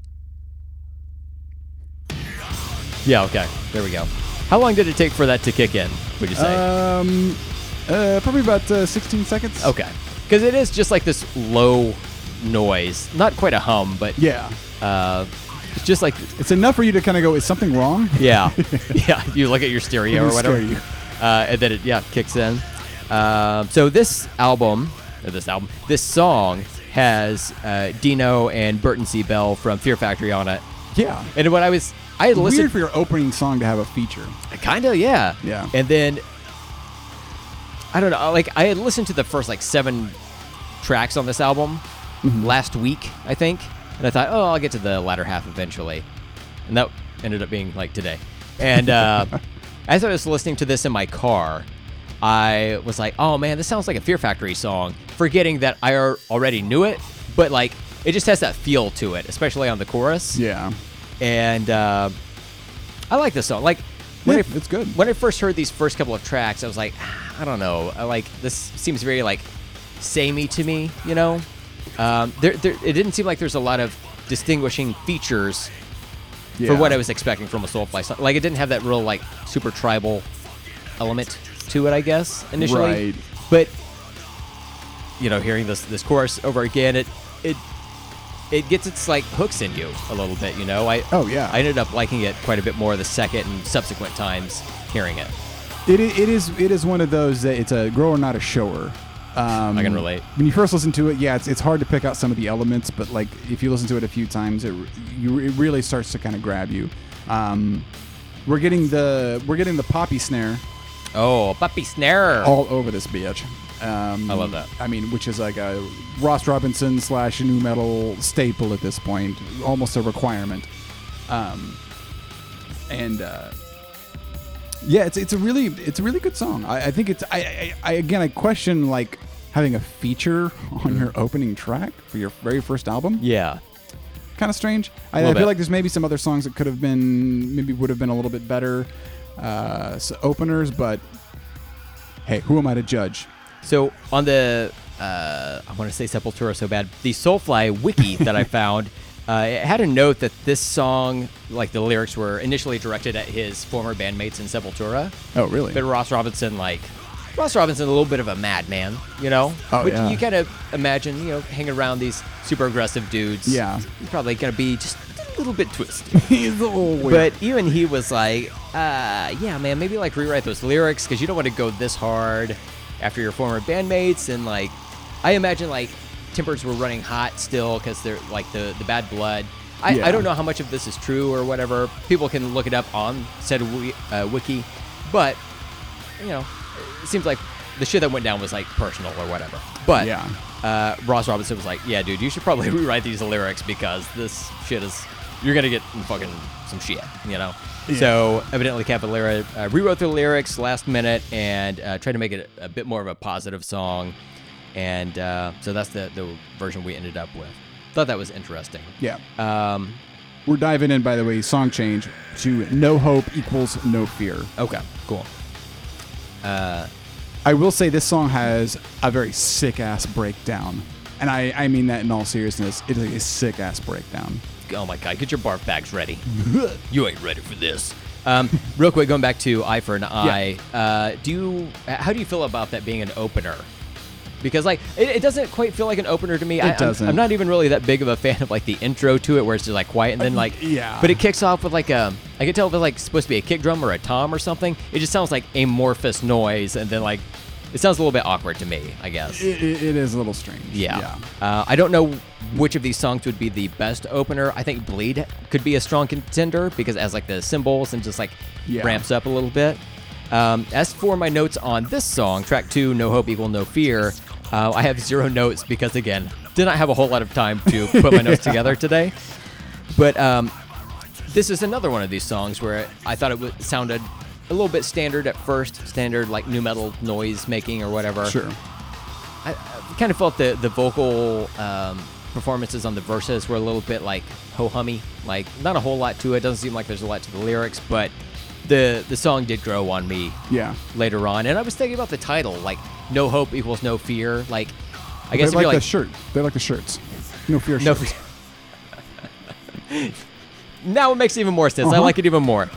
[SPEAKER 3] Yeah, okay. There we go. How long did it take for that to kick in, would you say?
[SPEAKER 2] Um, uh, probably about uh, 16 seconds.
[SPEAKER 3] okay. Because it is just like this low noise. Not quite a hum, but
[SPEAKER 2] Yeah.
[SPEAKER 3] uh, it's just like
[SPEAKER 2] It's enough for you to kind of go, is something wrong?
[SPEAKER 3] yeah, yeah. You look at your stereo
[SPEAKER 2] Let
[SPEAKER 3] or
[SPEAKER 2] me scare
[SPEAKER 3] whatever,
[SPEAKER 2] you.
[SPEAKER 3] Uh, and then it yeah kicks in. Um, so this album, or this album, this song has uh, Dino and Burton C. Bell from Fear Factory on it.
[SPEAKER 2] Yeah.
[SPEAKER 3] And when I was, I had
[SPEAKER 2] Weird
[SPEAKER 3] listened,
[SPEAKER 2] for your opening song to have a feature.
[SPEAKER 3] kind of yeah,
[SPEAKER 2] Yeah.
[SPEAKER 3] And then I don't know, like I had listened to the first like seven tracks on this album last week, I think, and I thought, oh, I'll get to the latter half eventually, and that ended up being like today. And uh, as I was listening to this in my car, I was like, oh man, this sounds like a Fear Factory song, forgetting that I al- already knew it, but like it just has that feel to it, especially on the chorus.
[SPEAKER 2] Yeah.
[SPEAKER 3] And uh, I like this song, like. When
[SPEAKER 2] Yeah,
[SPEAKER 3] I-
[SPEAKER 2] it's good.
[SPEAKER 3] when I first heard these first couple of tracks, I was like, "Ah, I don't know, I like this seems very like samey to me, you know. Um, there, there, it didn't seem like there's a lot of distinguishing features
[SPEAKER 2] yeah.
[SPEAKER 3] for what I was expecting from a Soulfly song. Like it didn't have that real like super tribal element to it, I guess initially.
[SPEAKER 2] Right.
[SPEAKER 3] But you know, hearing this this chorus over again, it it it gets its like hooks in you a little bit. You know, I
[SPEAKER 2] Oh, yeah.
[SPEAKER 3] I ended up liking it quite a bit more the second and subsequent times hearing it.
[SPEAKER 2] It, i- it is it is one of those that it's a grower, not a shower. Um,
[SPEAKER 3] I can relate.
[SPEAKER 2] When you first listen to it, yeah, it's, it's hard to pick out some of the elements, but like if you listen to it a few times, it re- you, it really starts to kind of grab you. Um, we're getting the we're getting the poppy snare
[SPEAKER 3] Oh, puppy snare.
[SPEAKER 2] all over this bitch. Um,
[SPEAKER 3] I love that.
[SPEAKER 2] I mean, which is like a Ross Robinson slash new metal staple at this point, almost a requirement. Um, and uh, yeah, it's it's a really it's a really good song. I, I think it's I, I, I again I question like having a feature
[SPEAKER 3] Mm-hmm.
[SPEAKER 2] on your opening track for your very first album.
[SPEAKER 3] Yeah.
[SPEAKER 2] Kind of strange. I, I
[SPEAKER 3] Little
[SPEAKER 2] feel
[SPEAKER 3] bit.
[SPEAKER 2] like there's maybe some other songs that could have been maybe would have been a little bit better uh, s openers, but hey, who am I to judge?
[SPEAKER 3] So on the uh, I want to say Sepultura so bad. The Soulfly wiki that I found uh, it had a note that this song, like the lyrics, were initially directed at his former bandmates in Sepultura.
[SPEAKER 2] Oh, really?
[SPEAKER 3] But Ross Robinson, like Ross Robinson, a little bit of a madman, you know.
[SPEAKER 2] Oh,
[SPEAKER 3] Which
[SPEAKER 2] yeah.
[SPEAKER 3] You kind of imagine, you know, hanging around these super aggressive dudes.
[SPEAKER 2] Yeah.
[SPEAKER 3] You're probably gonna be just a little bit twisted.
[SPEAKER 2] He's a little weird.
[SPEAKER 3] But even he was like, uh, yeah, man, maybe like rewrite those lyrics because you don't want to go this hard after your former bandmates. And like, I imagine like tempers were running hot still because they're like the, the bad blood. I,
[SPEAKER 2] Yeah.
[SPEAKER 3] I don't know how much of this is true or whatever. People can look it up on said wi- uh, wiki. But, you know, it seems like the shit that went down was like personal or whatever. But
[SPEAKER 2] Yeah.
[SPEAKER 3] uh, Ross Robinson was like, "Yeah, dude, you should probably rewrite these lyrics because this shit is you're gonna get in fucking some shit, you know." So evidently, Cavalera uh, rewrote the lyrics last minute and uh, tried to make it a bit more of a positive song, and uh, so that's the the version we ended up with. Thought that was interesting.
[SPEAKER 2] yeah,
[SPEAKER 3] Um,
[SPEAKER 2] we're diving in. By the way, song change to "No Hope Equals No Fear."
[SPEAKER 3] okay, cool.
[SPEAKER 2] I will say this song has a very sick ass breakdown, and I, I mean that in all seriousness. It is a sick ass breakdown.
[SPEAKER 3] Oh my god, get your barf bags ready. you ain't ready for this. Um, real quick, going back to Eye for an Eye, uh, do you, how do you feel about that being an opener? Because like it, it doesn't quite feel like an opener to me. It I, I'm-
[SPEAKER 2] doesn't.
[SPEAKER 3] I'm, not even really that big of a fan of like the intro to it, where it's just like quiet and then like.
[SPEAKER 2] Uh, yeah.
[SPEAKER 3] But it kicks off with like a. I can tell if it's like supposed to be a kick drum or a tom or something. It just sounds like amorphous noise, and then like It sounds a little bit awkward to me, I guess.
[SPEAKER 2] It, it, it is a little strange.
[SPEAKER 3] Yeah. Uh, I don't know which of these songs would be the best opener. I think Bleed could be a strong contender because it has like the cymbals and just like
[SPEAKER 2] Yeah.
[SPEAKER 3] ramps up a little bit. Um, as for my notes on this song, track two, No Hope Equal No Fear, uh, I have zero notes because, again, did not have a whole lot of time to put my notes together today. But um, this is another one of these songs where I thought it would, sounded a little bit standard at first, standard like new metal noise making or whatever.
[SPEAKER 2] Sure.
[SPEAKER 3] I, I kind of felt the the vocal um, performances on the verses were a little bit like ho hummy, like not a whole lot to it. Doesn't seem like there's a lot to the lyrics, but the the song did grow on me
[SPEAKER 2] Yeah.
[SPEAKER 3] later on. And I was thinking about the title, like "No Hope Equals No Fear." Like, I
[SPEAKER 2] They like
[SPEAKER 3] guess if you're
[SPEAKER 2] the
[SPEAKER 3] like
[SPEAKER 2] shirt. They like the shirts. No fear
[SPEAKER 3] no.
[SPEAKER 2] shirts.
[SPEAKER 3] fear. now it makes even more sense. I
[SPEAKER 2] Uh-huh.
[SPEAKER 3] like it even more.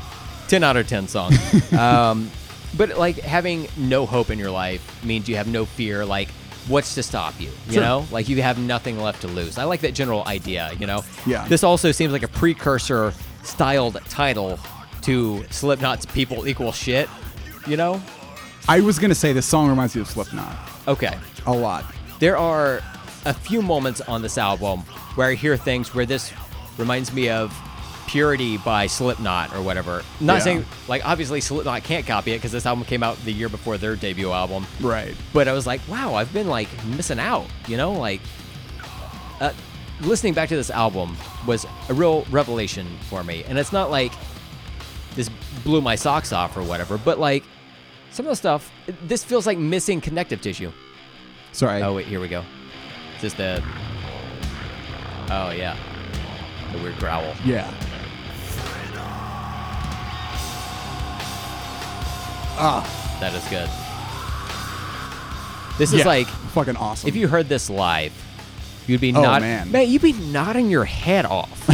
[SPEAKER 3] Ten out of ten song. um, but like having no hope in your life means you have no fear. Like what's to stop you? You
[SPEAKER 2] Sure.
[SPEAKER 3] know, like you have nothing left to lose. I like that general idea. You know.
[SPEAKER 2] Yeah.
[SPEAKER 3] This also seems like a precursor styled title to Slipknot's "People Equal Shit." You know.
[SPEAKER 2] I was gonna say this song reminds me of Slipknot
[SPEAKER 3] Okay.
[SPEAKER 2] a lot.
[SPEAKER 3] There are a few moments on this album where I hear things where this reminds me of Purity by Slipknot or whatever. Not
[SPEAKER 2] Yeah.
[SPEAKER 3] saying, like, obviously Slipknot can't copy it because this album came out the year before their debut album.
[SPEAKER 2] Right.
[SPEAKER 3] But I was like, wow, I've been, like, missing out, you know? Like, uh, listening back to this album was a real revelation for me. And it's not like this blew my socks off or whatever, but, like, some of the stuff, this feels like missing connective tissue.
[SPEAKER 2] Sorry.
[SPEAKER 3] Oh wait, here we go. Is this the? Oh yeah, the weird growl.
[SPEAKER 2] Yeah.
[SPEAKER 3] That is good. This
[SPEAKER 2] yeah.
[SPEAKER 3] is like
[SPEAKER 2] fucking awesome.
[SPEAKER 3] if you heard this live, you'd be
[SPEAKER 2] Oh,
[SPEAKER 3] nod-
[SPEAKER 2] man.
[SPEAKER 3] you'd be nodding your head off.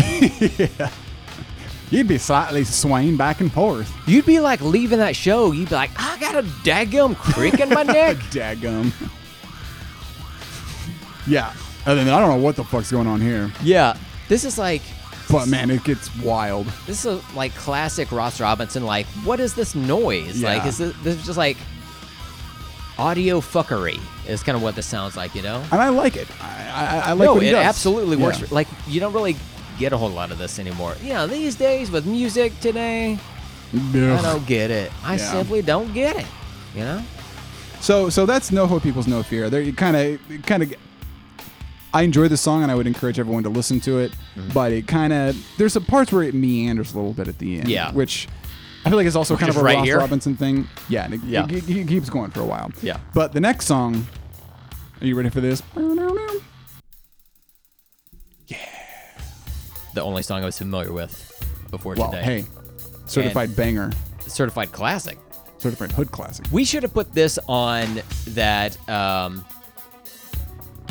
[SPEAKER 2] you'd be slightly swaying back and forth.
[SPEAKER 3] you'd be like leaving that show. You'd be like, I got a daggum creak in my neck.
[SPEAKER 2] Daggum. yeah. And then I don't know what the fuck's going on here,
[SPEAKER 3] yeah, this is like
[SPEAKER 2] but man, it gets wild.
[SPEAKER 3] this is a, like classic Ross Robinson. Like, what is this noise?
[SPEAKER 2] Yeah.
[SPEAKER 3] Like, is this, this is just like audio fuckery? Is kind of what this sounds like, you know?
[SPEAKER 2] And I like it. I, I, I like
[SPEAKER 3] no,
[SPEAKER 2] what he
[SPEAKER 3] it
[SPEAKER 2] does.
[SPEAKER 3] absolutely works.
[SPEAKER 2] Yeah.
[SPEAKER 3] For, like you don't really get a whole lot of this anymore. Yeah, these days with music today, I
[SPEAKER 2] Ugh.
[SPEAKER 3] don't get it. I
[SPEAKER 2] Yeah.
[SPEAKER 3] simply don't get it. You know?
[SPEAKER 2] So so that's No Hope People's No Fear. There you kind of kind of I enjoy the song and I would encourage everyone to listen to it,
[SPEAKER 3] Mm-hmm.
[SPEAKER 2] but it kind of there's some parts where it meanders a little bit at the end,
[SPEAKER 3] Yeah.
[SPEAKER 2] which I feel like is also kind of
[SPEAKER 3] is
[SPEAKER 2] a
[SPEAKER 3] right
[SPEAKER 2] Ross
[SPEAKER 3] here.
[SPEAKER 2] Robinson thing. Yeah, and it,
[SPEAKER 3] Yeah.
[SPEAKER 2] It, it keeps going for a while.
[SPEAKER 3] Yeah.
[SPEAKER 2] But the next song, are you ready for this?
[SPEAKER 3] The only song I was familiar with before
[SPEAKER 2] Well,
[SPEAKER 3] today.
[SPEAKER 2] hey, certified banger,
[SPEAKER 3] Certified classic.
[SPEAKER 2] certified hood classic.
[SPEAKER 3] We should have put this on that um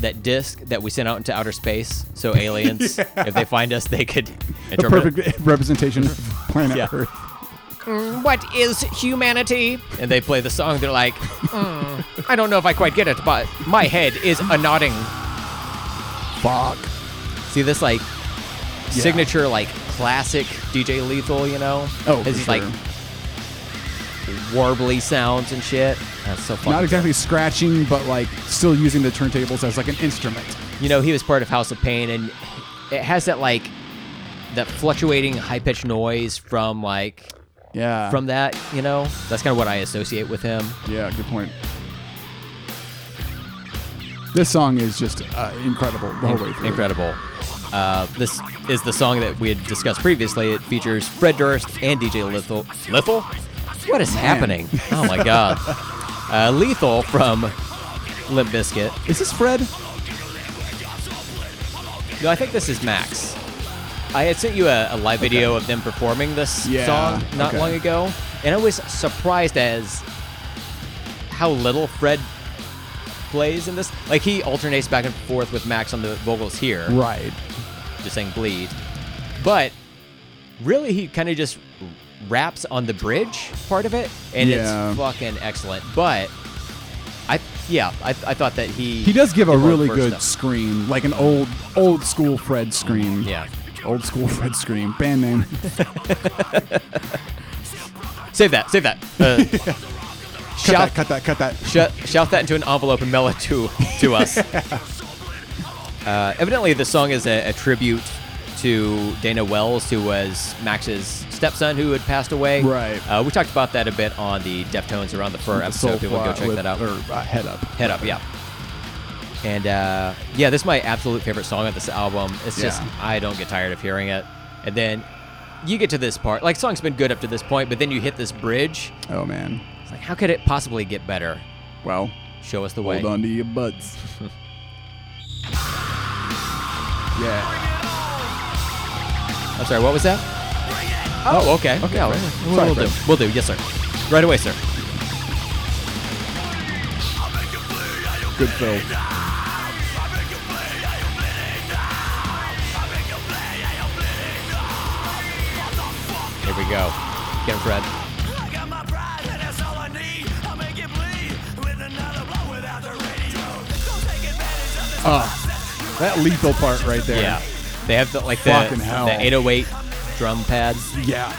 [SPEAKER 3] that disc that we sent out into outer space so aliens if they find us they could
[SPEAKER 2] The
[SPEAKER 3] interpret it.
[SPEAKER 2] perfect representation of planet
[SPEAKER 3] Yeah.
[SPEAKER 2] Earth.
[SPEAKER 3] What is humanity? And they play the song. They're like, "Mm, I don't know if I quite get it, but my head is a nodding.
[SPEAKER 2] Fuck.
[SPEAKER 3] See this like
[SPEAKER 2] Yeah.
[SPEAKER 3] signature, like classic DJ Lethal, you know?
[SPEAKER 2] Oh,
[SPEAKER 3] it's
[SPEAKER 2] for
[SPEAKER 3] like
[SPEAKER 2] sure.
[SPEAKER 3] warbly sounds and shit. That's so fun.
[SPEAKER 2] not exactly scratching, but like still using the turntables as like an instrument.
[SPEAKER 3] You know, he was part of House of Pain, and it has that like that fluctuating high pitched noise from like
[SPEAKER 2] Yeah.
[SPEAKER 3] from that. You know, that's kind of what I associate with him.
[SPEAKER 2] yeah, good point. This song is just uh, incredible the whole way through.
[SPEAKER 3] Incredible. Uh, this is the song that we had discussed previously. It features Fred Durst and DJ Lethal. Lethal? What is happening? Oh my god. Uh, Lethal from Limp Bizkit.
[SPEAKER 2] Is this Fred?
[SPEAKER 3] No, I think this is Max. I had sent you a, a live video of them performing this
[SPEAKER 2] Yeah,
[SPEAKER 3] song not
[SPEAKER 2] okay.
[SPEAKER 3] long ago, and I was surprised as how little Fred plays in this. Like he alternates back and forth with Max on the vocals here.
[SPEAKER 2] Right.
[SPEAKER 3] just saying bleed. But really, he kind of just raps on the bridge part of it, and
[SPEAKER 2] Yeah.
[SPEAKER 3] it's fucking excellent. But I, yeah, I, I thought that he
[SPEAKER 2] He does give a
[SPEAKER 3] did more
[SPEAKER 2] really
[SPEAKER 3] first
[SPEAKER 2] good
[SPEAKER 3] stuff.
[SPEAKER 2] scream, like an old old school Fred scream.
[SPEAKER 3] Yeah.
[SPEAKER 2] Old school Fred scream. Band name.
[SPEAKER 3] Save that, save that. Uh, Shout,
[SPEAKER 2] that, cut that, cut that.
[SPEAKER 3] shout, shout that into an envelope and mail it to, to us. uh, evidently, the song is a, a tribute to Dana Wells, who was Max's stepson who had passed away.
[SPEAKER 2] Right.
[SPEAKER 3] Uh, we talked about that a bit on the Deftones Around the Fur episode. People
[SPEAKER 2] Soulfly
[SPEAKER 3] go check
[SPEAKER 2] with-
[SPEAKER 3] that out.
[SPEAKER 2] Or uh, head up.
[SPEAKER 3] Head up, yeah. And uh, yeah, this is my absolute favorite song on this album. It's just
[SPEAKER 2] Yeah.
[SPEAKER 3] I don't get tired of hearing it. And then you get to this part, like song's been good up to this point, but then you hit this bridge.
[SPEAKER 2] Oh man.
[SPEAKER 3] It's like, how could it possibly get better?
[SPEAKER 2] Well,
[SPEAKER 3] Show us the way.
[SPEAKER 2] hold on to your butts. yeah.
[SPEAKER 3] I'm sorry, what was that? Oh, okay.
[SPEAKER 2] okay,
[SPEAKER 3] Yeah,
[SPEAKER 2] right.
[SPEAKER 3] we'll,
[SPEAKER 2] Sorry,
[SPEAKER 3] we'll do. We'll do. Yes, sir. Right away, sir.
[SPEAKER 2] Good Phil.
[SPEAKER 3] Here we go. Get him, Fred.
[SPEAKER 2] That lethal part right there.
[SPEAKER 3] Yeah. They have the, like the,
[SPEAKER 2] Fucking hell.
[SPEAKER 3] the 808 drum pads.
[SPEAKER 2] Yeah.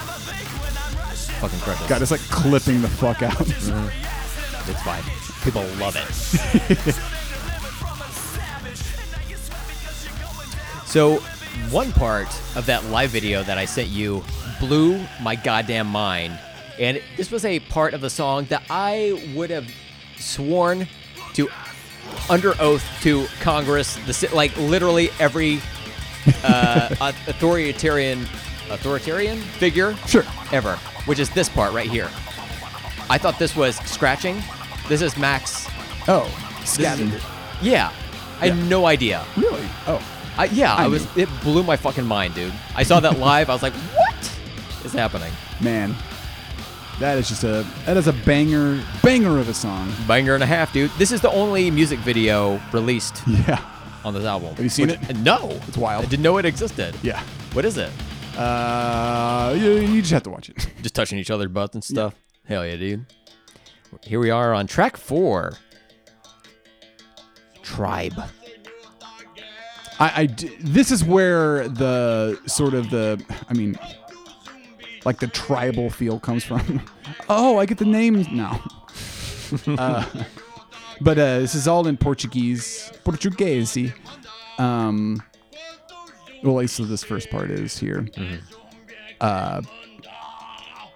[SPEAKER 3] Fucking crushes.
[SPEAKER 2] God, it's like clipping the fuck out.
[SPEAKER 3] It's fine. People love it. so, one part of that live video that I sent you blew my goddamn mind. And this was a part of the song that I would have sworn to under oath to Congress, the ci- like literally every uh, au- authoritarian authoritarian figure
[SPEAKER 2] Sure.
[SPEAKER 3] ever, which is this part right here. I thought this was scratching. This is Max.
[SPEAKER 2] oh,
[SPEAKER 3] This is-
[SPEAKER 2] scatting.
[SPEAKER 3] yeah. I had
[SPEAKER 2] Yeah.
[SPEAKER 3] no idea.
[SPEAKER 2] Really? Oh,
[SPEAKER 3] I, yeah, I,
[SPEAKER 2] I
[SPEAKER 3] was. It blew my fucking mind, dude. I saw that live. I was like, "What is happening?"
[SPEAKER 2] man. That is just a that is a banger banger of a song.
[SPEAKER 3] Banger and a half, dude. This is the only music video released
[SPEAKER 2] Yeah.
[SPEAKER 3] on this album. Have
[SPEAKER 2] you seen it?
[SPEAKER 3] No,
[SPEAKER 2] It's wild.
[SPEAKER 3] I didn't know it existed.
[SPEAKER 2] Yeah.
[SPEAKER 3] What is it?
[SPEAKER 2] Uh, you, you just have to watch it.
[SPEAKER 3] Just touching each other's butts and stuff. Hell yeah, dude. Here we are on track four. Tribe.
[SPEAKER 2] I, I d- this is where the sort of the I mean, like the tribal feel comes from. oh, I get the name now. Uh, but uh, this is all in Portuguese, Portuguese. Um, well, at least this first part is here. Uh,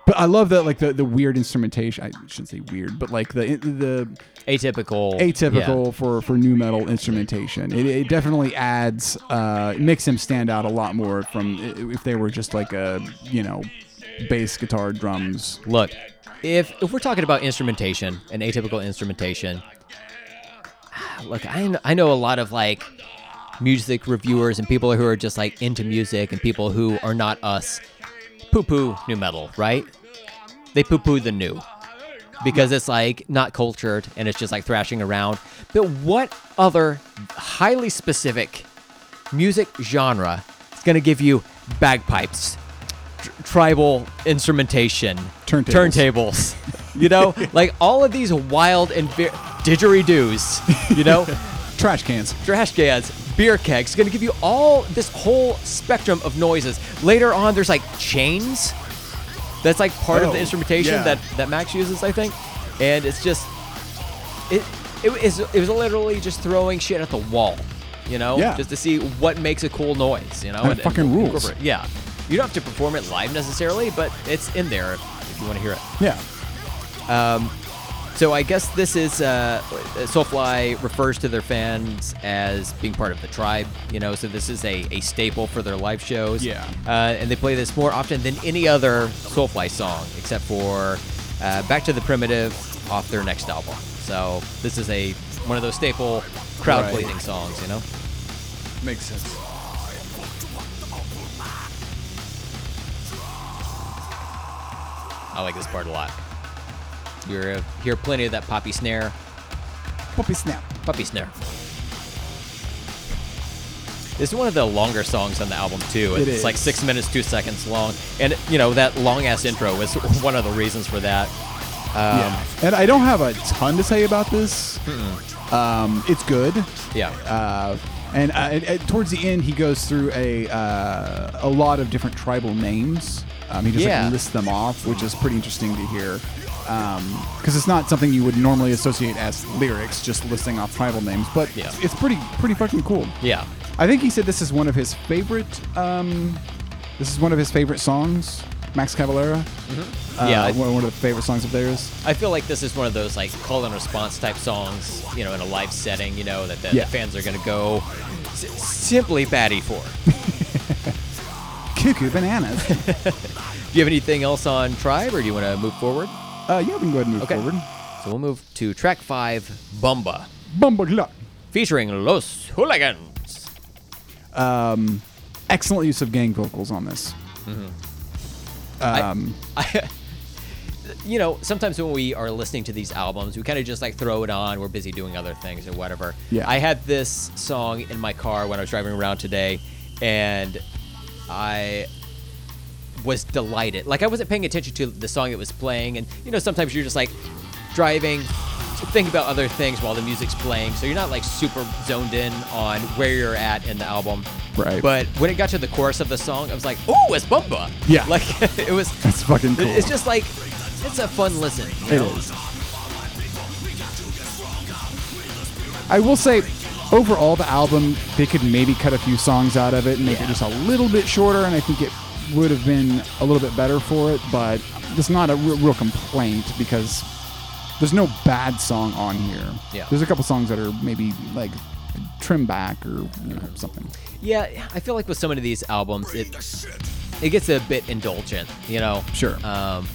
[SPEAKER 2] but I love that, like the, the weird instrumentation. I shouldn't say weird, but like the the
[SPEAKER 3] Atypical.
[SPEAKER 2] atypical
[SPEAKER 3] Yeah.
[SPEAKER 2] for for new metal instrumentation. It, it definitely adds, uh, it makes him stand out a lot more from i- if they were just like a you know bass, guitar, drums.
[SPEAKER 3] Look, if if we're talking about instrumentation and atypical instrumentation, ah, look, I kn- I know a lot of like music reviewers and people who are just like into music and people who are not us poo poo new metal, right? They poo poo the new because it's like not cultured and it's just like thrashing around. But what other highly specific music genre is going to give you bagpipes, tr- tribal instrumentation,
[SPEAKER 2] Turntables.
[SPEAKER 3] turntables? You know, like all of these wild and ve- didgeridoos, you know,
[SPEAKER 2] Trash cans.
[SPEAKER 3] trash cans, beer kegs. It's going to give you all this whole spectrum of noises. Later on, there's like chains. That's like part of
[SPEAKER 2] Oh,
[SPEAKER 3] the instrumentation
[SPEAKER 2] yeah.
[SPEAKER 3] that that Max uses, I think. And it's just it it is it was literally just throwing shit at the wall, you know,
[SPEAKER 2] Yeah.
[SPEAKER 3] just to see what makes a cool noise, you know.
[SPEAKER 2] And it fucking rules.
[SPEAKER 3] incorporate- Yeah, you don't have to perform it live necessarily, but it's in there if you want to hear it.
[SPEAKER 2] Yeah.
[SPEAKER 3] So I guess this is uh, Soulfly refers to their fans as being part of the tribe, you know. So this is a, a staple for their live shows.
[SPEAKER 2] Yeah.
[SPEAKER 3] uh, and they play this more often than any other Soulfly song, except for uh, "Back to the Primitive" off their next album. So this is a one of those staple crowd pleasing
[SPEAKER 2] Right.
[SPEAKER 3] songs, you know.
[SPEAKER 2] Makes sense.
[SPEAKER 3] I like this part a lot. You hear plenty of that poppy snare,
[SPEAKER 2] Puppy snap.
[SPEAKER 3] puppy snare. This is one of the longer songs on the album too.
[SPEAKER 2] It
[SPEAKER 3] It's like
[SPEAKER 2] is.
[SPEAKER 3] six minutes two seconds long, and you know that long ass intro was one of the reasons for that.
[SPEAKER 2] yeah. And I don't have a ton to say about this. Um, it's good.
[SPEAKER 3] Yeah,
[SPEAKER 2] Uh, and uh, it- it- towards the end, he goes through a uh, a lot of different tribal names. Um, he just
[SPEAKER 3] Yeah.
[SPEAKER 2] like, lists them off, which is pretty interesting to hear. because it's not something you would normally associate as lyrics, just listing off tribal names. But
[SPEAKER 3] Yeah.
[SPEAKER 2] it's pretty pretty fucking cool.
[SPEAKER 3] Yeah.
[SPEAKER 2] I think he said this is one of his favorite. Um, this is one of his favorite songs, Max Cavalera. Uh,
[SPEAKER 3] Mm-hmm. Yeah, I-
[SPEAKER 2] one, one of the favorite songs of theirs.
[SPEAKER 3] I feel like this is one of those like call and response type songs, you know, in a live setting, you know, that the,
[SPEAKER 2] Yeah.
[SPEAKER 3] the fans are going to go s- simply batty for. Do
[SPEAKER 2] Cuckoo bananas.
[SPEAKER 3] you have anything else on Tribe or do you want to move forward?
[SPEAKER 2] uh, yeah, we can go ahead and move
[SPEAKER 3] Okay.
[SPEAKER 2] forward.
[SPEAKER 3] So we'll move to track five, Bumba,
[SPEAKER 2] Bumble Gluck.
[SPEAKER 3] featuring Los Hooligans.
[SPEAKER 2] Excellent use of gang vocals on this. Um,
[SPEAKER 3] I, you know, sometimes when we are listening to these albums, we kind of just like throw it on. We're busy doing other things or whatever.
[SPEAKER 2] Yeah.
[SPEAKER 3] I had this song in my car when I was driving around today, and I was delighted. Like I wasn't paying attention to the song it was playing, and you know, sometimes you're just like driving. to Think about other things while the music's playing, so you're not like super zoned in on where you're at in the album.
[SPEAKER 2] Right.
[SPEAKER 3] But when it got to the chorus of the song, I was like, "Ooh, it's Bumba!"
[SPEAKER 2] Yeah.
[SPEAKER 3] Like it was.
[SPEAKER 2] That's fucking cool.
[SPEAKER 3] It's just like it's a fun listen. you
[SPEAKER 2] It
[SPEAKER 3] know?
[SPEAKER 2] is. I will say, overall, the album they could maybe cut a few songs out of it and make it just a little bit shorter, and I think it would have been a little bit better for it. But it's not a real, real complaint because there's no bad song on here.
[SPEAKER 3] Yeah.
[SPEAKER 2] there's a couple songs that are maybe like trim back or you know, something.
[SPEAKER 3] Yeah, I feel like with some of these albums, it it gets a bit indulgent. You know.
[SPEAKER 2] Sure.
[SPEAKER 3] Um,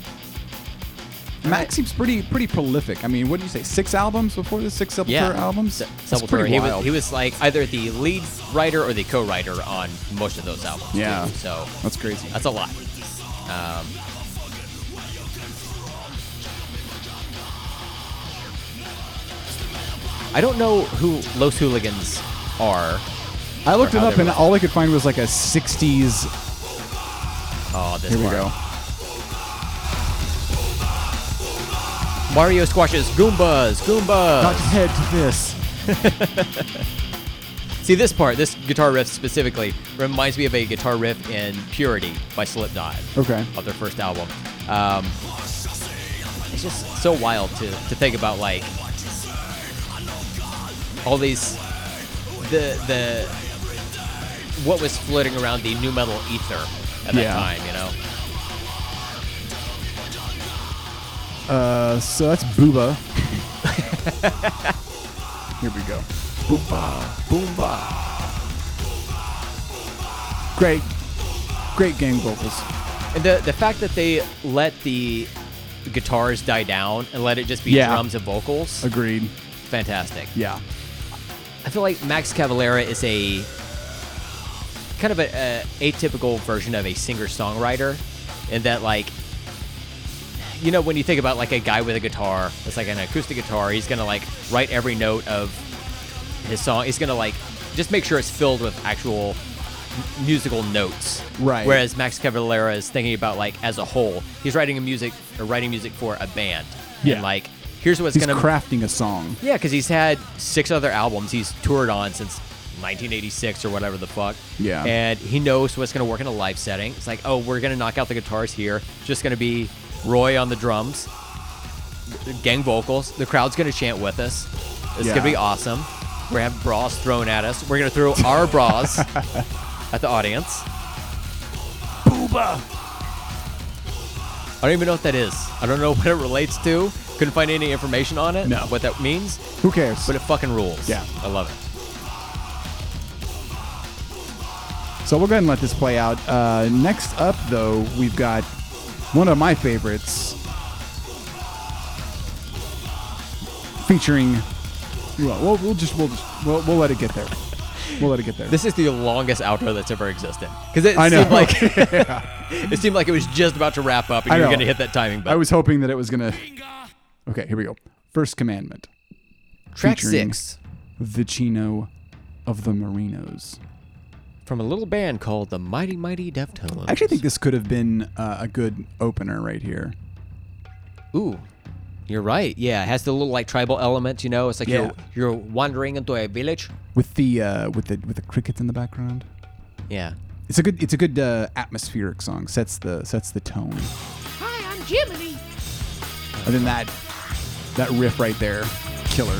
[SPEAKER 2] Max seems pretty pretty prolific. I mean, what did you say? Six albums before this? Six Sepultura
[SPEAKER 3] yeah.
[SPEAKER 2] albums?
[SPEAKER 3] Se-
[SPEAKER 2] That's
[SPEAKER 3] Sepultura.
[SPEAKER 2] pretty
[SPEAKER 3] he
[SPEAKER 2] wild.
[SPEAKER 3] was he was like either the lead writer or the co-writer on most of those albums.
[SPEAKER 2] Yeah.
[SPEAKER 3] too, So
[SPEAKER 2] That's crazy.
[SPEAKER 3] that's a lot. Um, I don't know who Los Hooligans are.
[SPEAKER 2] I looked
[SPEAKER 3] or
[SPEAKER 2] it
[SPEAKER 3] how
[SPEAKER 2] up,
[SPEAKER 3] they
[SPEAKER 2] and
[SPEAKER 3] were-
[SPEAKER 2] all I could find was like a '60s.
[SPEAKER 3] Oh, this
[SPEAKER 2] Here we
[SPEAKER 3] part.
[SPEAKER 2] go.
[SPEAKER 3] Mario squashes Goombas, Goombas.
[SPEAKER 2] Not head to this.
[SPEAKER 3] See this part, this guitar riff specifically reminds me of a guitar riff in Purity by Slipknot.
[SPEAKER 2] Okay.
[SPEAKER 3] Of their first album. Um, it's just so wild to, to think about like all these the the what was floating around the new metal ether at that
[SPEAKER 2] Yeah.
[SPEAKER 3] time, you know.
[SPEAKER 2] Uh, so that's Booba. Here we go. Booba, Booba. Great, great gang vocals.
[SPEAKER 3] And the the fact that they let the guitars die down and let it just be
[SPEAKER 2] Yeah. Uh,
[SPEAKER 3] drums and vocals,
[SPEAKER 2] Agreed.
[SPEAKER 3] fantastic.
[SPEAKER 2] Yeah.
[SPEAKER 3] I feel like Max Cavalera is a kind of a, a atypical version of a singer-songwriter, in that like, you know, when you think about like a guy with a guitar, it's like an acoustic guitar. He's gonna like write every note of his song. He's gonna like just make sure it's filled with actual m- musical notes.
[SPEAKER 2] Right.
[SPEAKER 3] Whereas Max Cavalera is thinking about like as a whole. He's writing a music or writing music for a band.
[SPEAKER 2] Yeah.
[SPEAKER 3] And like here's what's
[SPEAKER 2] He's
[SPEAKER 3] gonna
[SPEAKER 2] crafting a song.
[SPEAKER 3] yeah, because he's had six other albums he's toured on since 1986 or whatever the fuck.
[SPEAKER 2] Yeah.
[SPEAKER 3] And he knows what's going to work in a live setting. It's like, oh, we're going to knock out the guitars here. It's just going to be Roy on the drums, gang vocals. The crowd's going to chant with us. It's
[SPEAKER 2] Yeah.
[SPEAKER 3] going to be awesome. We're going to have bras thrown at us. We're going to throw our bras at the audience.
[SPEAKER 2] Booba.
[SPEAKER 3] I don't even know what that is. I don't know what it relates to. Couldn't find any information on it,
[SPEAKER 2] No.
[SPEAKER 3] what that means,
[SPEAKER 2] Who cares?
[SPEAKER 3] but it fucking rules.
[SPEAKER 2] Yeah.
[SPEAKER 3] I love it.
[SPEAKER 2] So we'll go ahead and let this play out. Uh, next up, though, we've got one of my favorites featuring. Well, we'll, we'll just we'll just we'll, we'll let it get there. We'll let it get there.
[SPEAKER 3] This is the longest outro that's ever existed because it
[SPEAKER 2] I know.
[SPEAKER 3] seemed like it seemed like it was just about to wrap up, and
[SPEAKER 2] I
[SPEAKER 3] you were
[SPEAKER 2] know.
[SPEAKER 3] going to hit that timing button.
[SPEAKER 2] I was hoping that it was gonna. Okay, here we go. First commandment:
[SPEAKER 3] track
[SPEAKER 2] featuring-
[SPEAKER 3] six
[SPEAKER 2] the Chino of the Marinos.
[SPEAKER 3] from a little band called the Mighty Mighty Deftones.
[SPEAKER 2] I actually think this could have been uh, a good opener right here.
[SPEAKER 3] ooh, you're right. Yeah, it has the little like tribal element. You know, it's like
[SPEAKER 2] Yeah.
[SPEAKER 3] you're you're wandering into a village.
[SPEAKER 2] with the uh, with the with the crickets in the background.
[SPEAKER 3] Yeah.
[SPEAKER 2] It's a good it's a good uh, atmospheric song. Sets the sets the tone.
[SPEAKER 4] Hi, I'm Jiminy.
[SPEAKER 3] Oh
[SPEAKER 2] And then that that riff right there, killer.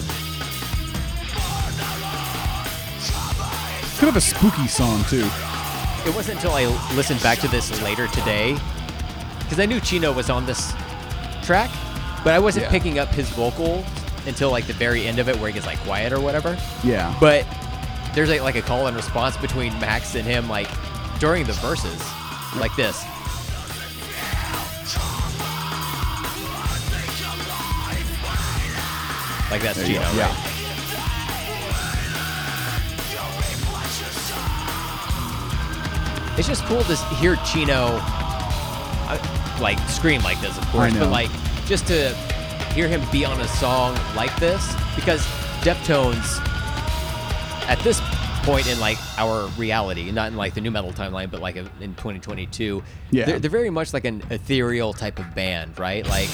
[SPEAKER 2] It's kind of a spooky song too.
[SPEAKER 3] It wasn't until I listened back to this later today, because I knew Chino was on this track, but I wasn't
[SPEAKER 2] Yeah.
[SPEAKER 3] picking up his vocal until like the very end of it, where he gets like quiet or whatever.
[SPEAKER 2] Yeah.
[SPEAKER 3] But there's like, like a call and response between Max and him, like during the verses, like this. Like that's
[SPEAKER 2] There you
[SPEAKER 3] Chino.
[SPEAKER 2] go.
[SPEAKER 3] right?
[SPEAKER 2] yeah.
[SPEAKER 3] It's just cool to hear Chino uh, like scream like this, of
[SPEAKER 2] I
[SPEAKER 3] course,
[SPEAKER 2] know.
[SPEAKER 3] but like just to hear him be on a song like this because Deftones at this point in like our reality, not in like the new metal timeline, but like in 2022,
[SPEAKER 2] Yeah.
[SPEAKER 3] they're, they're very much like an ethereal type of band, right? Like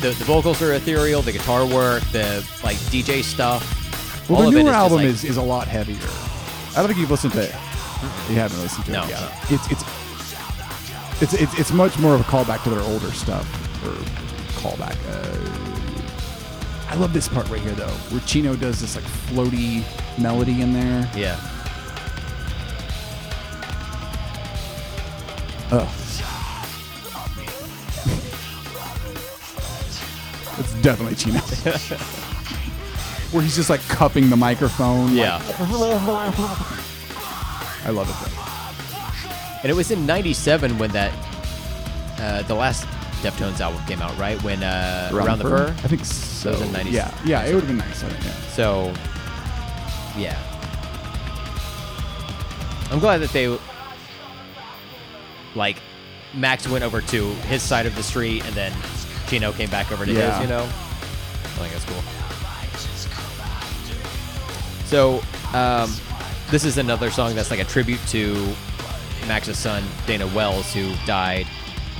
[SPEAKER 3] the, the vocals are ethereal, the guitar work, the like DJ stuff.
[SPEAKER 2] Well,
[SPEAKER 3] all
[SPEAKER 2] the
[SPEAKER 3] of it
[SPEAKER 2] newer
[SPEAKER 3] is just,
[SPEAKER 2] album
[SPEAKER 3] like-
[SPEAKER 2] is, is a lot heavier. I don't think you've listened to it. You haven't listened to
[SPEAKER 3] No.
[SPEAKER 2] it yet. It's, it's it's it's it's much more of a callback to their older stuff or callback. Uh, I love this part right here though, where Chino does this like floaty melody in there.
[SPEAKER 3] yeah.
[SPEAKER 2] Ugh. it's definitely Chino. Where he's just like cupping the microphone. like-
[SPEAKER 3] Yeah.
[SPEAKER 2] I love it. Though.
[SPEAKER 3] And it was in '97 when that uh, the last Deftones album came out, right? When uh, around, the fur.
[SPEAKER 2] I think so.
[SPEAKER 3] was in 90s.
[SPEAKER 2] Yeah, yeah, it would have been nice. I think, yeah.
[SPEAKER 3] So, yeah. I'm glad that they like Max went over to his side of the street, and then Chino came back over to
[SPEAKER 2] Yeah.
[SPEAKER 3] his. You know, I think that's cool. So, um, this is another song that's like a tribute to Max's son, Dana Wells, who died.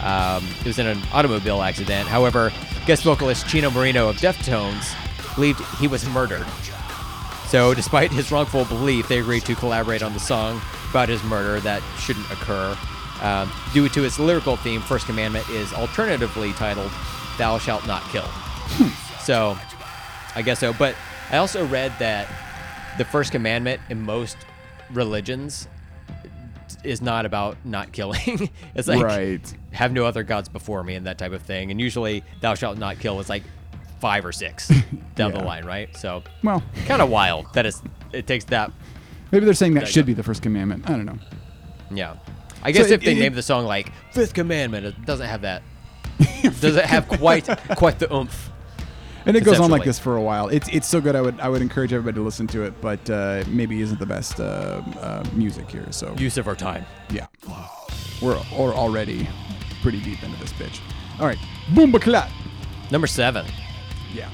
[SPEAKER 3] Um, it was in an automobile accident. However, guest vocalist Chino Marino of Deftones believed he was murdered. So, despite his wrongful belief, they agreed to collaborate on the song about his murder that shouldn't occur. Um, due to its lyrical theme, First Commandment is alternatively titled Thou Shalt Not Kill. So, I guess so. But I also read that the First Commandment in most religions is not about not killing. it's like
[SPEAKER 2] right.
[SPEAKER 3] have no other gods before me and that type of thing. And usually, thou shalt not kill is like five or six down the
[SPEAKER 2] Yeah.
[SPEAKER 3] line, right? So
[SPEAKER 2] Well,
[SPEAKER 3] kind of wild that it's, it takes that.
[SPEAKER 2] maybe they're saying that
[SPEAKER 3] you
[SPEAKER 2] should
[SPEAKER 3] go.
[SPEAKER 2] be the first commandment. I don't know.
[SPEAKER 3] Yeah. I guess
[SPEAKER 2] it-
[SPEAKER 3] if they
[SPEAKER 2] it-
[SPEAKER 3] named the song like Fifth Commandment, it doesn't have that. doesn't have quite quite the oomph.
[SPEAKER 2] And it goes on
[SPEAKER 3] Conceptually.
[SPEAKER 2] like this for a while. It's it's so good. I would I would encourage everybody to listen to it, but uh, maybe isn't the best uh, uh, music here. So
[SPEAKER 3] Use of our time.
[SPEAKER 2] yeah, we're or already pretty deep into this bitch. All right, boomba clap.
[SPEAKER 3] Number seven.
[SPEAKER 2] Yeah,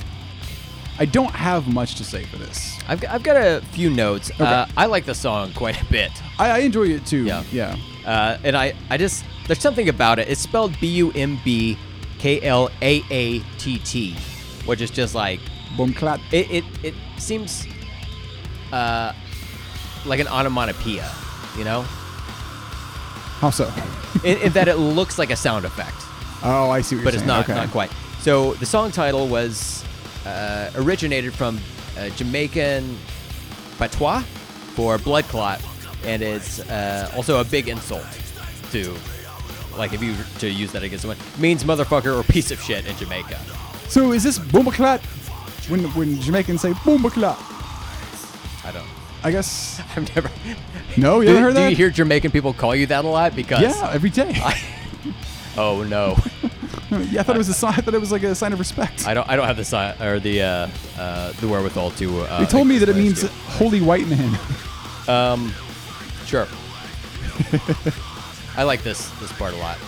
[SPEAKER 2] I don't have much to say for this.
[SPEAKER 3] I've got, I've got a few notes. Uh, I like the song quite a bit.
[SPEAKER 2] I, I enjoy it too.
[SPEAKER 3] Yeah.
[SPEAKER 2] yeah.
[SPEAKER 3] Uh, and I, I just, there's something about it. It's spelled B U M B K L A A T T, which is just like,
[SPEAKER 2] Boom clap.
[SPEAKER 3] it, it, it seems uh, like an onomatopoeia, you know?
[SPEAKER 2] How so?
[SPEAKER 3] in, in that it looks like a sound effect,
[SPEAKER 2] Oh, I see what you're saying.
[SPEAKER 3] but it's not
[SPEAKER 2] Okay.
[SPEAKER 3] not quite. So the song title was uh, originated from uh, Jamaican patois for blood clot, and is uh, also a big insult to like if you were to use that against someone means motherfucker or piece of shit in Jamaica.
[SPEAKER 2] So is this boomba clap? When when Jamaicans say boomba clap,
[SPEAKER 3] I don't.
[SPEAKER 2] I guess
[SPEAKER 3] I've never.
[SPEAKER 2] No, you
[SPEAKER 3] do,
[SPEAKER 2] haven't heard
[SPEAKER 3] do
[SPEAKER 2] that?
[SPEAKER 3] you hear Jamaican people call you that a lot? Because
[SPEAKER 2] yeah, every day.
[SPEAKER 3] oh no,
[SPEAKER 2] yeah, I thought it was a sign. I thought it was like a sign of respect.
[SPEAKER 3] I don't. I don't have the si- or the uh, uh, the wherewithal to. Uh,
[SPEAKER 2] they told me that it
[SPEAKER 3] explain
[SPEAKER 2] means
[SPEAKER 3] to you.
[SPEAKER 2] holy white man.
[SPEAKER 3] Sure. I like this this part a lot.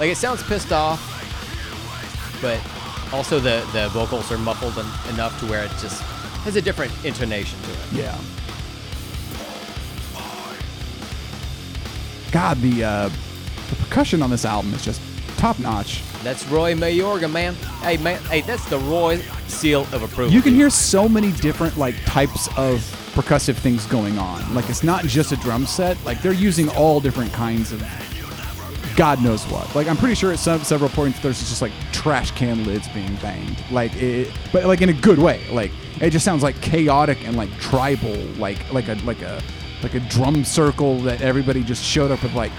[SPEAKER 3] Like it sounds pissed off, but also the the vocals are muffled en- enough to where it just has a different intonation to it.
[SPEAKER 2] yeah. God, the uh, the percussion on this album is just top notch.
[SPEAKER 3] That's Roy Mayorga, man. Hey man, hey, that's the Roy seal of approval.
[SPEAKER 2] You can hear so many different like types of percussive things going on. Like it's not just a drum set. Like they're using all different kinds of God knows what. Like I'm pretty sure at some several points there's just like trash can lids being banged. Like it, but like in a good way. Like it just sounds like chaotic and like tribal. Like like a like a like a drum circle that everybody just showed up with like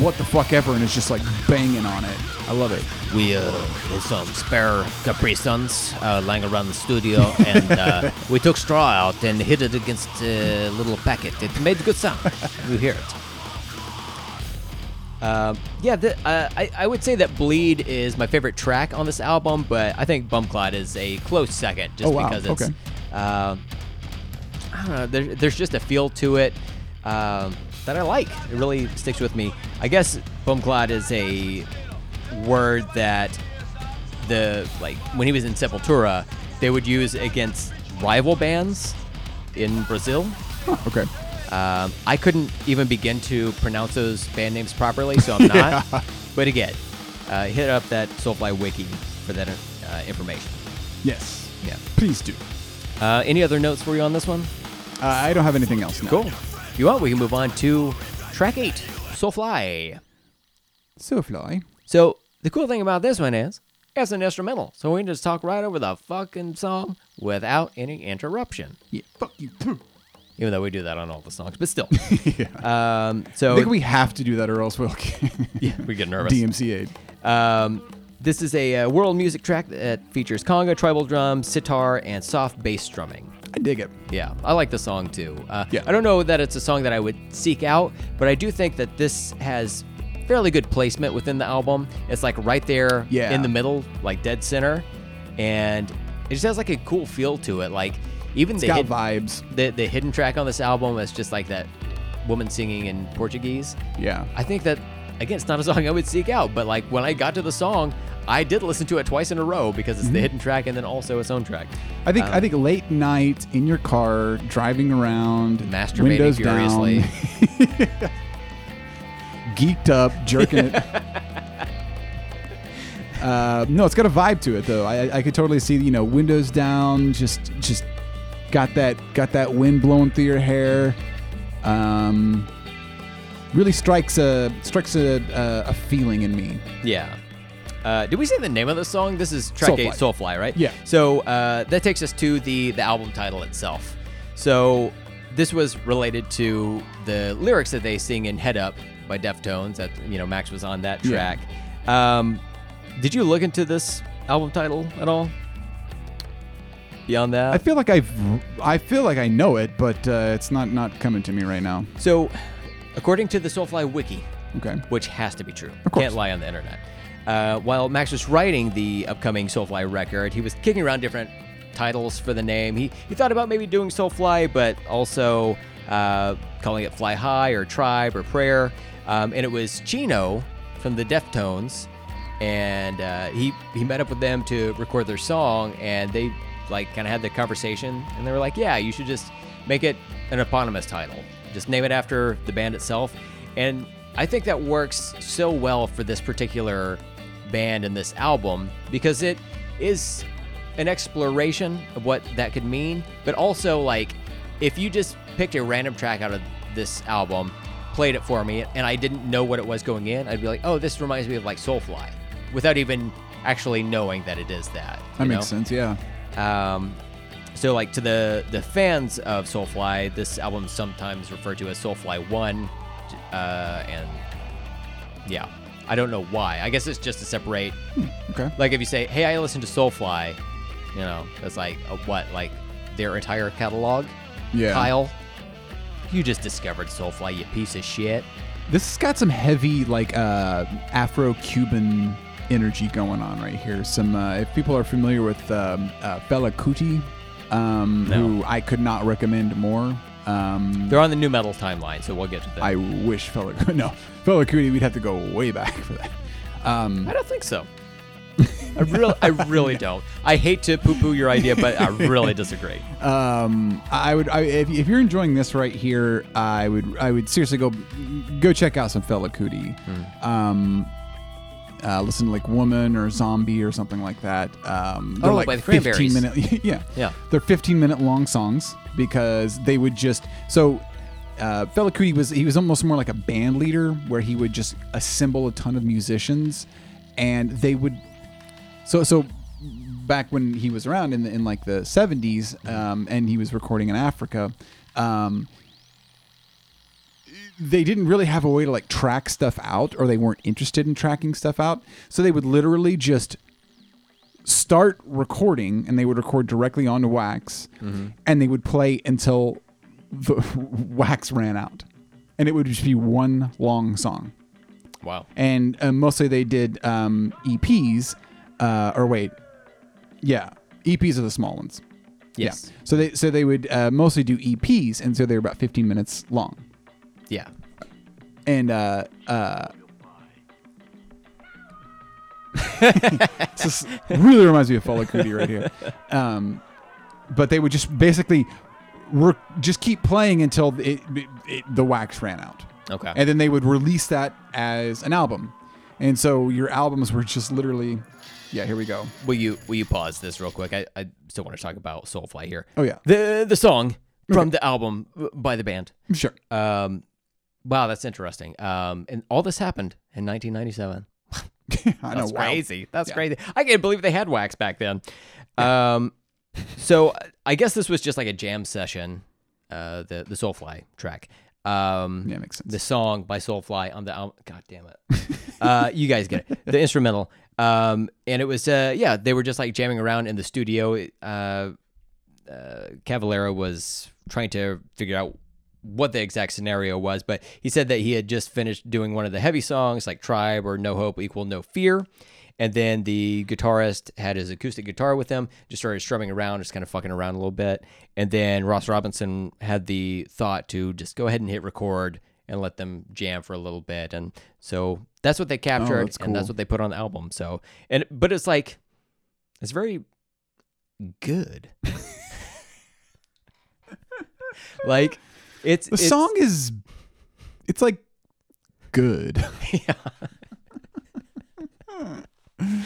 [SPEAKER 2] what the fuck ever and is just like banging on it. I love it.
[SPEAKER 3] We uh, had some spare Capri Suns uh, lying around the studio, and uh, we took straw out and hit it against a little packet. It made good sound. You hear it. Um, yeah, the, uh, I, I would say that Bleed is my favorite track on this album, but I think Bumclot is a close second just
[SPEAKER 2] Oh, wow.
[SPEAKER 3] because it's.
[SPEAKER 2] Okay.
[SPEAKER 3] um, I don't know. There, there's just a feel to it um, that I like. It really sticks with me. I guess Bumclot is a word that the like when he was in Sepultura, they would use against rival bands in Brazil.
[SPEAKER 2] Okay.
[SPEAKER 3] Um, I couldn't even begin to pronounce those band names properly, so I'm not. But again, uh, hit up that Soulfly wiki for that uh, information.
[SPEAKER 2] Yes.
[SPEAKER 3] Yeah.
[SPEAKER 2] Please do.
[SPEAKER 3] Uh, any other notes for you on this one?
[SPEAKER 2] Uh, I don't have anything else now.
[SPEAKER 3] If you want, we can move on to track eight, Soulfly.
[SPEAKER 2] So fly.
[SPEAKER 3] So the cool thing about this one is it's an instrumental, so we can just talk right over the fucking song without any interruption.
[SPEAKER 2] Yeah. Fuck you too.
[SPEAKER 3] Even though we do that on all the songs, but still.
[SPEAKER 2] yeah.
[SPEAKER 3] Um, so
[SPEAKER 2] I think we have to do that or else we'll
[SPEAKER 3] yeah, we get nervous.
[SPEAKER 2] DMCA.
[SPEAKER 3] Um, this is a uh, world music track that features conga, tribal drums, sitar, and soft bass strumming.
[SPEAKER 2] I dig it.
[SPEAKER 3] Yeah, I like the song too. Uh,
[SPEAKER 2] Yeah.
[SPEAKER 3] I don't know that it's a song that I would seek out, but I do think that this has fairly good placement within the album. It's like right there
[SPEAKER 2] Yeah.
[SPEAKER 3] in the middle, like dead center, and it just has like a cool feel to it. Like even the
[SPEAKER 2] Got
[SPEAKER 3] hid-
[SPEAKER 2] vibes.
[SPEAKER 3] the the hidden track on this album is just like that woman singing in Portuguese.
[SPEAKER 2] Yeah.
[SPEAKER 3] I think that again, it's not a song I would seek out, but like when I got to the song, I did listen to it twice in a row because it's
[SPEAKER 2] Mm-hmm.
[SPEAKER 3] the hidden track and then also its own track.
[SPEAKER 2] I think
[SPEAKER 3] Um,
[SPEAKER 2] I think late night in your car, driving around,
[SPEAKER 3] Masturbating
[SPEAKER 2] windows
[SPEAKER 3] furiously.
[SPEAKER 2] down, geeked up, jerking it. Uh, no, it's got a vibe to it though. I, I- I could totally see you know windows down, just just got that got that wind blowing through your hair. Um, really strikes a strikes a, a, a feeling in me.
[SPEAKER 3] Yeah. Uh, did we say the name of the song? This is track
[SPEAKER 2] Soulfly.
[SPEAKER 3] eight, Soulfly, right?
[SPEAKER 2] Yeah.
[SPEAKER 3] So uh, that takes us to the the album title itself. So this was related to the lyrics that they sing in "Head Up" by Deftones. That you know Max was on that
[SPEAKER 2] Yeah.
[SPEAKER 3] track. Um, did you look into this album title at all? Beyond that,
[SPEAKER 2] I feel like I've I feel like I know it, but uh, it's not not coming to me right now.
[SPEAKER 3] So, according to the Soulfly Wiki,
[SPEAKER 2] Okay.
[SPEAKER 3] which has to be true,
[SPEAKER 2] course.
[SPEAKER 3] can't lie on the internet. Uh, while Max was writing the upcoming Soulfly record, he was kicking around different titles for the name. He he thought about maybe doing Soulfly, but also uh, calling it Fly High or Tribe or Prayer. Um, and it was Chino from the Deftones, and uh, he he met up with them to record their song, and they like kind of had the conversation, and they were like, "Yeah, you should just make it an eponymous title. Just name it after the band itself. And I think that works so well for this particular band and this album because it is an exploration of what that could mean, but also like if you just picked a random track out of this album, played it for me, and I didn't know what it was going in, I'd be like, oh, this reminds me of like Soulfly, without even actually knowing that it is that.
[SPEAKER 2] That
[SPEAKER 3] you
[SPEAKER 2] makes
[SPEAKER 3] know?
[SPEAKER 2] sense. Yeah.
[SPEAKER 3] Um, so, like to the the fans of Soulfly, this album is sometimes referred to as Soulfly One, uh, and yeah, I don't know why. I guess it's just to separate.
[SPEAKER 2] Okay.
[SPEAKER 3] Like if you say, "Hey, I listen to Soulfly," you know, that's like a, what like their entire catalog.
[SPEAKER 2] Yeah.
[SPEAKER 3] Kyle, you just discovered Soulfly, you piece of shit.
[SPEAKER 2] This has got some heavy like uh, Afro-Cuban energy going on right here. Some uh, if people are familiar with um, uh, Fela Kuti, um, who I could not recommend more. Um,
[SPEAKER 3] They're on the new metal timeline, so we'll get to that.
[SPEAKER 2] I wish Fela Kuti. No, Fela Kuti. We'd have to go way back for that. Um,
[SPEAKER 3] I don't think so. I really, I really don't. I hate to poo-poo your idea, but I really disagree.
[SPEAKER 2] um, I would. I, if, if you're enjoying this right here, I would. I would seriously go go check out some Fela Kuti.
[SPEAKER 3] Hmm.
[SPEAKER 2] Um, uh, listen to like Woman or Zombie or something like that. Um, they're
[SPEAKER 3] Oh,
[SPEAKER 2] like
[SPEAKER 3] by the
[SPEAKER 2] 15
[SPEAKER 3] Cranberries.
[SPEAKER 2] minute, yeah,
[SPEAKER 3] Yeah.
[SPEAKER 2] They're 15 minute long songs because they would just so uh, Fela Kuti was he was almost more like a band leader, where he would just assemble a ton of musicians, and they would. So so, back when he was around in the, in like the seventies, um, and he was recording in Africa, um, they didn't really have a way to like track stuff out, or they weren't interested in tracking stuff out. So they would literally just start recording and they would record directly onto wax and they would play until the wax ran out and it would just be one long song
[SPEAKER 3] Wow.
[SPEAKER 2] and uh, mostly they did um, eps uh, or wait yeah eps are the small ones
[SPEAKER 3] Yes.
[SPEAKER 2] yeah so they so they would uh, mostly do eps and so they were about 15 minutes long
[SPEAKER 3] Yeah.
[SPEAKER 2] and uh uh this is- really reminds me of Fela Kuti right here. Um, but they would just basically re- just keep playing until it, it, it- the wax ran out,
[SPEAKER 3] Okay.
[SPEAKER 2] and then they would release that as an album. And so your albums were just literally, yeah. Here we go.
[SPEAKER 3] will you will you pause this real quick? I, I still want to talk about Soulfly here.
[SPEAKER 2] Oh yeah,
[SPEAKER 3] The the song from the album uh, by the band.
[SPEAKER 2] sure.
[SPEAKER 3] Um, wow, that's interesting. Um, and all this happened in 1997.
[SPEAKER 2] I know.
[SPEAKER 3] That's
[SPEAKER 2] wow.
[SPEAKER 3] crazy. That's
[SPEAKER 2] Yeah.
[SPEAKER 3] crazy. I can't believe they had wax back then. Um, so I guess this was just like a jam session. Uh, the the Soulfly track. Um,
[SPEAKER 2] Yeah, makes sense.
[SPEAKER 3] the song by Soulfly on the album. God damn it. uh, you guys get it. The instrumental. Um, and it was, uh, yeah, they were just like jamming around in the studio. Uh, uh, Cavalera was trying to figure out what the exact scenario was, but he said that he had just finished doing one of the heavy songs like Tribe or No Hope Equal No Fear. And then the guitarist had his acoustic guitar with him, just started strumming around, just kind of fucking around a little bit. And then Ross Robinson had the thought to just go ahead and hit record and let them jam for a little bit. And so that's what they captured,
[SPEAKER 2] Oh, that's
[SPEAKER 3] and that's
[SPEAKER 2] cool.
[SPEAKER 3] what they put on the album. So, and but it's like, it's very good. like, it's
[SPEAKER 2] The song is, it's like good. Uh,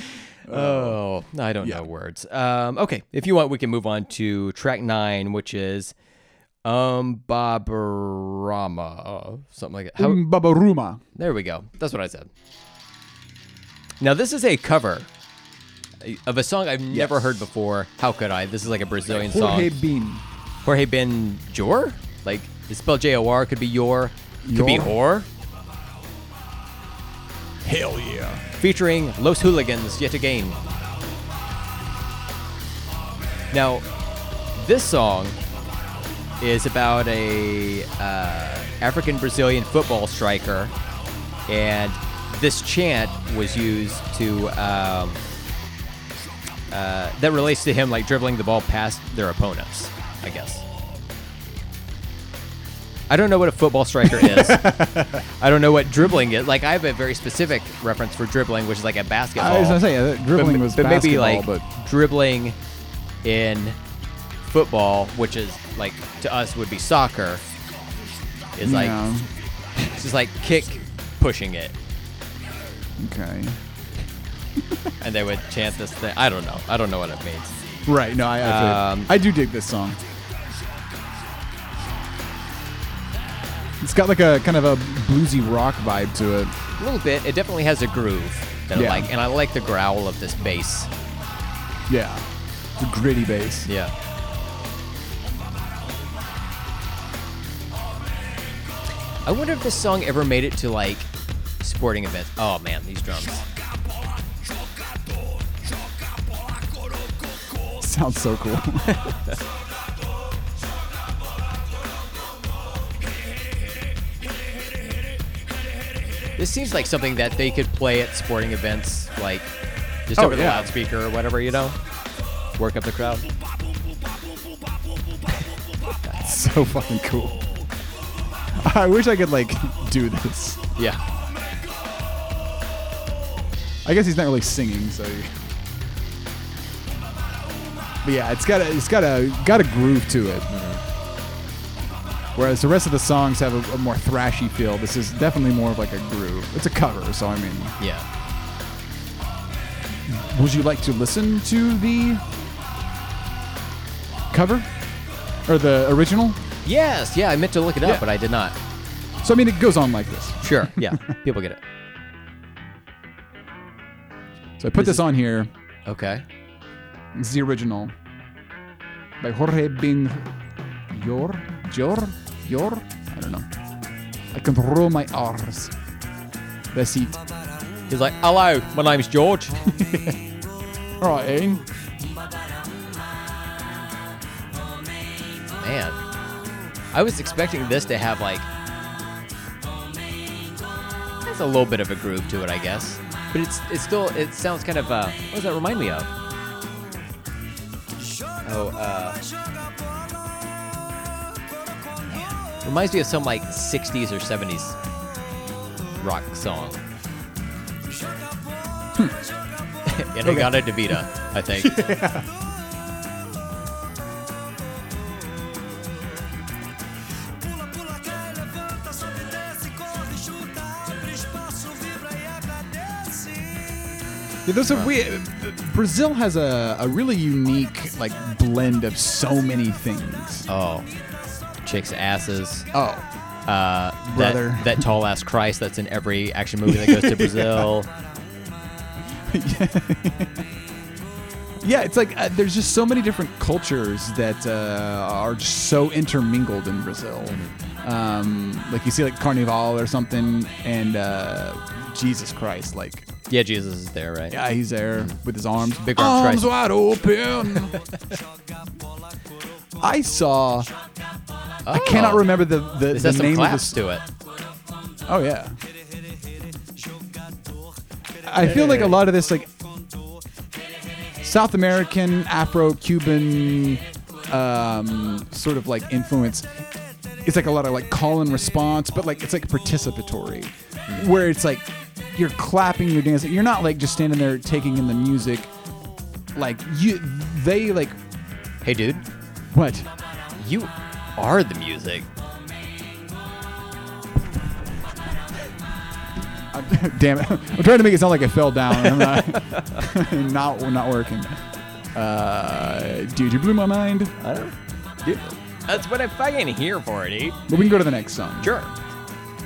[SPEAKER 3] Oh, I don't know words. Um, okay, if you want, we can move on to track nine, which is um Babarama, something like that. How,
[SPEAKER 2] Um, Babaruma.
[SPEAKER 3] There we go. That's what I said. Now this is a cover of a song I've never
[SPEAKER 2] Yes.
[SPEAKER 3] heard before. How could I? This is like a Brazilian
[SPEAKER 2] Jorge
[SPEAKER 3] song.
[SPEAKER 2] Bin.
[SPEAKER 3] Jorge Ben Jor, like it's spelled J O R. Could be your, could be or.
[SPEAKER 2] Hell yeah.
[SPEAKER 3] featuring Los Hooligans yet again. Now, this song is about a uh, African Brazilian football striker, and this chant was used to um, uh, that relates to him like dribbling the ball past their opponents, I guess. I don't know what a football striker is. I don't know what dribbling is. Like I have a very specific reference for dribbling, which is like a basketball.
[SPEAKER 2] I was gonna say yeah, that dribbling was
[SPEAKER 3] maybe
[SPEAKER 2] basketball,
[SPEAKER 3] like
[SPEAKER 2] but
[SPEAKER 3] dribbling in football, which is like to us would be soccer, is like
[SPEAKER 2] yeah.
[SPEAKER 3] it's just like kick pushing it,
[SPEAKER 2] okay,
[SPEAKER 3] and they would chant this thing. I don't know. I don't know what it means.
[SPEAKER 2] right? No, I I, feel-
[SPEAKER 3] Um,
[SPEAKER 2] I do dig this song. It's got like a kind of a bluesy rock vibe to it.
[SPEAKER 3] A little bit. It definitely has a groove that I
[SPEAKER 2] Yeah.
[SPEAKER 3] like, and I like the growl of this bass.
[SPEAKER 2] Yeah, it's a gritty bass.
[SPEAKER 3] Yeah. I wonder if this song ever made it to like sporting events. Oh man, these drums.
[SPEAKER 2] Sounds so cool.
[SPEAKER 3] This seems like something that they could play at sporting events, like just
[SPEAKER 2] Oh,
[SPEAKER 3] over the
[SPEAKER 2] yeah.
[SPEAKER 3] loudspeaker or whatever, you know? Work up the crowd.
[SPEAKER 2] so fucking cool. I wish I could like do this.
[SPEAKER 3] Yeah.
[SPEAKER 2] I guess he's not really singing, so. But yeah, it's got a it's got a got a groove to it. Whereas the rest of the songs have a, a more thrashy feel. This is definitely more of like a groove. It's a cover, so I mean,
[SPEAKER 3] Yeah.
[SPEAKER 2] would you like to listen to the cover or the original?
[SPEAKER 3] Yes, yeah, I meant to look it up,
[SPEAKER 2] Yeah.
[SPEAKER 3] but I did not.
[SPEAKER 2] So I mean, it goes on like this.
[SPEAKER 3] Sure, yeah, people get it.
[SPEAKER 2] So I put this, on here.
[SPEAKER 3] Okay.
[SPEAKER 2] It's the original by Jorge Bing. Your, your, your. I don't know. I control my R's. That's it.
[SPEAKER 3] He's like, hello, my name's George.
[SPEAKER 2] All right, eh?
[SPEAKER 3] Man, I was expecting this to have like. That's a little bit of a groove to it, I guess. But it's it's still it sounds kind of uh what does that remind me of? Oh, uh man, reminds me of some like 60s or 70s rock song. Inagata Devita, I think.
[SPEAKER 2] Yeah, there's a we, Brazil has a, a really unique like blend of so many things.
[SPEAKER 3] Oh, chicks' asses.
[SPEAKER 2] Oh,
[SPEAKER 3] Uh,
[SPEAKER 2] Brother.
[SPEAKER 3] that, that tall ass Christ that's in every action movie that goes to Brazil.
[SPEAKER 2] yeah. It's like uh, there's just so many different cultures that uh, are just so intermingled in Brazil. Um, like you see like Carnival or something, and uh, Jesus Christ, like
[SPEAKER 3] Yeah, Jesus is there, right?
[SPEAKER 2] yeah, he's there with his arms,
[SPEAKER 3] Big arm
[SPEAKER 2] arms
[SPEAKER 3] Christ.
[SPEAKER 2] wide open. I saw. I cannot
[SPEAKER 3] Oh.
[SPEAKER 2] remember the the,
[SPEAKER 3] This
[SPEAKER 2] the
[SPEAKER 3] has some
[SPEAKER 2] name of
[SPEAKER 3] claps
[SPEAKER 2] the
[SPEAKER 3] to it.
[SPEAKER 2] Oh yeah. I feel like a lot of this like South American, Afro-Cuban um, sort of like influence. It's like a lot of like call and response, but like it's like participatory, where it's like you're clapping, you're dancing. You're not like just standing there taking in the music. Like you, they like
[SPEAKER 3] Hey, dude,
[SPEAKER 2] what?
[SPEAKER 3] you are the music.
[SPEAKER 2] Damn it! I'm trying to make it sound like I fell down. and I'm not, not not working. Uh, dude, you blew my mind.
[SPEAKER 3] I don't. Dude, that's what I'm fucking here for, dude.
[SPEAKER 2] But we can go to the next song.
[SPEAKER 3] Sure.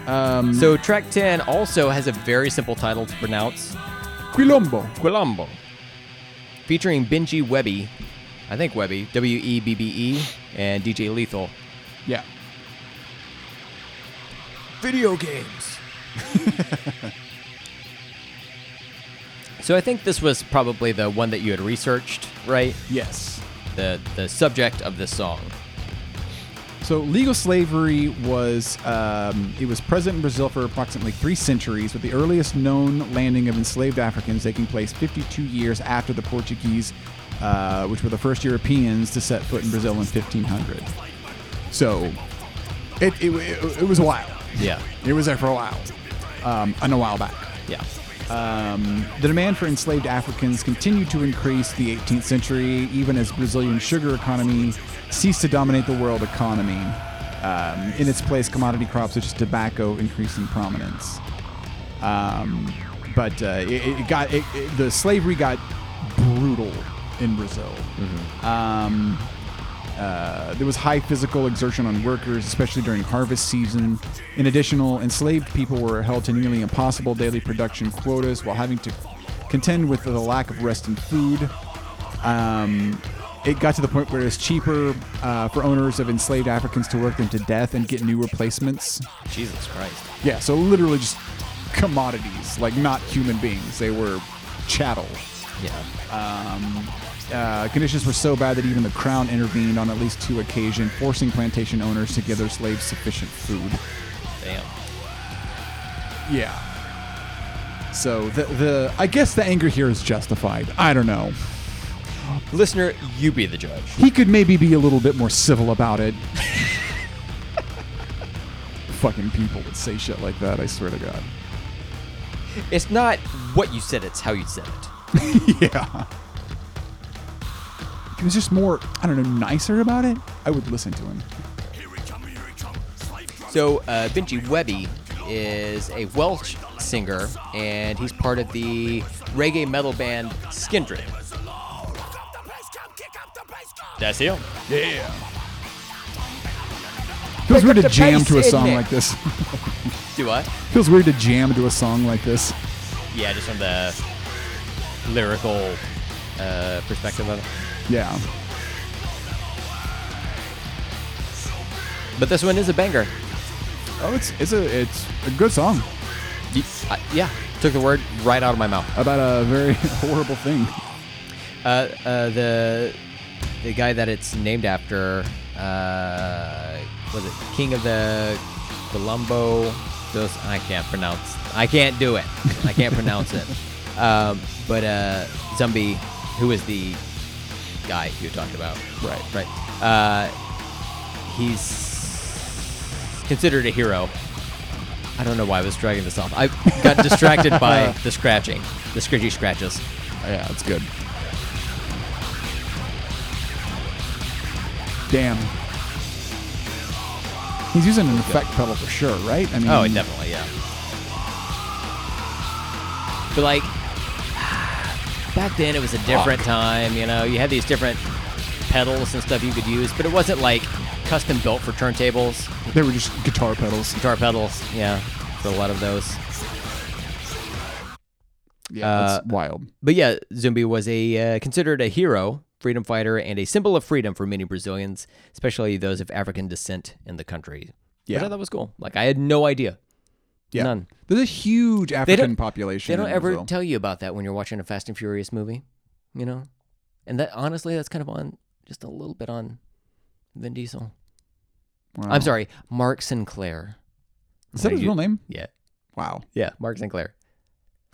[SPEAKER 2] Um,
[SPEAKER 3] So track ten also has a very simple title to pronounce:
[SPEAKER 2] Quilombo.
[SPEAKER 3] Quilombo, featuring Benji Webby, I think Webby, W E B B E, and DJ Lethal.
[SPEAKER 2] Yeah.
[SPEAKER 3] video games. so I think this was probably the one that you had researched, right?
[SPEAKER 2] Yes.
[SPEAKER 3] The the subject of this song.
[SPEAKER 2] So legal slavery was um, it was present in Brazil for approximately three centuries, with the earliest known landing of enslaved Africans taking place 52 years after the Portuguese, uh, which were the first Europeans to set foot in Brazil in 1500. So it it, it, it was wild.
[SPEAKER 3] Yeah.
[SPEAKER 2] It was there for a while, um, and a while back.
[SPEAKER 3] Yeah.
[SPEAKER 2] Um, the demand for enslaved Africans continued to increase the 18th century, even as Brazilian sugar economy ceased to dominate the world economy. Um, in its place, commodity crops such as tobacco increased in prominence. Um, but uh, it, it got it, it- the slavery got brutal in Brazil. Um, uh, there was high physical exertion on workers, especially during harvest season. In addition, enslaved people were held to nearly impossible daily production quotas while having to contend with the lack of rest and food. Um, it got to the point where it was cheaper uh, for owners of enslaved Africans to work them to death and get new replacements.
[SPEAKER 3] Jesus Christ.
[SPEAKER 2] Yeah, so literally just commodities, like not human beings. They were chattel.
[SPEAKER 3] Yeah.
[SPEAKER 2] Um, uh, conditions were so bad that even the crown intervened on at least two occasions, forcing plantation owners to give their slaves sufficient food.
[SPEAKER 3] Damn.
[SPEAKER 2] Yeah. So the the I guess the anger here is justified. I don't know.
[SPEAKER 3] Listener, you be the judge.
[SPEAKER 2] He could maybe be a little bit more civil about it. Fucking people that say shit like that, I swear to God.
[SPEAKER 3] It's not what you said, it's how you said it.
[SPEAKER 2] yeah. If he was just more, I don't know, nicer about it, I would listen to him.
[SPEAKER 3] So uh, Benji Webby is a Welsh singer, and he's part of the reggae metal band Skindred. That's him.
[SPEAKER 2] Yeah. Feels
[SPEAKER 1] pick
[SPEAKER 2] weird
[SPEAKER 1] up
[SPEAKER 2] to
[SPEAKER 1] the
[SPEAKER 2] jam
[SPEAKER 1] pace,
[SPEAKER 2] to a
[SPEAKER 1] isn't
[SPEAKER 2] song
[SPEAKER 1] it?
[SPEAKER 2] like this.
[SPEAKER 3] Do what?
[SPEAKER 2] Feels weird to jam to a song like this.
[SPEAKER 3] Yeah, just from the lyrical uh, perspective of it.
[SPEAKER 2] Yeah.
[SPEAKER 3] But this one is a banger.
[SPEAKER 2] Oh, it's it's a it's a good song
[SPEAKER 3] Y- I- yeah, took the word right out of my mouth.
[SPEAKER 2] about a very horrible thing.
[SPEAKER 3] Uh, uh, the the guy that it's named after uh, was it King of the Colombo? Those I can't pronounce. I can't do it. I can't pronounce it. Um, but uh, zombie, who is the guy you talked about?
[SPEAKER 2] Right.
[SPEAKER 3] right. Uh, he's considered a hero. I don't know why I was dragging this off. I got distracted by the scratching, the scritchy scratches.
[SPEAKER 2] Yeah, it's good. Damn. He's using an effect pedal for sure, right? I mean,
[SPEAKER 3] Oh, definitely, yeah. But like back then, it was a different time. You know, you had these different pedals and stuff you could use, but it wasn't like custom built for turntables,
[SPEAKER 2] They were just guitar pedals.
[SPEAKER 3] guitar pedals. Yeah, for a lot of those.
[SPEAKER 2] Yeah,
[SPEAKER 3] Uh,
[SPEAKER 2] that's wild.
[SPEAKER 3] But yeah, Zumbi was a uh, considered a hero, freedom fighter, and a symbol of freedom for many Brazilians, especially those of African descent in the country.
[SPEAKER 2] Yeah.
[SPEAKER 3] I thought that was cool. Like I had no idea.
[SPEAKER 2] Yeah.
[SPEAKER 3] None.
[SPEAKER 2] There's a huge
[SPEAKER 3] don't-
[SPEAKER 2] African population.
[SPEAKER 3] They don't
[SPEAKER 2] in
[SPEAKER 3] ever
[SPEAKER 2] Brazil.
[SPEAKER 3] tell you about that when you're watching a Fast and Furious movie, you know? And that honestly, that's kind of on just a little bit on Vin Diesel.
[SPEAKER 2] Wow.
[SPEAKER 3] I'm sorry, Mark Sinclair.
[SPEAKER 2] Is that his real name?
[SPEAKER 3] Yeah.
[SPEAKER 2] Wow.
[SPEAKER 3] Yeah, Mark Sinclair.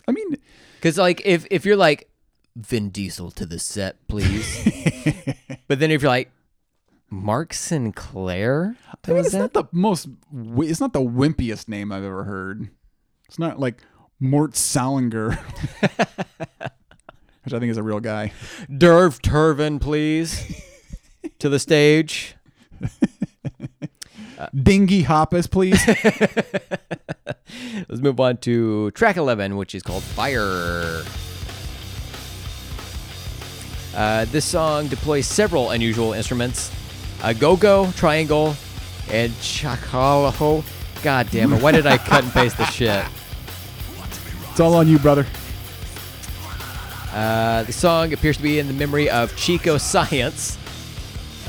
[SPEAKER 2] I mean,
[SPEAKER 3] Because, like, if, if you're like, Vin Diesel to the set, please. but then if you're like, Mark Sinclair?
[SPEAKER 2] I mean,
[SPEAKER 3] was
[SPEAKER 2] it's
[SPEAKER 3] that?
[SPEAKER 2] not the most. wi- It's not the wimpiest name I've ever heard. It's not like Mort Salinger, which I think is a real guy.
[SPEAKER 3] Derv Turvin, please. to the stage.
[SPEAKER 2] Dingy Hoppus, please.
[SPEAKER 3] Let's move on to track 11, which is called Fire. Uh, this song deploys several unusual instruments a go go, triangle, and chacalaho. God damn it, why did I cut and paste the shit?
[SPEAKER 2] it's all on you, brother.
[SPEAKER 3] Uh, the song appears to be in the memory of Chico Science.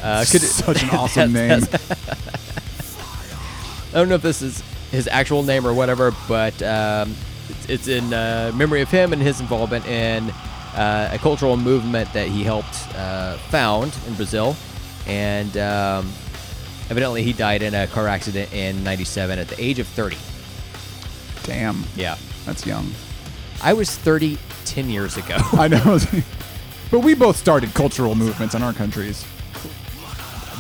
[SPEAKER 3] Uh, could-
[SPEAKER 2] Such an awesome name.
[SPEAKER 3] I don't know if this is his actual name or whatever, but um, it's, it's in uh, memory of him and his involvement in uh, a cultural movement that he helped uh, found in Brazil. And um, evidently, he died in a car accident in '97 at the age of 30.
[SPEAKER 2] Damn.
[SPEAKER 3] Yeah,
[SPEAKER 2] That's young.
[SPEAKER 3] I was 30 10 years ago.
[SPEAKER 2] I know. but we both started cultural movements in our countries.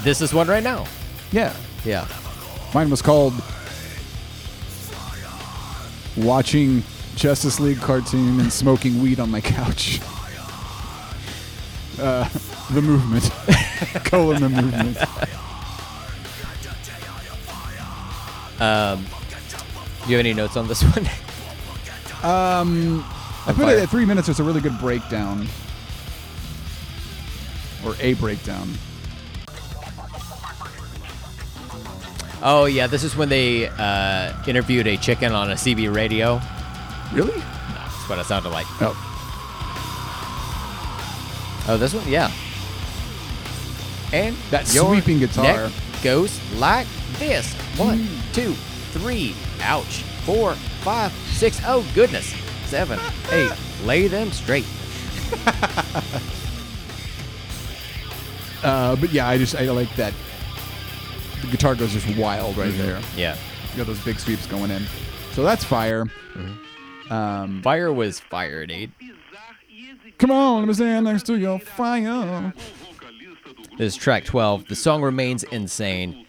[SPEAKER 3] this is one right now.
[SPEAKER 2] Yeah.
[SPEAKER 3] Yeah,
[SPEAKER 2] Mine was called Watching Justice League cartoon and smoking weed on my couch. Uh, the movement. Colon the movement.
[SPEAKER 3] do you have any notes on this one?
[SPEAKER 2] Um, I put
[SPEAKER 3] fire.
[SPEAKER 2] it at three minutes. It's a really good breakdown, or a breakdown.
[SPEAKER 3] oh yeah, this is when they uh, interviewed a chicken on a CB radio.
[SPEAKER 2] Really?
[SPEAKER 3] That's what it sounded like.
[SPEAKER 2] Oh,
[SPEAKER 3] Oh, this one, yeah. And
[SPEAKER 2] That
[SPEAKER 3] your
[SPEAKER 2] sweeping guitar. Mm.
[SPEAKER 3] neck goes like this: one, two, three. Ouch! Four, five, six. Oh goodness! Seven, eight. Lay them straight.
[SPEAKER 2] uh, but yeah, I just I like that. The guitar goes just wild right there.
[SPEAKER 3] Yeah.
[SPEAKER 2] You got those big sweeps going in. So that's fire. Um,
[SPEAKER 3] Fire was fire, dude.
[SPEAKER 2] come on, let me stand next to your fire.
[SPEAKER 3] This is track 12. The song remains insane.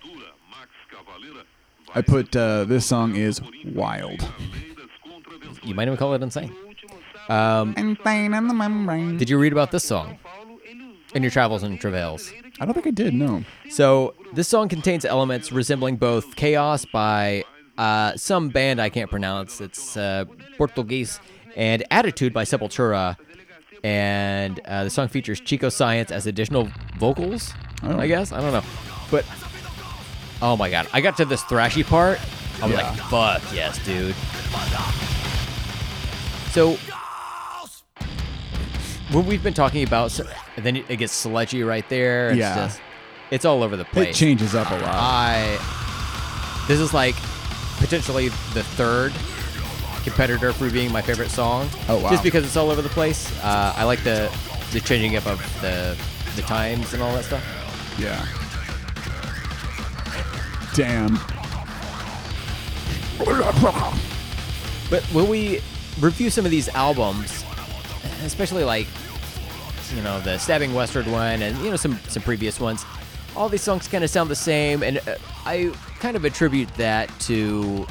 [SPEAKER 2] I put uh, this song is wild.
[SPEAKER 3] You might even call it insane.
[SPEAKER 2] Insane in the membrane.
[SPEAKER 3] Did you read about this song in your travels and travails?
[SPEAKER 2] I don't think I did. No.
[SPEAKER 3] So this song contains elements resembling both "Chaos" by uh, some band I can't pronounce. It's uh, Portuguese, and "Attitude" by Sepultura. And uh, the song features Chico Science as additional vocals.
[SPEAKER 2] Oh.
[SPEAKER 3] I guess I don't know, but a Oh my god, I got to this thrashy part. I'm
[SPEAKER 2] Yeah.
[SPEAKER 3] like, fuck yes, dude. So when we've been talking about, so- and then it gets sludgy right there. It's
[SPEAKER 2] Yeah.
[SPEAKER 3] just, it's all over the place. Ah.
[SPEAKER 2] It changes up a lot.
[SPEAKER 3] I. This is like potentially the third competitor for being my favorite song.
[SPEAKER 2] Oh, wow.
[SPEAKER 3] Just because it's all over the place. Uh, I like the the changing up of the the times and all that stuff.
[SPEAKER 2] Yeah. Damn.
[SPEAKER 3] But when we review some of these albums, especially like you know the Stabbing Westward one and you know some some previous ones, all these songs kind of sound the same, and uh, I kind of attribute that to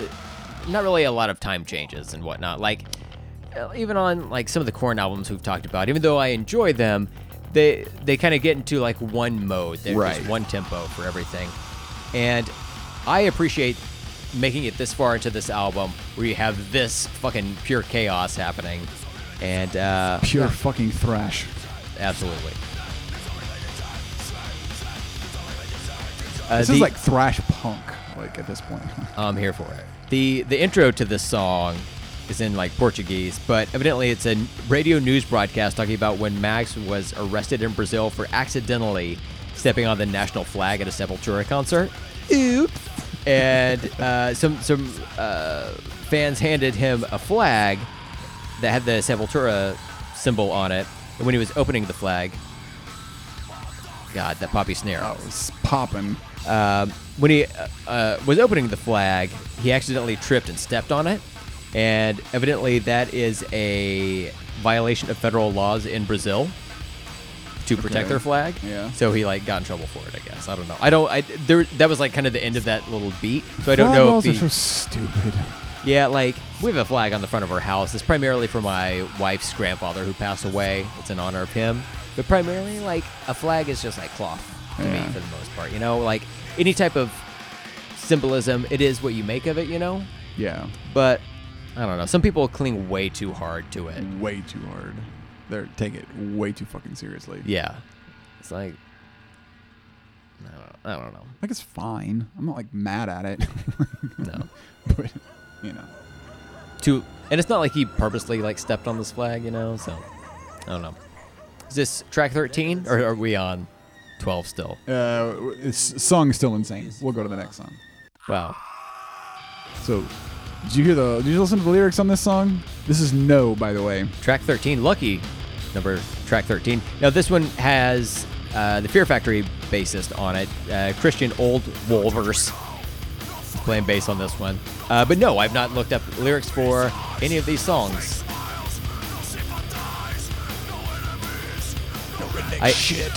[SPEAKER 3] uh, not really a lot of time changes and whatnot. Like uh, even on like some of the Corn albums we've talked about, even though I enjoy them, they they kind of get into like one mode. There's
[SPEAKER 2] Right.
[SPEAKER 3] just one tempo for everything, and I appreciate making it this far into this album where you have this fucking pure chaos happening, and uh,
[SPEAKER 2] Pure fucking thrash.
[SPEAKER 3] absolutely. Uh,
[SPEAKER 2] This is
[SPEAKER 3] the-
[SPEAKER 2] like thrash punk, like at this point.
[SPEAKER 3] I'm here for it. The the intro to this song is in like Portuguese, but evidently it's a radio news broadcast talking about when Max was arrested in Brazil for accidentally stepping on the national flag at a Sepultura concert. Oops. And uh, some some uh, fans handed him a flag that had the Sepultura symbol on it. And when he was opening the flag, God, that poppy snare
[SPEAKER 2] Oh, it's popping.
[SPEAKER 3] um, when he uh, uh, was opening the flag, he accidentally tripped and stepped on it. And evidently, that is a violation of federal laws in Brazil to protect
[SPEAKER 2] Okay.
[SPEAKER 3] their flag.
[SPEAKER 2] Yeah.
[SPEAKER 3] So he like got in trouble for it, I guess. I don't know. I don't. I there. That was like kind of the end of that little beat. So I don't know. If
[SPEAKER 2] Those are
[SPEAKER 3] the-
[SPEAKER 2] so stupid.
[SPEAKER 3] yeah, like we have a flag on the front of our house. It's primarily for my wife's grandfather who passed away. It's in honor of him. But primarily, like a flag is just like cloth to
[SPEAKER 2] Yeah.
[SPEAKER 3] me for the most part. You know, like any type of symbolism, it is what you make of it. You know,
[SPEAKER 2] Yeah.
[SPEAKER 3] but I don't know. Some people cling way too hard to it.
[SPEAKER 2] Way too hard. They're taking it way too fucking seriously.
[SPEAKER 3] Yeah, it's like I don't, I don't know.
[SPEAKER 2] Like it's fine. I'm not like mad at it.
[SPEAKER 3] No.
[SPEAKER 2] but you know.
[SPEAKER 3] to and it's not like he purposely like stepped on this flag you know so i don't know is this track 13 or are we on 12 still
[SPEAKER 2] Uh, w- it's song is still insane. We'll go to the next song.
[SPEAKER 3] wow
[SPEAKER 2] So, did you hear the? Did you listen to the lyrics on this song? This is no, by the way.
[SPEAKER 3] track 13 lucky number track 13 now this one has uh, the fear factory bassist on it uh, christian old wolvers playing bass on this one uh, but no i've not looked up lyrics for any of these songs I-
[SPEAKER 2] shit.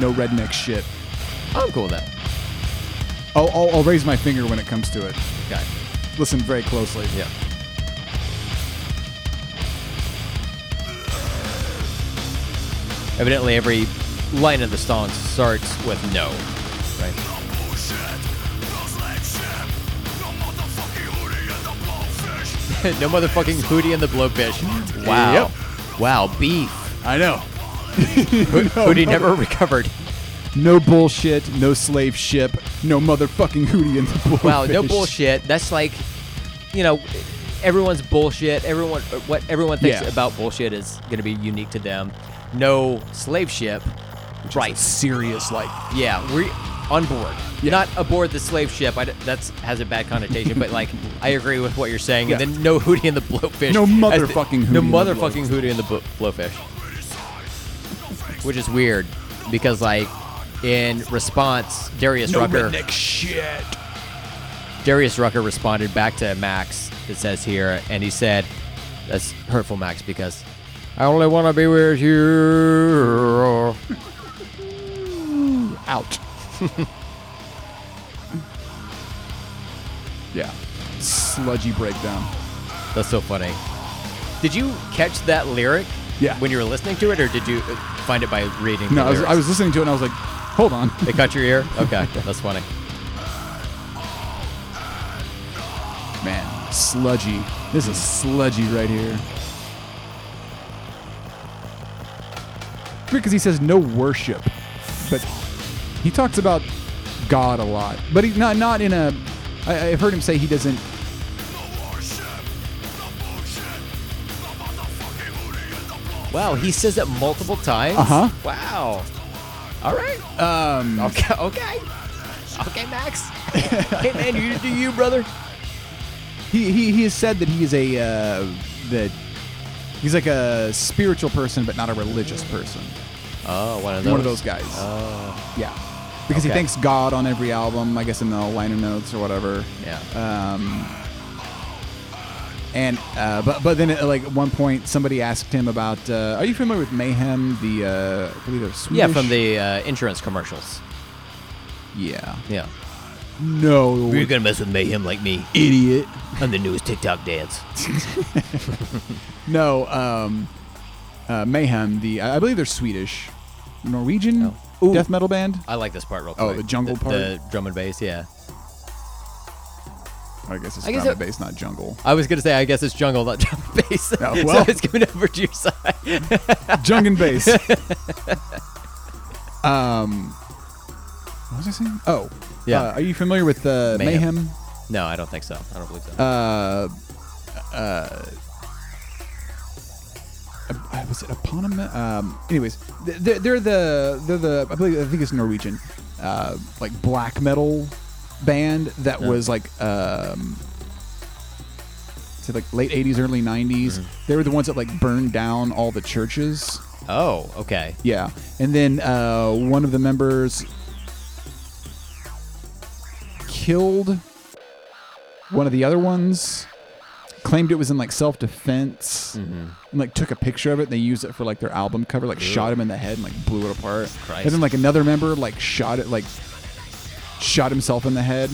[SPEAKER 2] No redneck shit.
[SPEAKER 3] i'm cool with that
[SPEAKER 2] I'll, I'll, I'll raise my finger when it comes to it.
[SPEAKER 3] okay
[SPEAKER 2] Listen very closely.
[SPEAKER 3] yeah evidently every line of the song starts with no right no motherfucking hootie and the blowfish wow wow beef
[SPEAKER 2] I know.
[SPEAKER 3] hootie never recovered
[SPEAKER 2] No bullshit. No slave ship. No motherfucking hootie in the blowfish.
[SPEAKER 3] wow no bullshit that's like you know everyone's bullshit everyone what everyone thinks
[SPEAKER 2] Yeah.
[SPEAKER 3] about bullshit is gonna be unique to them no slave ship right
[SPEAKER 2] Serious like.
[SPEAKER 3] Yeah, we on board.
[SPEAKER 2] Yeah.
[SPEAKER 3] Not aboard the slave ship. I d that's has a bad connotation, but like I agree with what you're saying.
[SPEAKER 2] Yeah.
[SPEAKER 3] And then no hootie and the blowfish.
[SPEAKER 2] No
[SPEAKER 3] as
[SPEAKER 2] motherfucking
[SPEAKER 3] the, no
[SPEAKER 2] Hootie and the
[SPEAKER 3] motherfucking hootie and the blo- blowfish, which is weird because like in response, Darius Rucker.
[SPEAKER 2] shit.
[SPEAKER 3] Darius Rucker responded back to Max, it says here, and he said, That's hurtful, Max, because I only want to be with you.
[SPEAKER 2] Out. yeah. Sludgy breakdown.
[SPEAKER 3] That's so funny. Did you catch that lyric?
[SPEAKER 2] Yeah.
[SPEAKER 3] When you were listening to it, or did you uh, find it by reading? the
[SPEAKER 2] No, I was, I
[SPEAKER 3] lyrics?
[SPEAKER 2] was listening to it and I was like, hold on.
[SPEAKER 3] It caught your ear. Okay, that's funny.
[SPEAKER 2] Man, sludgy. This is sludgy right here. Because he says no worship, but he talks about God a lot, but he's not not in a. I, I've heard him say he doesn't.
[SPEAKER 3] Wow, he says it multiple times.
[SPEAKER 2] Uh-huh.
[SPEAKER 3] Wow. All right.
[SPEAKER 2] Um,
[SPEAKER 3] Okay. Okay. Okay, Max. hey, man, you do you, brother.
[SPEAKER 2] he, he he has said that he is a uh, that he's like a spiritual person, but not a religious person.
[SPEAKER 3] Oh, one of
[SPEAKER 2] One of those guys. yeah, because he
[SPEAKER 3] Oh. Okay.
[SPEAKER 2] thanks God on every album. I guess in the liner notes or whatever.
[SPEAKER 3] Yeah.
[SPEAKER 2] Um, and uh, but but then at like one point somebody asked him about uh, are you familiar with Mayhem the uh, I believe they're Swedish
[SPEAKER 3] yeah, from the uh, insurance commercials.
[SPEAKER 2] yeah
[SPEAKER 3] Yeah.
[SPEAKER 2] no
[SPEAKER 3] You're gonna mess with mayhem like me.
[SPEAKER 2] idiot
[SPEAKER 3] I'm the newest TikTok dance.
[SPEAKER 2] no um, uh, Mayhem the I I believe they're Swedish Norwegian
[SPEAKER 3] Oh. Ooh.
[SPEAKER 2] death metal band
[SPEAKER 3] I like this part real
[SPEAKER 2] Oh,
[SPEAKER 3] quick.
[SPEAKER 2] the jungle part?
[SPEAKER 3] The drum and bass. Yeah.
[SPEAKER 2] I guess it's
[SPEAKER 3] I guess
[SPEAKER 2] drum
[SPEAKER 3] it-
[SPEAKER 2] and bass not jungle
[SPEAKER 3] I was gonna say, I guess it's jungle, not drum and bass.
[SPEAKER 2] Oh,
[SPEAKER 3] so
[SPEAKER 2] well.
[SPEAKER 3] it's coming over to your side.
[SPEAKER 2] Jung and bass. um, what was I saying? Oh,
[SPEAKER 3] Yeah.
[SPEAKER 2] uh, are you familiar with uh,
[SPEAKER 3] Mayhem.
[SPEAKER 2] Mayhem?
[SPEAKER 3] No, I don't think so. I don't believe so.
[SPEAKER 2] Uh, uh, uh, was it eponym? Um, anyways, th- they're, they're the they're the I believe I think it's Norwegian, uh, like black metal band that
[SPEAKER 3] Yeah.
[SPEAKER 2] was like um, say like late '80s, early '90s.
[SPEAKER 3] Mm-hmm.
[SPEAKER 2] They were the ones that like burned down all the churches.
[SPEAKER 3] oh, okay.
[SPEAKER 2] Yeah, and then uh, one of the members killed one of the other ones. Claimed it was in like self defense, and like took a picture of it. And they used it for like their album cover. Like shot him in the head and like blew it apart.
[SPEAKER 3] Christ.
[SPEAKER 2] And then like another member like shot it like shot himself in the head.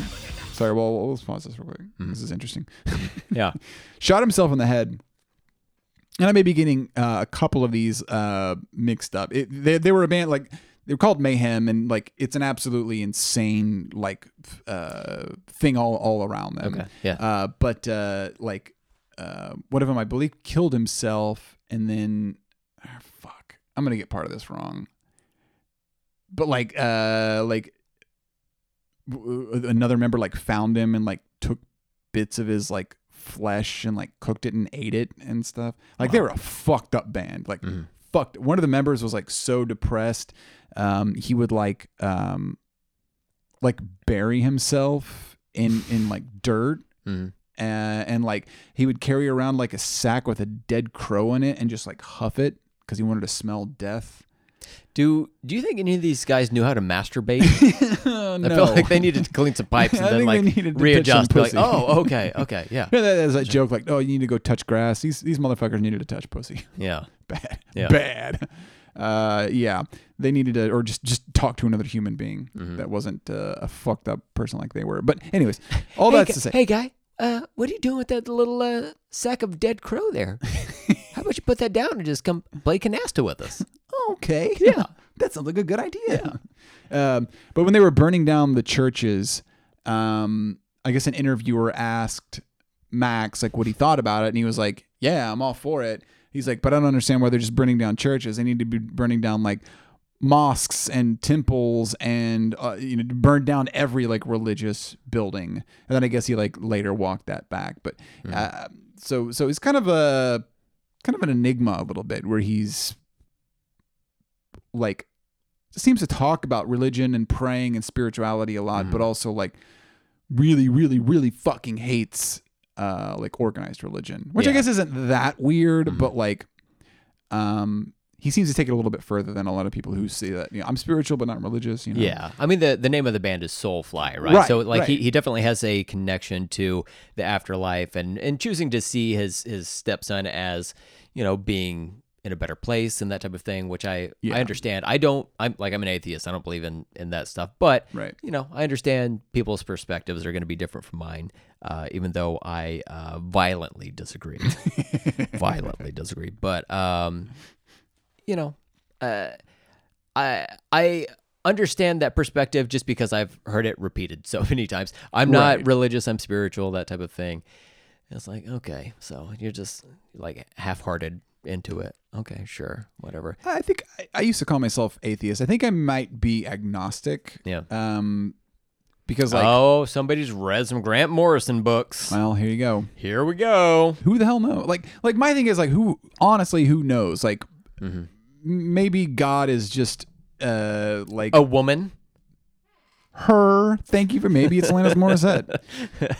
[SPEAKER 2] Sorry, well we'll pause this real quick. This is interesting.
[SPEAKER 3] Yeah.
[SPEAKER 2] shot himself in the head. And I may be getting uh, a couple of these uh, mixed up. It, they, they were a band like they were called Mayhem, and like it's an absolutely insane like f- uh, thing all all around them.
[SPEAKER 3] Okay, yeah.
[SPEAKER 2] Uh, but uh, like uh, one of them, I believe, killed himself, and then ah, fuck, I'm gonna get part of this wrong. But like uh, like w- w- another member like found him and like took bits of his like flesh and like cooked it and ate it and stuff. Like they were a fucked up band. Like fucked. One of the members was like so depressed. Um, he would like um, like bury himself in in like dirt.
[SPEAKER 3] Mhm.
[SPEAKER 2] Uh, and like he would carry around like a sack with a dead crow in it and just like huff it because he wanted to smell death.
[SPEAKER 3] Do Do you think any of these guys knew how to masturbate?
[SPEAKER 2] no.
[SPEAKER 3] I feel like they needed to clean some pipes and
[SPEAKER 2] I
[SPEAKER 3] then
[SPEAKER 2] think
[SPEAKER 3] like
[SPEAKER 2] they needed to touch
[SPEAKER 3] readjust.
[SPEAKER 2] some
[SPEAKER 3] Be like,
[SPEAKER 2] pussy.
[SPEAKER 3] oh, okay, okay, yeah,
[SPEAKER 2] Yeah, that is a joke. Like, oh, you need to go touch grass. These these motherfuckers needed to touch pussy.
[SPEAKER 3] yeah.
[SPEAKER 2] bad,
[SPEAKER 3] Yeah.
[SPEAKER 2] bad. Uh, yeah, they needed to, or just just talk to another human being
[SPEAKER 3] Mm-hmm.
[SPEAKER 2] that wasn't uh, a fucked up person like they were. But anyways, all that's to say,
[SPEAKER 3] hey guy, uh, what are you doing with that little uh, sack of dead crow there? how about you put that down and just come play canasta with us?
[SPEAKER 2] Oh, okay, yeah, that sounds like a good idea. Um, but when they were burning down the churches, um, I guess an interviewer asked Max like what he thought about it, and he was like, "Yeah, I'm all for it." He's like, "But I don't understand why they're just burning down churches. They need to be burning down like." mosques and temples and uh, you know burned down every like religious building and then i guess he like later walked that back but uh, so so it's kind of a kind of an enigma a little bit where he's like seems to talk about religion and praying and spirituality a lot but also like really really really fucking hates uh like organized religion which i
[SPEAKER 3] Yeah.
[SPEAKER 2] guess isn't that weird but like um he seems to take it a little bit further than a lot of people who see that you know i'm spiritual but not religious you know
[SPEAKER 3] Yeah, I mean the the name of the band is Soulfly, right?
[SPEAKER 2] Right,
[SPEAKER 3] so like he,
[SPEAKER 2] right.
[SPEAKER 3] he definitely has a connection to the afterlife, and and choosing to see his his stepson as you know being in a better place and that type of thing, which I
[SPEAKER 2] Yeah.
[SPEAKER 3] I understand. I don't I'm like I'm an atheist. I don't believe in in that stuff, but
[SPEAKER 2] Right.
[SPEAKER 3] you know I understand people's perspectives are going to be different from mine, uh, even though I uh, violently disagree, violently disagree. But um, you know, uh, I I understand that perspective just because I've heard it repeated so many times. I'm not
[SPEAKER 2] Right.
[SPEAKER 3] religious, I'm spiritual, that type of thing. And It's like, okay, so you're just like half-hearted into it. Okay, sure, whatever.
[SPEAKER 2] I think I, I used to call myself atheist. I think I might be agnostic.
[SPEAKER 3] Yeah.
[SPEAKER 2] Um, because like,
[SPEAKER 3] oh, somebody's read some Grant Morrison books.
[SPEAKER 2] well, here you go.
[SPEAKER 3] Here we go.
[SPEAKER 2] Who the hell knows? Like, like my thing is like, who honestly, who knows? Like,
[SPEAKER 3] Mm-hmm.
[SPEAKER 2] maybe God is just uh like
[SPEAKER 3] A woman.
[SPEAKER 2] her. Thank you for maybe it's Alanis Morissette,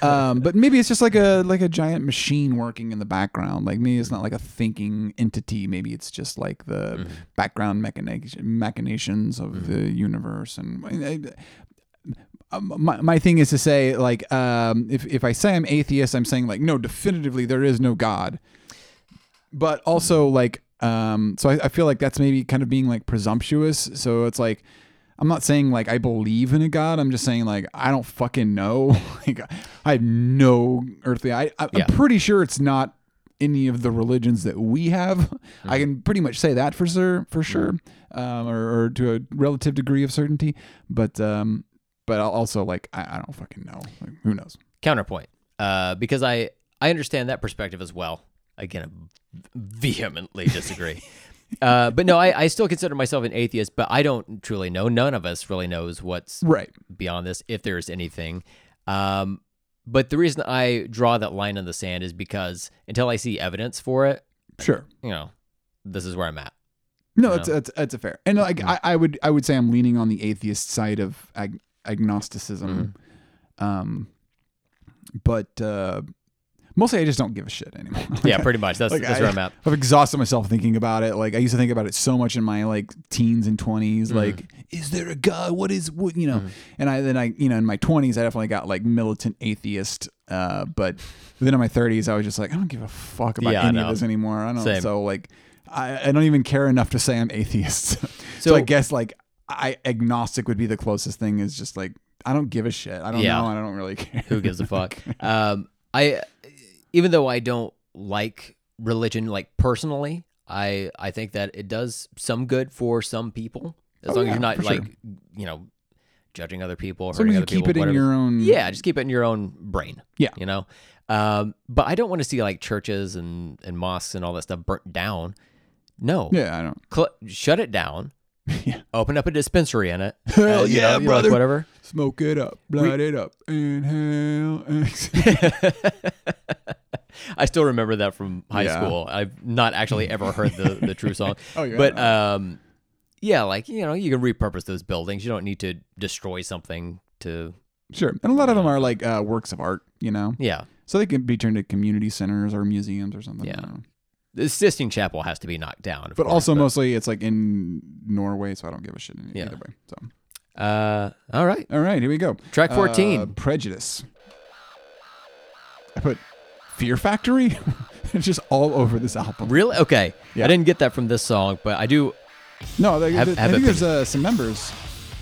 [SPEAKER 2] um, but maybe it's just like a like a giant machine working in the background. Like maybe it's not like a thinking entity. Maybe it's just like the background mechanic- machinations of the universe. And uh, my my thing is to say like um, if if I say I'm atheist, I'm saying like no, definitively there is no God but also like um so I, I feel like that's maybe kind of being like presumptuous so it's like i'm not saying like i believe in a god i'm just saying like i don't fucking know like i have no earthly i, I
[SPEAKER 3] Yeah.
[SPEAKER 2] i'm pretty sure it's not any of the religions that we have i can pretty much say that for sure for sure um or, or to a relative degree of certainty but um but I'll also like i, I don't fucking know like, who knows
[SPEAKER 3] counterpoint uh, because I I understand that perspective as well. Again, I vehemently disagree. uh, but no, I, I still consider myself an atheist, but I don't truly know. None of us really knows what's
[SPEAKER 2] right
[SPEAKER 3] beyond this, if there is anything. Um, but the reason I draw that line in the sand is because until I see evidence for it,
[SPEAKER 2] sure
[SPEAKER 3] you know, this is where I'm at.
[SPEAKER 2] No, it's it's it's a fair. And like I, I would I would say I'm leaning on the atheist side of ag- agnosticism. Um but uh mostly I just don't give a shit anymore.
[SPEAKER 3] Yeah, pretty much. That's,
[SPEAKER 2] Like,
[SPEAKER 3] that's
[SPEAKER 2] I,
[SPEAKER 3] where I'm at.
[SPEAKER 2] I've exhausted myself thinking about it. Like I used to think about it so much in my like teens and 20s
[SPEAKER 3] Mm-hmm.
[SPEAKER 2] like is there a god? What is what, you know? And I then I, you know, in my 20s I definitely got like militant atheist uh but then in my 30s I was just like I don't give a fuck about
[SPEAKER 3] Yeah, I
[SPEAKER 2] any of
[SPEAKER 3] know.
[SPEAKER 2] this anymore. I don't
[SPEAKER 3] Same.
[SPEAKER 2] so like I, I don't even care enough to say I'm atheist. so,
[SPEAKER 3] So-
[SPEAKER 2] I guess like I agnostic would be the closest thing is just like I don't give a shit. I don't
[SPEAKER 3] Yeah.
[SPEAKER 2] know and I don't really care.
[SPEAKER 3] who gives a fuck um i even though i don't like religion like personally i i think that it does some good for some people as
[SPEAKER 2] Oh,
[SPEAKER 3] long
[SPEAKER 2] yeah,
[SPEAKER 3] as you're not
[SPEAKER 2] for
[SPEAKER 3] like
[SPEAKER 2] sure.
[SPEAKER 3] you know judging other people
[SPEAKER 2] So
[SPEAKER 3] hurting
[SPEAKER 2] you
[SPEAKER 3] other
[SPEAKER 2] keep
[SPEAKER 3] people
[SPEAKER 2] it in
[SPEAKER 3] whatever.
[SPEAKER 2] your own
[SPEAKER 3] yeah just keep it in your own brain
[SPEAKER 2] Yeah.
[SPEAKER 3] you know um but i don't want to see like churches and and mosques and all that stuff burnt down no
[SPEAKER 2] Yeah, I don't.
[SPEAKER 3] Cl- shut it down
[SPEAKER 2] Yeah.
[SPEAKER 3] open up a dispensary in it
[SPEAKER 2] Hell
[SPEAKER 3] you
[SPEAKER 2] yeah,
[SPEAKER 3] know, you know,
[SPEAKER 2] brother.
[SPEAKER 3] like whatever
[SPEAKER 2] Smoke it up, light it up, inhale, exhale.
[SPEAKER 3] I still remember that from high
[SPEAKER 2] Yeah.
[SPEAKER 3] school. I've not actually ever heard the, the true song.
[SPEAKER 2] Oh, yeah.
[SPEAKER 3] But um, yeah, like, you know, you can repurpose those buildings. You don't need to destroy something to,
[SPEAKER 2] Sure, and a lot of them are like uh, works of art, you know,
[SPEAKER 3] yeah.
[SPEAKER 2] so they can be turned to community centers or museums or something. I
[SPEAKER 3] Yeah.
[SPEAKER 2] don't know.
[SPEAKER 3] The Sistine Chapel has to be knocked down. of
[SPEAKER 2] but
[SPEAKER 3] course,
[SPEAKER 2] also mostly it's like in Norway, so I don't give a shit any-
[SPEAKER 3] Yeah.
[SPEAKER 2] either way. So,
[SPEAKER 3] Uh, all right.
[SPEAKER 2] all right, here we go.
[SPEAKER 3] Track 14.
[SPEAKER 2] Uh, Prejudice. I put Fear Factory. it's just all over this album.
[SPEAKER 3] Really? Okay.
[SPEAKER 2] Yeah.
[SPEAKER 3] I didn't get that from this song, but I do
[SPEAKER 2] No, they,
[SPEAKER 3] Have-
[SPEAKER 2] they-
[SPEAKER 3] have
[SPEAKER 2] I think
[SPEAKER 3] it
[SPEAKER 2] there's uh, some members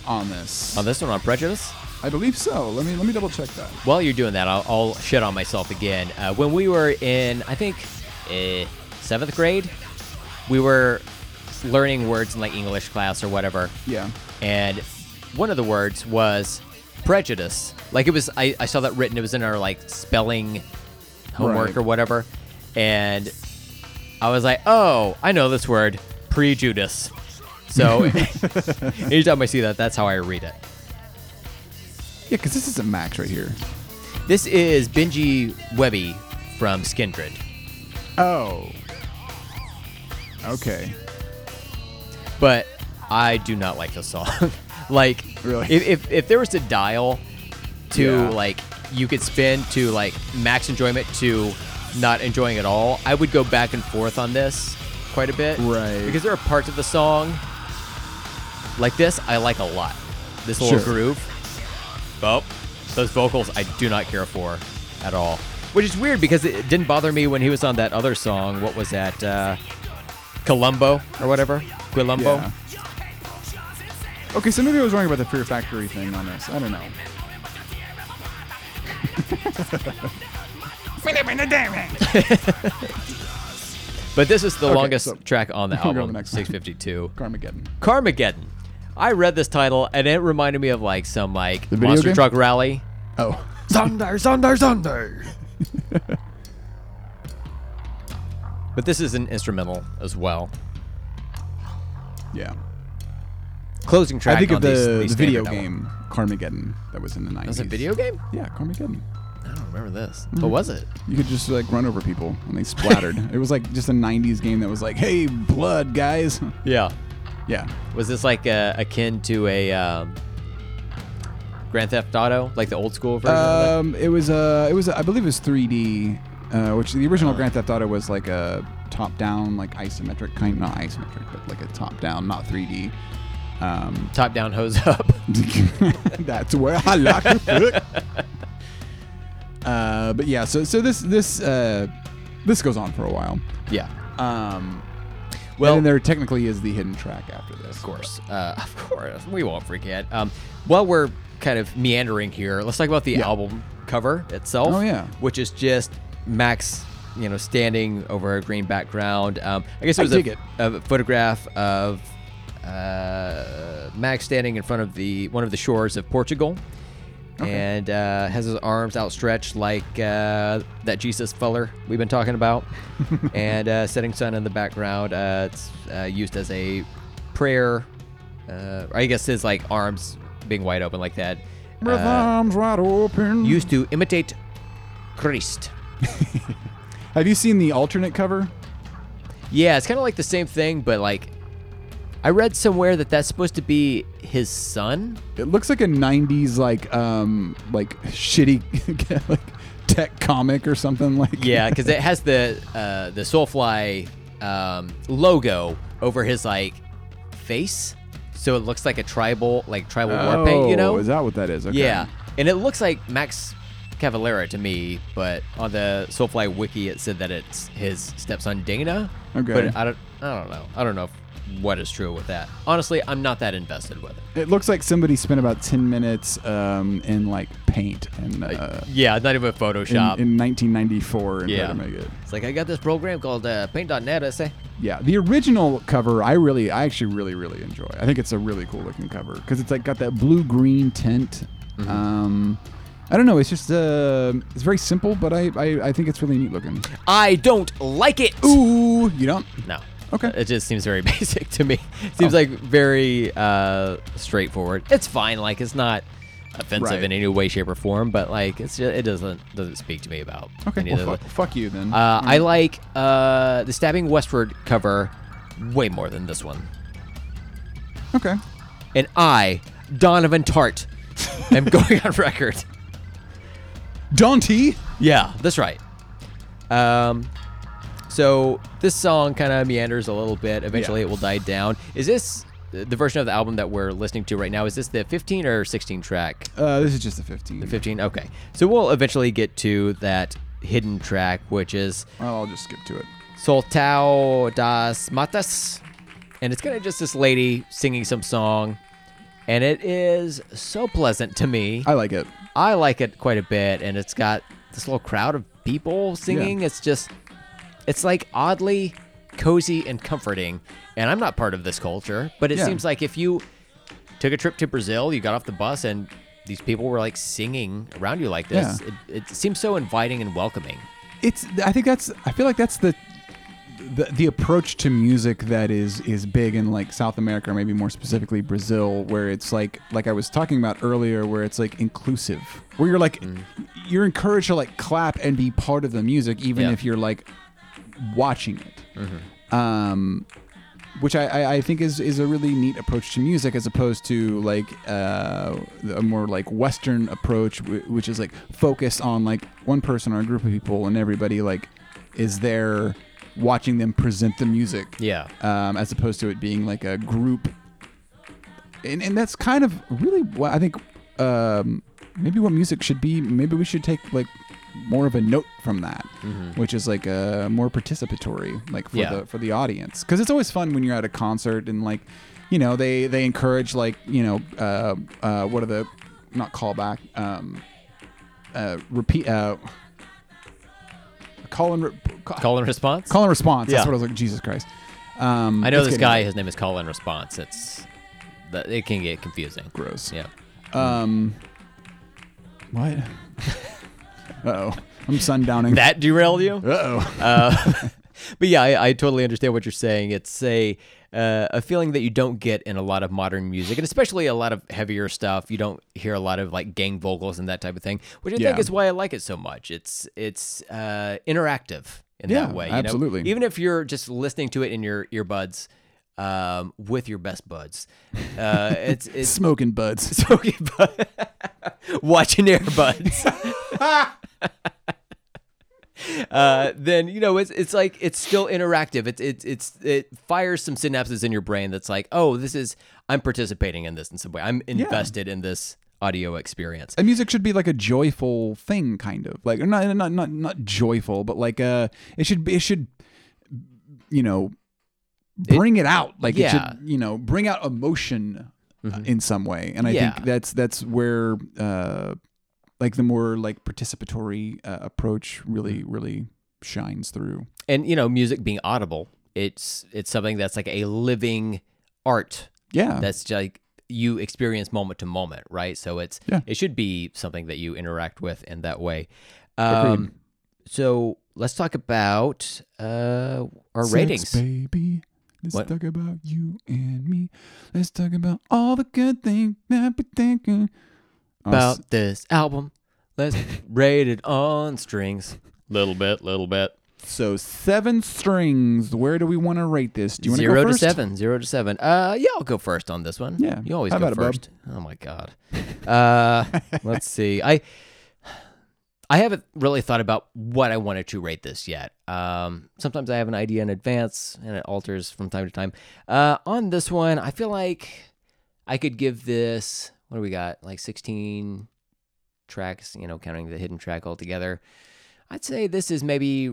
[SPEAKER 2] on this.
[SPEAKER 3] on this one on Prejudice.
[SPEAKER 2] I believe so. Let me let me double check that.
[SPEAKER 3] While you're doing that, I'll, I'll shit on myself again. Uh, when we were in, I think, eh, seventh grade, we were learning words in like English class or whatever.
[SPEAKER 2] Yeah.
[SPEAKER 3] And one of the words was prejudice. Like it was, I, I saw that written. It was in our like spelling homework
[SPEAKER 2] Right.
[SPEAKER 3] or whatever. And I was like, oh, I know this word, prejudice. So anytime I see that, that's how I read it.
[SPEAKER 2] Yeah, because this is a max right here.
[SPEAKER 3] This is Benji Webby from Skindred.
[SPEAKER 2] Oh. Okay.
[SPEAKER 3] but I do not like the song. like,
[SPEAKER 2] Really?
[SPEAKER 3] if, if if there was a dial to
[SPEAKER 2] Yeah.
[SPEAKER 3] like you could spin to like max enjoyment to not enjoying at all, I would go back and forth on this quite a bit.
[SPEAKER 2] Right.
[SPEAKER 3] Because there are parts of the song like this I like a lot. This little
[SPEAKER 2] Sure.
[SPEAKER 3] groove. But those vocals I do not care for at all. Which is weird because it didn't bother me when he was on that other song. What was that? Uh, Columbo or whatever? Quilumbo?
[SPEAKER 2] Yeah. Okay, so maybe I was wrong about the Fear Factory thing on this. I don't know.
[SPEAKER 3] But this is the
[SPEAKER 2] Okay,
[SPEAKER 3] longest
[SPEAKER 2] so-
[SPEAKER 3] track on the
[SPEAKER 2] We'll go to
[SPEAKER 3] album,
[SPEAKER 2] the next one.
[SPEAKER 3] 652.
[SPEAKER 2] Carmageddon.
[SPEAKER 3] Carmageddon. I read this title and it reminded me of like some like
[SPEAKER 2] video
[SPEAKER 3] monster
[SPEAKER 2] game?
[SPEAKER 3] truck rally.
[SPEAKER 2] Oh.
[SPEAKER 3] Sunday, Sunday, Sunday. but this is an instrumental as well.
[SPEAKER 2] Yeah.
[SPEAKER 3] closing track.
[SPEAKER 2] I think
[SPEAKER 3] on
[SPEAKER 2] of the,
[SPEAKER 3] these-
[SPEAKER 2] the
[SPEAKER 3] these
[SPEAKER 2] video
[SPEAKER 3] standard albums.
[SPEAKER 2] game Carmageddon that was in the 90s.
[SPEAKER 3] That was a video game?
[SPEAKER 2] Yeah, Carmageddon.
[SPEAKER 3] I don't remember this.
[SPEAKER 2] Mm-hmm.
[SPEAKER 3] What was it?
[SPEAKER 2] You could just like run over people and they splattered. it was like just a 90s game that was like, hey, blood, guys.
[SPEAKER 3] Yeah.
[SPEAKER 2] yeah.
[SPEAKER 3] Was this like uh, akin to a um, Grand Theft Auto, like the old school version? of
[SPEAKER 2] Um, it was, uh, it was, I believe it was 3D, uh, which the original
[SPEAKER 3] Oh.
[SPEAKER 2] Grand Theft Auto was like a top down, like isometric kind, not isometric, but like a top down, not 3D. Um,
[SPEAKER 3] it? Top down, hose up.
[SPEAKER 2] That's where I like to put. Uh, but yeah, so so this this uh, this goes on for a while.
[SPEAKER 3] yeah.
[SPEAKER 2] Um, well,
[SPEAKER 3] Well-
[SPEAKER 2] and then there technically is the hidden track after this.
[SPEAKER 3] Of course. Uh, of course. We won't forget. Um, while we're kind of meandering here, let's talk about the
[SPEAKER 2] Yeah.
[SPEAKER 3] album cover itself.
[SPEAKER 2] Oh, yeah.
[SPEAKER 3] Which is just Max, you know, standing over a green background. Um, I guess it
[SPEAKER 2] I
[SPEAKER 3] was a,
[SPEAKER 2] dig it.
[SPEAKER 3] a photograph of uh, Max standing in front of the one of the shores of Portugal. And uh, has his arms outstretched like uh, that Jesus feller we've been talking about, and uh, setting sun in the background. Uh, it's uh, used as a prayer. Uh, I guess his like arms being wide open like that.
[SPEAKER 2] With
[SPEAKER 3] Uh,
[SPEAKER 2] arms wide open.
[SPEAKER 3] used to imitate Christ.
[SPEAKER 2] Have you seen the alternate cover?
[SPEAKER 3] Yeah, it's kind of like the same thing, but like I read somewhere that that's supposed to be his son.
[SPEAKER 2] It looks like a '90s like um like shitty like tech comic or something like.
[SPEAKER 3] Yeah, because it has the uh, the Soulfly um, logo over his like face, so it looks like a tribal like tribal war paint. You know?
[SPEAKER 2] Oh, is that what that is? Okay.
[SPEAKER 3] Yeah, and it looks like Max Cavalera to me, but on the Soulfly wiki it said that it's his stepson Dana.
[SPEAKER 2] Okay.
[SPEAKER 3] But I don't, I don't know. I don't know if- what is true with that. Honestly, I'm not that invested with it.
[SPEAKER 2] It looks like somebody spent about 10 minutes um, in like paint and uh,
[SPEAKER 3] Yeah, not even
[SPEAKER 2] in,
[SPEAKER 3] Photoshop.
[SPEAKER 2] in 1994 and
[SPEAKER 3] yeah.
[SPEAKER 2] yeah. to make it.
[SPEAKER 3] It's like I got this program called uh, Paint.net. I say.
[SPEAKER 2] Yeah, the original cover I really, I actually really, really enjoy. I think it's a really cool looking cover because it's like got that blue green tint.
[SPEAKER 3] Mm-hmm.
[SPEAKER 2] Um, I don't know. It's just uh, it's very simple, but I, I I think it's really neat looking.
[SPEAKER 3] I don't like it.
[SPEAKER 2] Ooh, you don't?
[SPEAKER 3] No.
[SPEAKER 2] Okay. Oh.
[SPEAKER 3] It just seems very basic to me. Seems like very uh, straightforward. It's fine. Like it's not offensive
[SPEAKER 2] Right.
[SPEAKER 3] in any way, shape, or form. But like it's just, it doesn't doesn't speak to me about
[SPEAKER 2] Okay,
[SPEAKER 3] any
[SPEAKER 2] well, fuck,
[SPEAKER 3] of
[SPEAKER 2] Hmm.
[SPEAKER 3] the-
[SPEAKER 2] fuck you then.
[SPEAKER 3] Uh, I like uh, the stabbing westward cover way more than this one.
[SPEAKER 2] okay,
[SPEAKER 3] And I, Donovan Tart, am going on record.
[SPEAKER 2] Dante.
[SPEAKER 3] Yeah, that's right. Um, so this song kind of meanders a little bit. Eventually,
[SPEAKER 2] Yeah.
[SPEAKER 3] it will die down. Is this the version of the album that we're listening to right now? Is this the 15 or 16 track?
[SPEAKER 2] Uh, this is just a 15.
[SPEAKER 3] 15. Okay, so we'll eventually get to that hidden track, which is
[SPEAKER 2] Well, I'll just skip to it.
[SPEAKER 3] Soltao das Matas, and it's kind of just this lady singing some song, and it is so pleasant to me.
[SPEAKER 2] I like it.
[SPEAKER 3] I like it quite a bit, and it's got this little crowd of people singing. It's just, it's like oddly cozy and comforting. And I'm not part of this culture, but it
[SPEAKER 2] Yeah.
[SPEAKER 3] seems like if you took a trip to Brazil, you got off the bus, and these people were like singing around you like this,
[SPEAKER 2] Yeah.
[SPEAKER 3] it, it seems so inviting and welcoming.
[SPEAKER 2] it's i think that's i feel like that's the the, the approach to music that is is big in like South America or maybe more specifically Brazil where it's like like I was talking about earlier where it's like inclusive where you're like
[SPEAKER 3] Mm.
[SPEAKER 2] you're encouraged to like clap and be part of the music even
[SPEAKER 3] Yeah.
[SPEAKER 2] if you're like watching it um which I, I, I think is, is a really neat approach to music as opposed to like uh, a more like Western approach, wh- which is like focused on like one person or a group of people and everybody like is there watching them present the music.
[SPEAKER 3] Yeah.
[SPEAKER 2] Um, as opposed to it being like a group. And, and that's kind of really what I think um, maybe what music should be. Maybe we should take like more of a note from that which is like uh, more participatory, like for
[SPEAKER 3] Mm-hmm. Yeah.
[SPEAKER 2] the for the audience, because it's always fun when you're at a concert and like, you know, they they encourage like you know, uh, uh, what are the not callback, um, uh, repeat, uh, call and re- call,
[SPEAKER 3] Call and response?
[SPEAKER 2] call and response.
[SPEAKER 3] Yeah.
[SPEAKER 2] That's what I was like, Jesus Christ. Um,
[SPEAKER 3] I know
[SPEAKER 2] it's
[SPEAKER 3] this
[SPEAKER 2] getting
[SPEAKER 3] guy, his name is Call and Response. It's, the, it can get confusing.
[SPEAKER 2] gross.
[SPEAKER 3] Yeah.
[SPEAKER 2] Um, what? uh oh, I'm sundowning.
[SPEAKER 3] That derailed you?
[SPEAKER 2] uh oh.
[SPEAKER 3] But yeah, I, I totally understand what you're saying. It's a uh, a feeling that you don't get in a lot of modern music, and especially a lot of heavier stuff. You don't hear a lot of like gang vocals and that type of thing, which I
[SPEAKER 2] Yeah.
[SPEAKER 3] think is why I like it so much. It's it's uh, interactive in
[SPEAKER 2] Yeah,
[SPEAKER 3] that way. You
[SPEAKER 2] absolutely.
[SPEAKER 3] Know? Even if you're just listening to it in your earbuds um, with your best buds, uh, it's it's
[SPEAKER 2] Smoking buds.
[SPEAKER 3] smoking bud, watching earbuds. Uh, then you know it's it's like it's still interactive. It's it's it's it fires some synapses in your brain that's like, oh, this is I'm participating in this in some way. I'm invested in this audio experience.
[SPEAKER 2] And music should be like a joyful thing, kind of like not not not not joyful, but like uh, it should be- it should, you know, bring it, out. Like
[SPEAKER 3] yeah. Mm-hmm.
[SPEAKER 2] it should, you know, bring out emotion uh, in some way. And I
[SPEAKER 3] Yeah.
[SPEAKER 2] think that's that's where uh, like the more like participatory uh, approach really
[SPEAKER 3] Mm-hmm.
[SPEAKER 2] really shines through.
[SPEAKER 3] And you know, music being audible, it's it's something that's like a living art
[SPEAKER 2] Yeah,
[SPEAKER 3] that's like you experience moment to moment, right? So it's
[SPEAKER 2] Yeah.
[SPEAKER 3] it should be something that you interact with in that way. Um, so let's talk about uh, our
[SPEAKER 2] Sex,
[SPEAKER 3] ratings.
[SPEAKER 2] baby. Let's
[SPEAKER 3] What?
[SPEAKER 2] talk about you and me. Let's talk about all the good things that we thinking
[SPEAKER 3] about this album. Let's rate it on strings. Little bit, little bit.
[SPEAKER 2] So seven strings. Where do we want to rate this? Do you want
[SPEAKER 3] Zero
[SPEAKER 2] go
[SPEAKER 3] to
[SPEAKER 2] first?
[SPEAKER 3] seven. Zero to seven. Uh, yeah, I'll go first on this one.
[SPEAKER 2] Yeah.
[SPEAKER 3] you always
[SPEAKER 2] How
[SPEAKER 3] go
[SPEAKER 2] about it, bub?
[SPEAKER 3] first. oh my god. Uh, let's see. I I haven't really thought about what I wanted to rate this yet. Um, sometimes I have an idea in advance, and it alters from time to time. Uh, on this one, I feel like I could give this. What do we got? Like sixteen tracks. You know, counting the hidden track altogether. I'd say this is maybe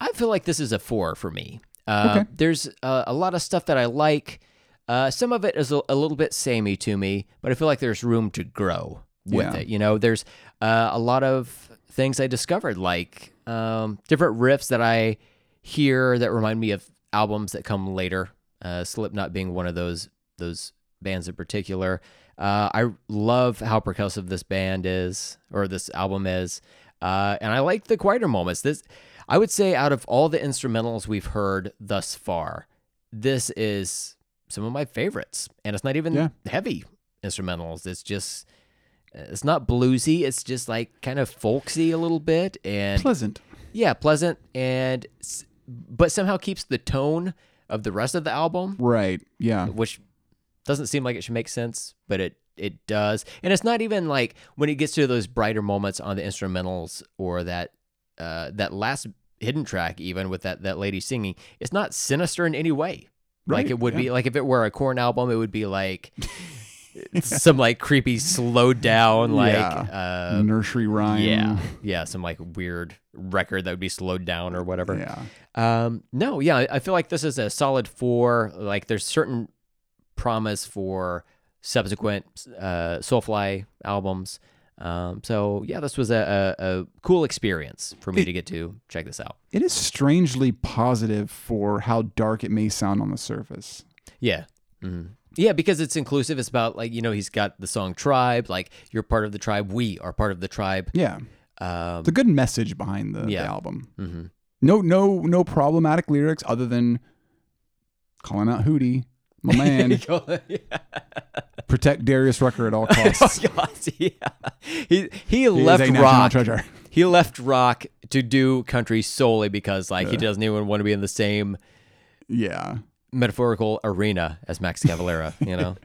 [SPEAKER 3] I feel like this is a four for me. Uh,
[SPEAKER 2] Okay.
[SPEAKER 3] There's uh, a lot of stuff that I like. Uh, some of it is a, a little bit samey to me, but I feel like there's room to grow with
[SPEAKER 2] Yeah.
[SPEAKER 3] it. You know, there's uh, a lot of things I discovered, like um, different riffs that I hear that remind me of albums that come later. Uh, Slipknot being one of those those bands in particular. Uh, I love how percussive this band is, or this album is, uh, and I like the quieter moments. This, I would say, out of all the instrumentals we've heard thus far, this is some of my favorites, and it's not even
[SPEAKER 2] Yeah.
[SPEAKER 3] heavy instrumentals. It's just, it's not bluesy. It's just like kind of folksy a little bit, and
[SPEAKER 2] Pleasant.
[SPEAKER 3] yeah, pleasant, and s- but somehow keeps the tone of the rest of the album
[SPEAKER 2] Right. Yeah.
[SPEAKER 3] which doesn't seem like it should make sense, but it it does. And it's not even like when it gets to those brighter moments on the instrumentals or that uh, that last hidden track, even with that that lady singing, it's not sinister in any way.
[SPEAKER 2] Right,
[SPEAKER 3] like it would be like if it were a corn album, it would be like some like creepy slow down like
[SPEAKER 2] Yeah.
[SPEAKER 3] uh,
[SPEAKER 2] Nursery rhyme.
[SPEAKER 3] yeah yeah some like weird record that would be slowed down or whatever.
[SPEAKER 2] Yeah.
[SPEAKER 3] Um, no, yeah, I- I feel like this is a solid four. Like there's certain promise for subsequent uh, Soulfly albums. Um, so yeah, this was a, a, a cool experience for me to get to check this out.
[SPEAKER 2] It is strangely positive for how dark it may sound on the surface.
[SPEAKER 3] Yeah. Mhm. Yeah, because it's inclusive. It's about like you know he's got the song Tribe. Like you're part of the tribe. We are part of the tribe.
[SPEAKER 2] Yeah.
[SPEAKER 3] Um,
[SPEAKER 2] It's a good message behind the, the
[SPEAKER 3] Yeah.
[SPEAKER 2] album.
[SPEAKER 3] mhm.
[SPEAKER 2] No, no, no problematic lyrics other than calling out Hootie, my man. protect Darius Rucker at all
[SPEAKER 3] Oh,
[SPEAKER 2] costs.
[SPEAKER 3] God, yeah. He he
[SPEAKER 2] He is
[SPEAKER 3] left
[SPEAKER 2] a national
[SPEAKER 3] rock.
[SPEAKER 2] treasure.
[SPEAKER 3] he left rock to do country solely because like he doesn't even want to be in the same
[SPEAKER 2] Yeah.
[SPEAKER 3] metaphorical arena as Max Cavalera, you know.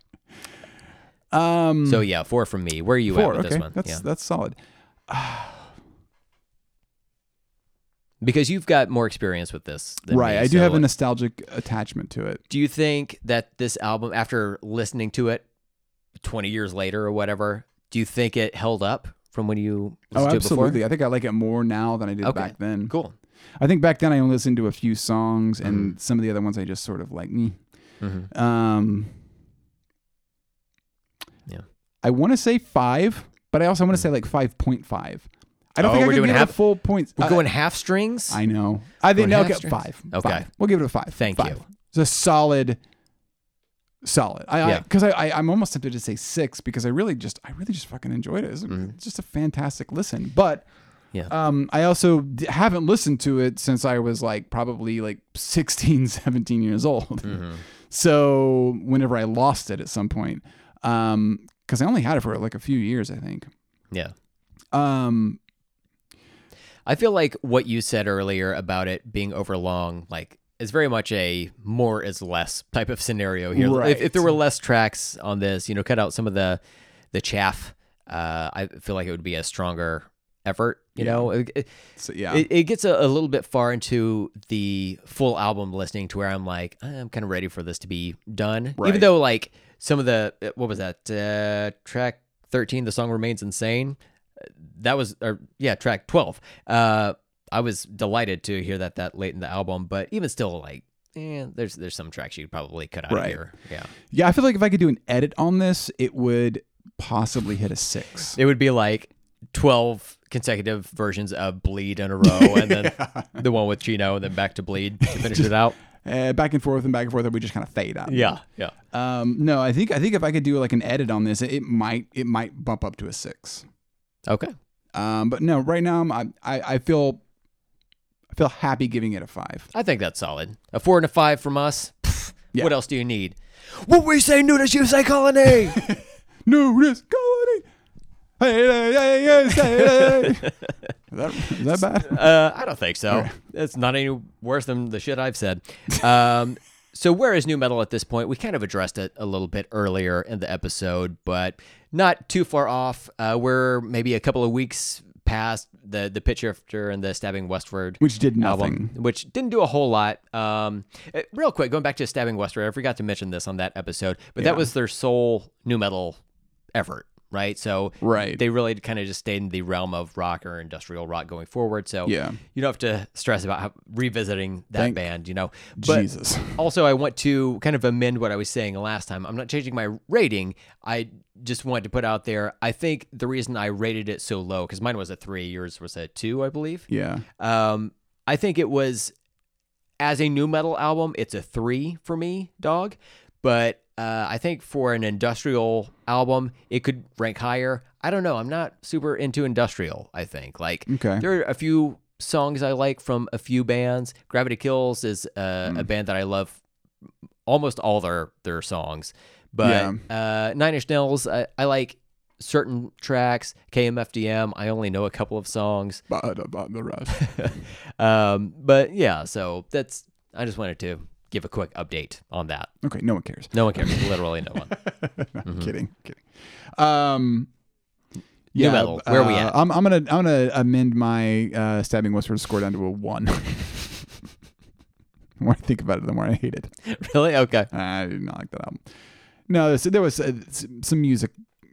[SPEAKER 2] Um,
[SPEAKER 3] so yeah, four from me. Where are you at
[SPEAKER 2] four.
[SPEAKER 3] with
[SPEAKER 2] Okay.
[SPEAKER 3] this one?
[SPEAKER 2] That's
[SPEAKER 3] yeah,
[SPEAKER 2] that's solid.
[SPEAKER 3] because you've got more experience with this, than
[SPEAKER 2] Right.
[SPEAKER 3] me,
[SPEAKER 2] I do
[SPEAKER 3] so,
[SPEAKER 2] have a
[SPEAKER 3] like,
[SPEAKER 2] nostalgic attachment to it.
[SPEAKER 3] Do you think that this album, after listening to it twenty years later or whatever, do you think it held up from when you
[SPEAKER 2] Oh,
[SPEAKER 3] listened to it before?
[SPEAKER 2] absolutely. I think I like it more now than I did
[SPEAKER 3] Okay.
[SPEAKER 2] back then.
[SPEAKER 3] Cool.
[SPEAKER 2] I think back then I only listened to a few songs,
[SPEAKER 3] Mm-hmm.
[SPEAKER 2] and some of the other ones I just sort of like. meh.
[SPEAKER 3] Mhm.
[SPEAKER 2] Um,
[SPEAKER 3] Yeah. Mm.
[SPEAKER 2] I want to say five, but I also want to say like five point five. I don't
[SPEAKER 3] Oh,
[SPEAKER 2] think I
[SPEAKER 3] we're
[SPEAKER 2] could
[SPEAKER 3] doing
[SPEAKER 2] give it a
[SPEAKER 3] half-
[SPEAKER 2] full Uh, point.
[SPEAKER 3] We're
[SPEAKER 2] I-
[SPEAKER 3] going half strings.
[SPEAKER 2] I know. I think
[SPEAKER 3] Going
[SPEAKER 2] no,
[SPEAKER 3] half
[SPEAKER 2] okay,
[SPEAKER 3] strings?
[SPEAKER 2] five.
[SPEAKER 3] Okay.
[SPEAKER 2] Five. We'll give it a five.
[SPEAKER 3] Thank
[SPEAKER 2] Five.
[SPEAKER 3] you.
[SPEAKER 2] It's a solid, solid. I
[SPEAKER 3] Yeah.
[SPEAKER 2] because I, I, I am almost tempted to say six because I really just I really just fucking enjoyed it. It's just a fantastic listen. But
[SPEAKER 3] Mm-hmm. Yeah.
[SPEAKER 2] um, I also d-
[SPEAKER 3] Mm-hmm.
[SPEAKER 2] haven't listened to it since I was like probably like 16, 17 years old. So whenever I lost it at some point, because I only had it for like a few years, I think.
[SPEAKER 3] Yeah.
[SPEAKER 2] Um,
[SPEAKER 3] I feel like what you said earlier about it being overlong, like, is very much a more is less type of scenario here.
[SPEAKER 2] Right.
[SPEAKER 3] If, if there were less tracks on this, you know, cut out some of the the chaff. Uh, I feel like it would be a stronger effort. You
[SPEAKER 2] Yeah.
[SPEAKER 3] know, It- it-
[SPEAKER 2] so yeah,
[SPEAKER 3] it, it gets a, a little bit far into the full album listening to where I'm like, I'm kind of ready for this to be done.
[SPEAKER 2] Right.
[SPEAKER 3] Even though, like, some of the, what was that? Uh, track 13, The Song Remains Insane. That was, or yeah, track 12. Uh, I was delighted to hear that that late in the album, but even still, like, eh, there's there's some tracks you'd probably cut out
[SPEAKER 2] Right.
[SPEAKER 3] of here. Yeah.
[SPEAKER 2] yeah. I feel like if I could do an edit on this, it would possibly hit a six.
[SPEAKER 3] It would be like 12 consecutive versions of Bleed in a row, and then the one with Chino, and then back to Bleed to finish it out.
[SPEAKER 2] Uh, back and forth and back and forth, and we just kind of fade out.
[SPEAKER 3] Yeah, yeah.
[SPEAKER 2] Um, no, I think I think if I could do like an edit on this, it might it might bump up to a six.
[SPEAKER 3] Okay.
[SPEAKER 2] Um, but no, right now I'm, I I I feel I feel happy giving it a five.
[SPEAKER 3] I think that's solid. A four and a five from us. Pff,
[SPEAKER 2] Yeah.
[SPEAKER 3] What else do you need? What we say, nudist, you say colony.
[SPEAKER 2] No risk colony. Hey, hey, hey, yes, hey, hey. is, that, is that bad?
[SPEAKER 3] uh, I don't think so. That's not any worse than the shit I've said. Um, so where is new metal at this point? We kind of addressed it a little bit earlier in the episode, but not too far off. Uh, we're maybe a couple of weeks past the the pitch shifter and the stabbing westward.
[SPEAKER 2] Which did nothing.
[SPEAKER 3] album, which didn't do a whole lot. Um, eh, real quick, going back to Stabbing Westward, I forgot to mention this on that episode, but that was their sole new metal effort, right? So
[SPEAKER 2] Right.
[SPEAKER 3] they really kind of just stayed in the realm of rock or industrial rock going forward. So
[SPEAKER 2] Yeah.
[SPEAKER 3] you don't have to stress about how, revisiting that
[SPEAKER 2] Thank
[SPEAKER 3] band, you know. But
[SPEAKER 2] Jesus.
[SPEAKER 3] also, I want to kind of amend what I was saying last time. I'm not changing my rating. I just wanted to put out there. I think the reason I rated it so low because mine was a three, yours was a two, I believe.
[SPEAKER 2] Yeah.
[SPEAKER 3] Um, I think it was as a new metal album, it's a three for me, dog. But uh, I think for an industrial album, it could rank higher. I don't know. I'm not super into industrial. I think like
[SPEAKER 2] Okay.
[SPEAKER 3] there are a few songs I like from a few bands. Gravity Kills is uh, a band that I love almost all their their songs. But uh, Nine Inch Nails, I, I like certain tracks. KMFDM, I only know a couple of songs
[SPEAKER 2] But about the rest.
[SPEAKER 3] um, but yeah, so that's I just wanted to give a quick update on that.
[SPEAKER 2] Okay, no one cares.
[SPEAKER 3] No one cares, literally no one.
[SPEAKER 2] I'm
[SPEAKER 3] Mm-hmm.
[SPEAKER 2] kidding, kidding. Um, yeah,
[SPEAKER 3] metal, where we
[SPEAKER 2] uh,
[SPEAKER 3] at?
[SPEAKER 2] I'm, I'm gonna I'm gonna amend my uh, stabbing westward score down to a one. the more I think about it, the more I hate it.
[SPEAKER 3] really? Okay.
[SPEAKER 2] I did not like that album. No, there's- there was uh, s- some music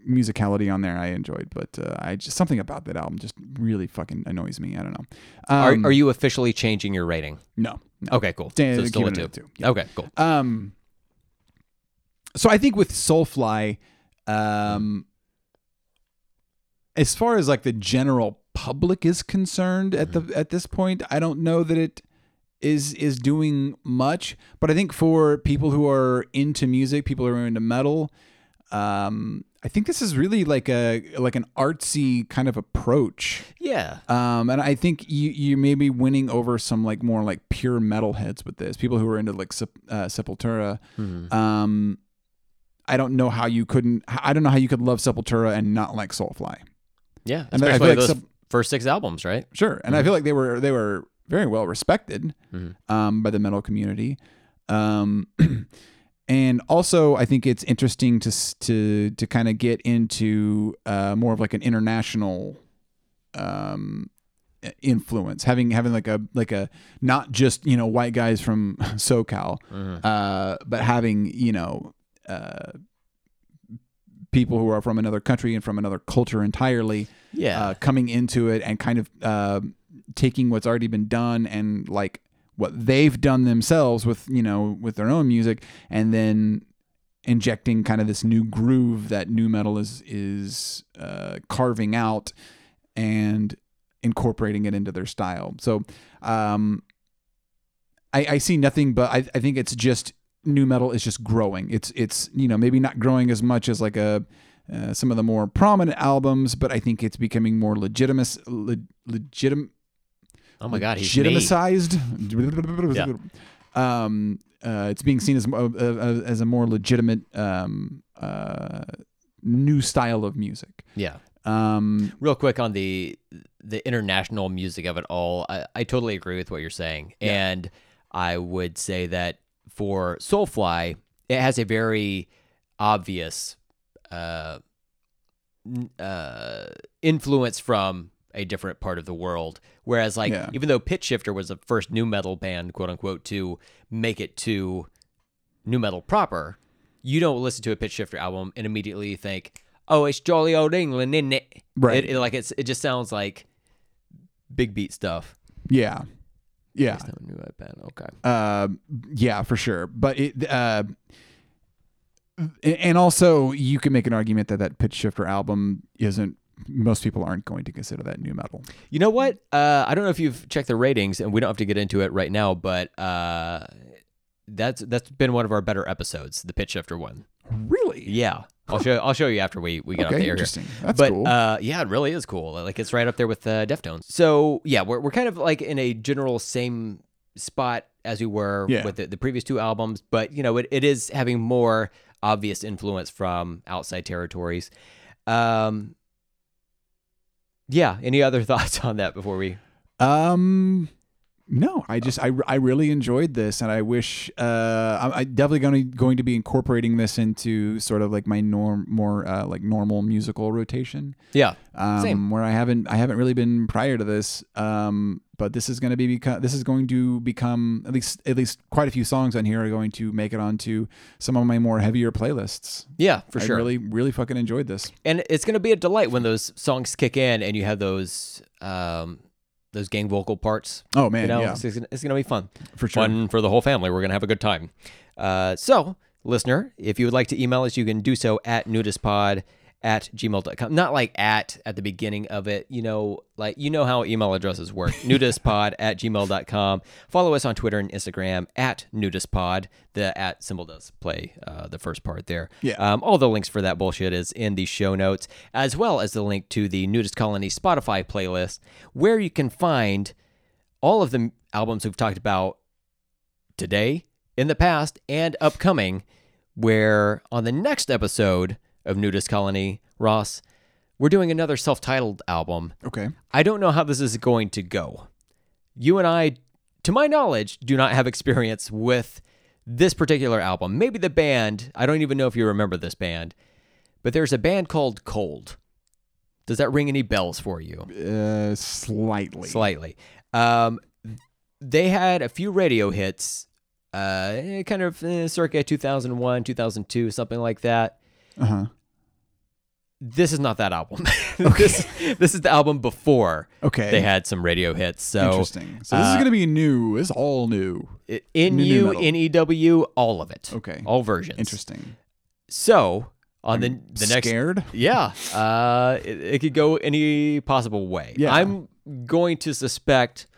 [SPEAKER 2] musicality on there I enjoyed, but uh, I just something about that album just really fucking annoys me. I don't know. Um,
[SPEAKER 3] are are you officially changing your rating?
[SPEAKER 2] no, no.
[SPEAKER 3] Okay, cool.
[SPEAKER 2] Dan,
[SPEAKER 3] so still a
[SPEAKER 2] keeping it
[SPEAKER 3] two.
[SPEAKER 2] at two.
[SPEAKER 3] Okay, cool.
[SPEAKER 2] Um, so I think with Soulfly, um, as far as like the general public is concerned at the at this point, I don't know that it is is doing much. But I think for people who are into music, people who are into metal, um, I think this is really like a like an artsy kind of approach.
[SPEAKER 3] Yeah.
[SPEAKER 2] Um, and I think you you may be winning over some like more like pure metalheads with this. People who are into like sep- uh, Sepultura. Um, I don't know how you couldn't. I don't know how you could love Sepultura and not like Soulfly.
[SPEAKER 3] Yeah.
[SPEAKER 2] And then I
[SPEAKER 3] Especially
[SPEAKER 2] feel like
[SPEAKER 3] those
[SPEAKER 2] some-
[SPEAKER 3] first six albums, right?
[SPEAKER 2] Sure, and I feel like they were they were very well respected um, by the metal community. Um, and also, I think it's interesting to s- to to kind of get into uh, more of like an international um, i- influence, having having like a like a not just you know white guys from SoCal, uh, but having you know. Uh, people who are from another country and from another culture entirely
[SPEAKER 3] Yeah.
[SPEAKER 2] uh, coming into it and kind of uh, taking what's already been done and like what they've done themselves with you know with their own music and then injecting kind of this new groove that new metal is is uh, carving out and incorporating it into their style so um i i see nothing but i, I think it's just new metal is just growing it's it's you know maybe not growing as much as like a uh, some of the more prominent albums, but I think it's becoming more legitimate, le- legitim,
[SPEAKER 3] oh my god, he's me.
[SPEAKER 2] legitimized.
[SPEAKER 3] Yeah.
[SPEAKER 2] Um, uh, it's being seen as mo- uh, uh, as a more legitimate um, uh, new style of music.
[SPEAKER 3] Yeah.
[SPEAKER 2] Um,
[SPEAKER 3] Real quick on the the international music of it all, I, I totally agree with what you're saying, and I would say that for Soulfly, it has a very obvious uh, n- uh, influence from a different part of the world. Whereas, like,
[SPEAKER 2] Yeah.
[SPEAKER 3] even though Pitch Shifter was the first new metal band, quote unquote, to make it to new metal proper, you don't listen to a pitch shifter album and immediately think, "Oh, it's jolly old England, isn't it?"
[SPEAKER 2] Right.
[SPEAKER 3] It, it- like it's it just sounds like big beat stuff.
[SPEAKER 2] yeah, yeah.
[SPEAKER 3] Don't do that, Ben. Okay.
[SPEAKER 2] Uh, yeah, for sure. But it, uh, and also you can make an argument that that pitch shifter album isn't. Most people aren't going to consider that new metal.
[SPEAKER 3] You know what? Uh, I don't know if you've checked the ratings, and we don't have to get into it right now, but uh, that's that's been one of our better episodes, the pitch shifter one.
[SPEAKER 2] Really?
[SPEAKER 3] Yeah. I'll show I'll show you after we, we get off
[SPEAKER 2] Okay,
[SPEAKER 3] the air.
[SPEAKER 2] interesting.
[SPEAKER 3] Here.
[SPEAKER 2] That's
[SPEAKER 3] but,
[SPEAKER 2] cool.
[SPEAKER 3] Uh, yeah, it really is cool. Like it's right up there with uh, Deftones. So yeah, we're we're kind of like in a general same spot as we were
[SPEAKER 2] Yeah.
[SPEAKER 3] with the, the previous two albums, but you know it, it is having more obvious influence from outside territories. Um, yeah. Any other thoughts on that before we?
[SPEAKER 2] Um, no, I just I, I really enjoyed this, and I wish uh, I'm, i definitely going to going to be incorporating this into sort of like my norm more uh, like normal musical rotation.
[SPEAKER 3] Yeah.
[SPEAKER 2] Um,
[SPEAKER 3] Same.
[SPEAKER 2] Where I haven't I haven't really been prior to this. Um, but this is going to be become this is going to become at least at least quite a few songs on here are going to make it onto some of my more heavier playlists.
[SPEAKER 3] Yeah. For
[SPEAKER 2] I
[SPEAKER 3] sure.
[SPEAKER 2] really really fucking enjoyed this.
[SPEAKER 3] and it's gonna be a delight when those songs kick in and you have those um those gang vocal parts.
[SPEAKER 2] Oh man,
[SPEAKER 3] you know,
[SPEAKER 2] yeah,
[SPEAKER 3] it's, it's gonna, it's gonna be fun.
[SPEAKER 2] for sure.
[SPEAKER 3] Fun for the whole family. We're gonna have a good time. Uh, so, listener, if you would like to email us, you can do so at nudispod at gmail.com. Not like at at the beginning of it. You know, like you know how email addresses work. nudispod at gmail.com. Follow us on Twitter and Instagram at nudispod. The at symbol does play uh, the first part there.
[SPEAKER 2] Yeah.
[SPEAKER 3] Um, all the links for that bullshit is in the show notes, as well as the link to the Nudist Colony Spotify playlist, where you can find all of the albums we've talked about today, in the past, and upcoming, where on the next episode of Nudist Colony, Ross, we're doing another self titled album.
[SPEAKER 2] okay,
[SPEAKER 3] I don't know how this is going to go. You and I, to my knowledge, do not have experience with this particular album. Maybe the band, I don't even know if you remember this band, but there's a band called Cold. Does that ring any bells for you?
[SPEAKER 2] uh, slightly.
[SPEAKER 3] slightly. Um, they had a few radio hits, uh, eh, kind of eh, circa 2001, 2002, something like that.
[SPEAKER 2] uh huh.
[SPEAKER 3] This is not that album. this, this is the album before
[SPEAKER 2] Okay.
[SPEAKER 3] they had some radio hits. So uh,
[SPEAKER 2] Interesting. So this is going to be new. This is all new.
[SPEAKER 3] i-
[SPEAKER 2] New- new
[SPEAKER 3] NU,
[SPEAKER 2] metal.
[SPEAKER 3] NEW, E all of it.
[SPEAKER 2] Okay.
[SPEAKER 3] All versions.
[SPEAKER 2] Interesting.
[SPEAKER 3] So on the, the next
[SPEAKER 2] Scared?
[SPEAKER 3] Yeah, uh, it, it could go any possible way.
[SPEAKER 2] Yeah.
[SPEAKER 3] I'm going to suspect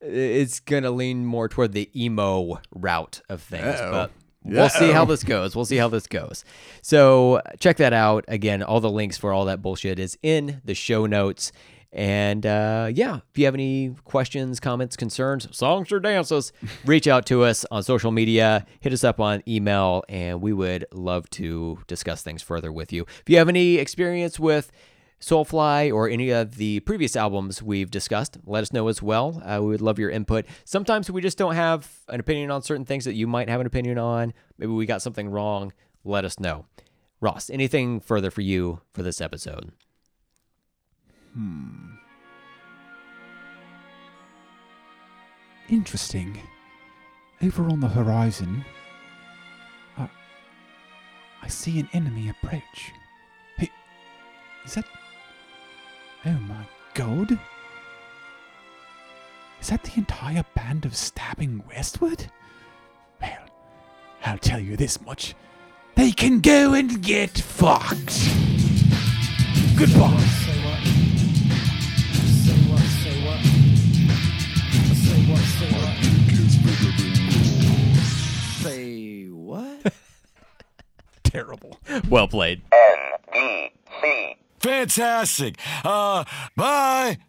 [SPEAKER 3] it's going to lean more toward the emo route of things,
[SPEAKER 2] Uh-oh.
[SPEAKER 3] but we'll see how this goes. We'll see how this goes. So check that out. Again, all the links for all that bullshit is in the show notes. And uh, yeah, if you have any questions, comments, concerns, songs, or dances, reach out to us on social media, hit us up on email, and we would love to discuss things further with you. If you have any experience with Soulfly or any of the previous albums we've discussed, let us know as well. Uh, we would love your input. Sometimes we just don't have an opinion on certain things that you might have an opinion on. Maybe we got something wrong. Let us know. Ross, anything further for you for this episode?
[SPEAKER 2] Interesting. Over on the horizon, I, I see an enemy approach. Hey, is that. Oh my god. Is that the entire band of stabbing westward? Well, I'll tell you this much. They can go and get fucked! Goodbye!
[SPEAKER 1] Say what? Say what? Say what? Say what? Say what? Say what?
[SPEAKER 2] Terrible.
[SPEAKER 3] Well played.
[SPEAKER 4] Fantastic. Uh, bye.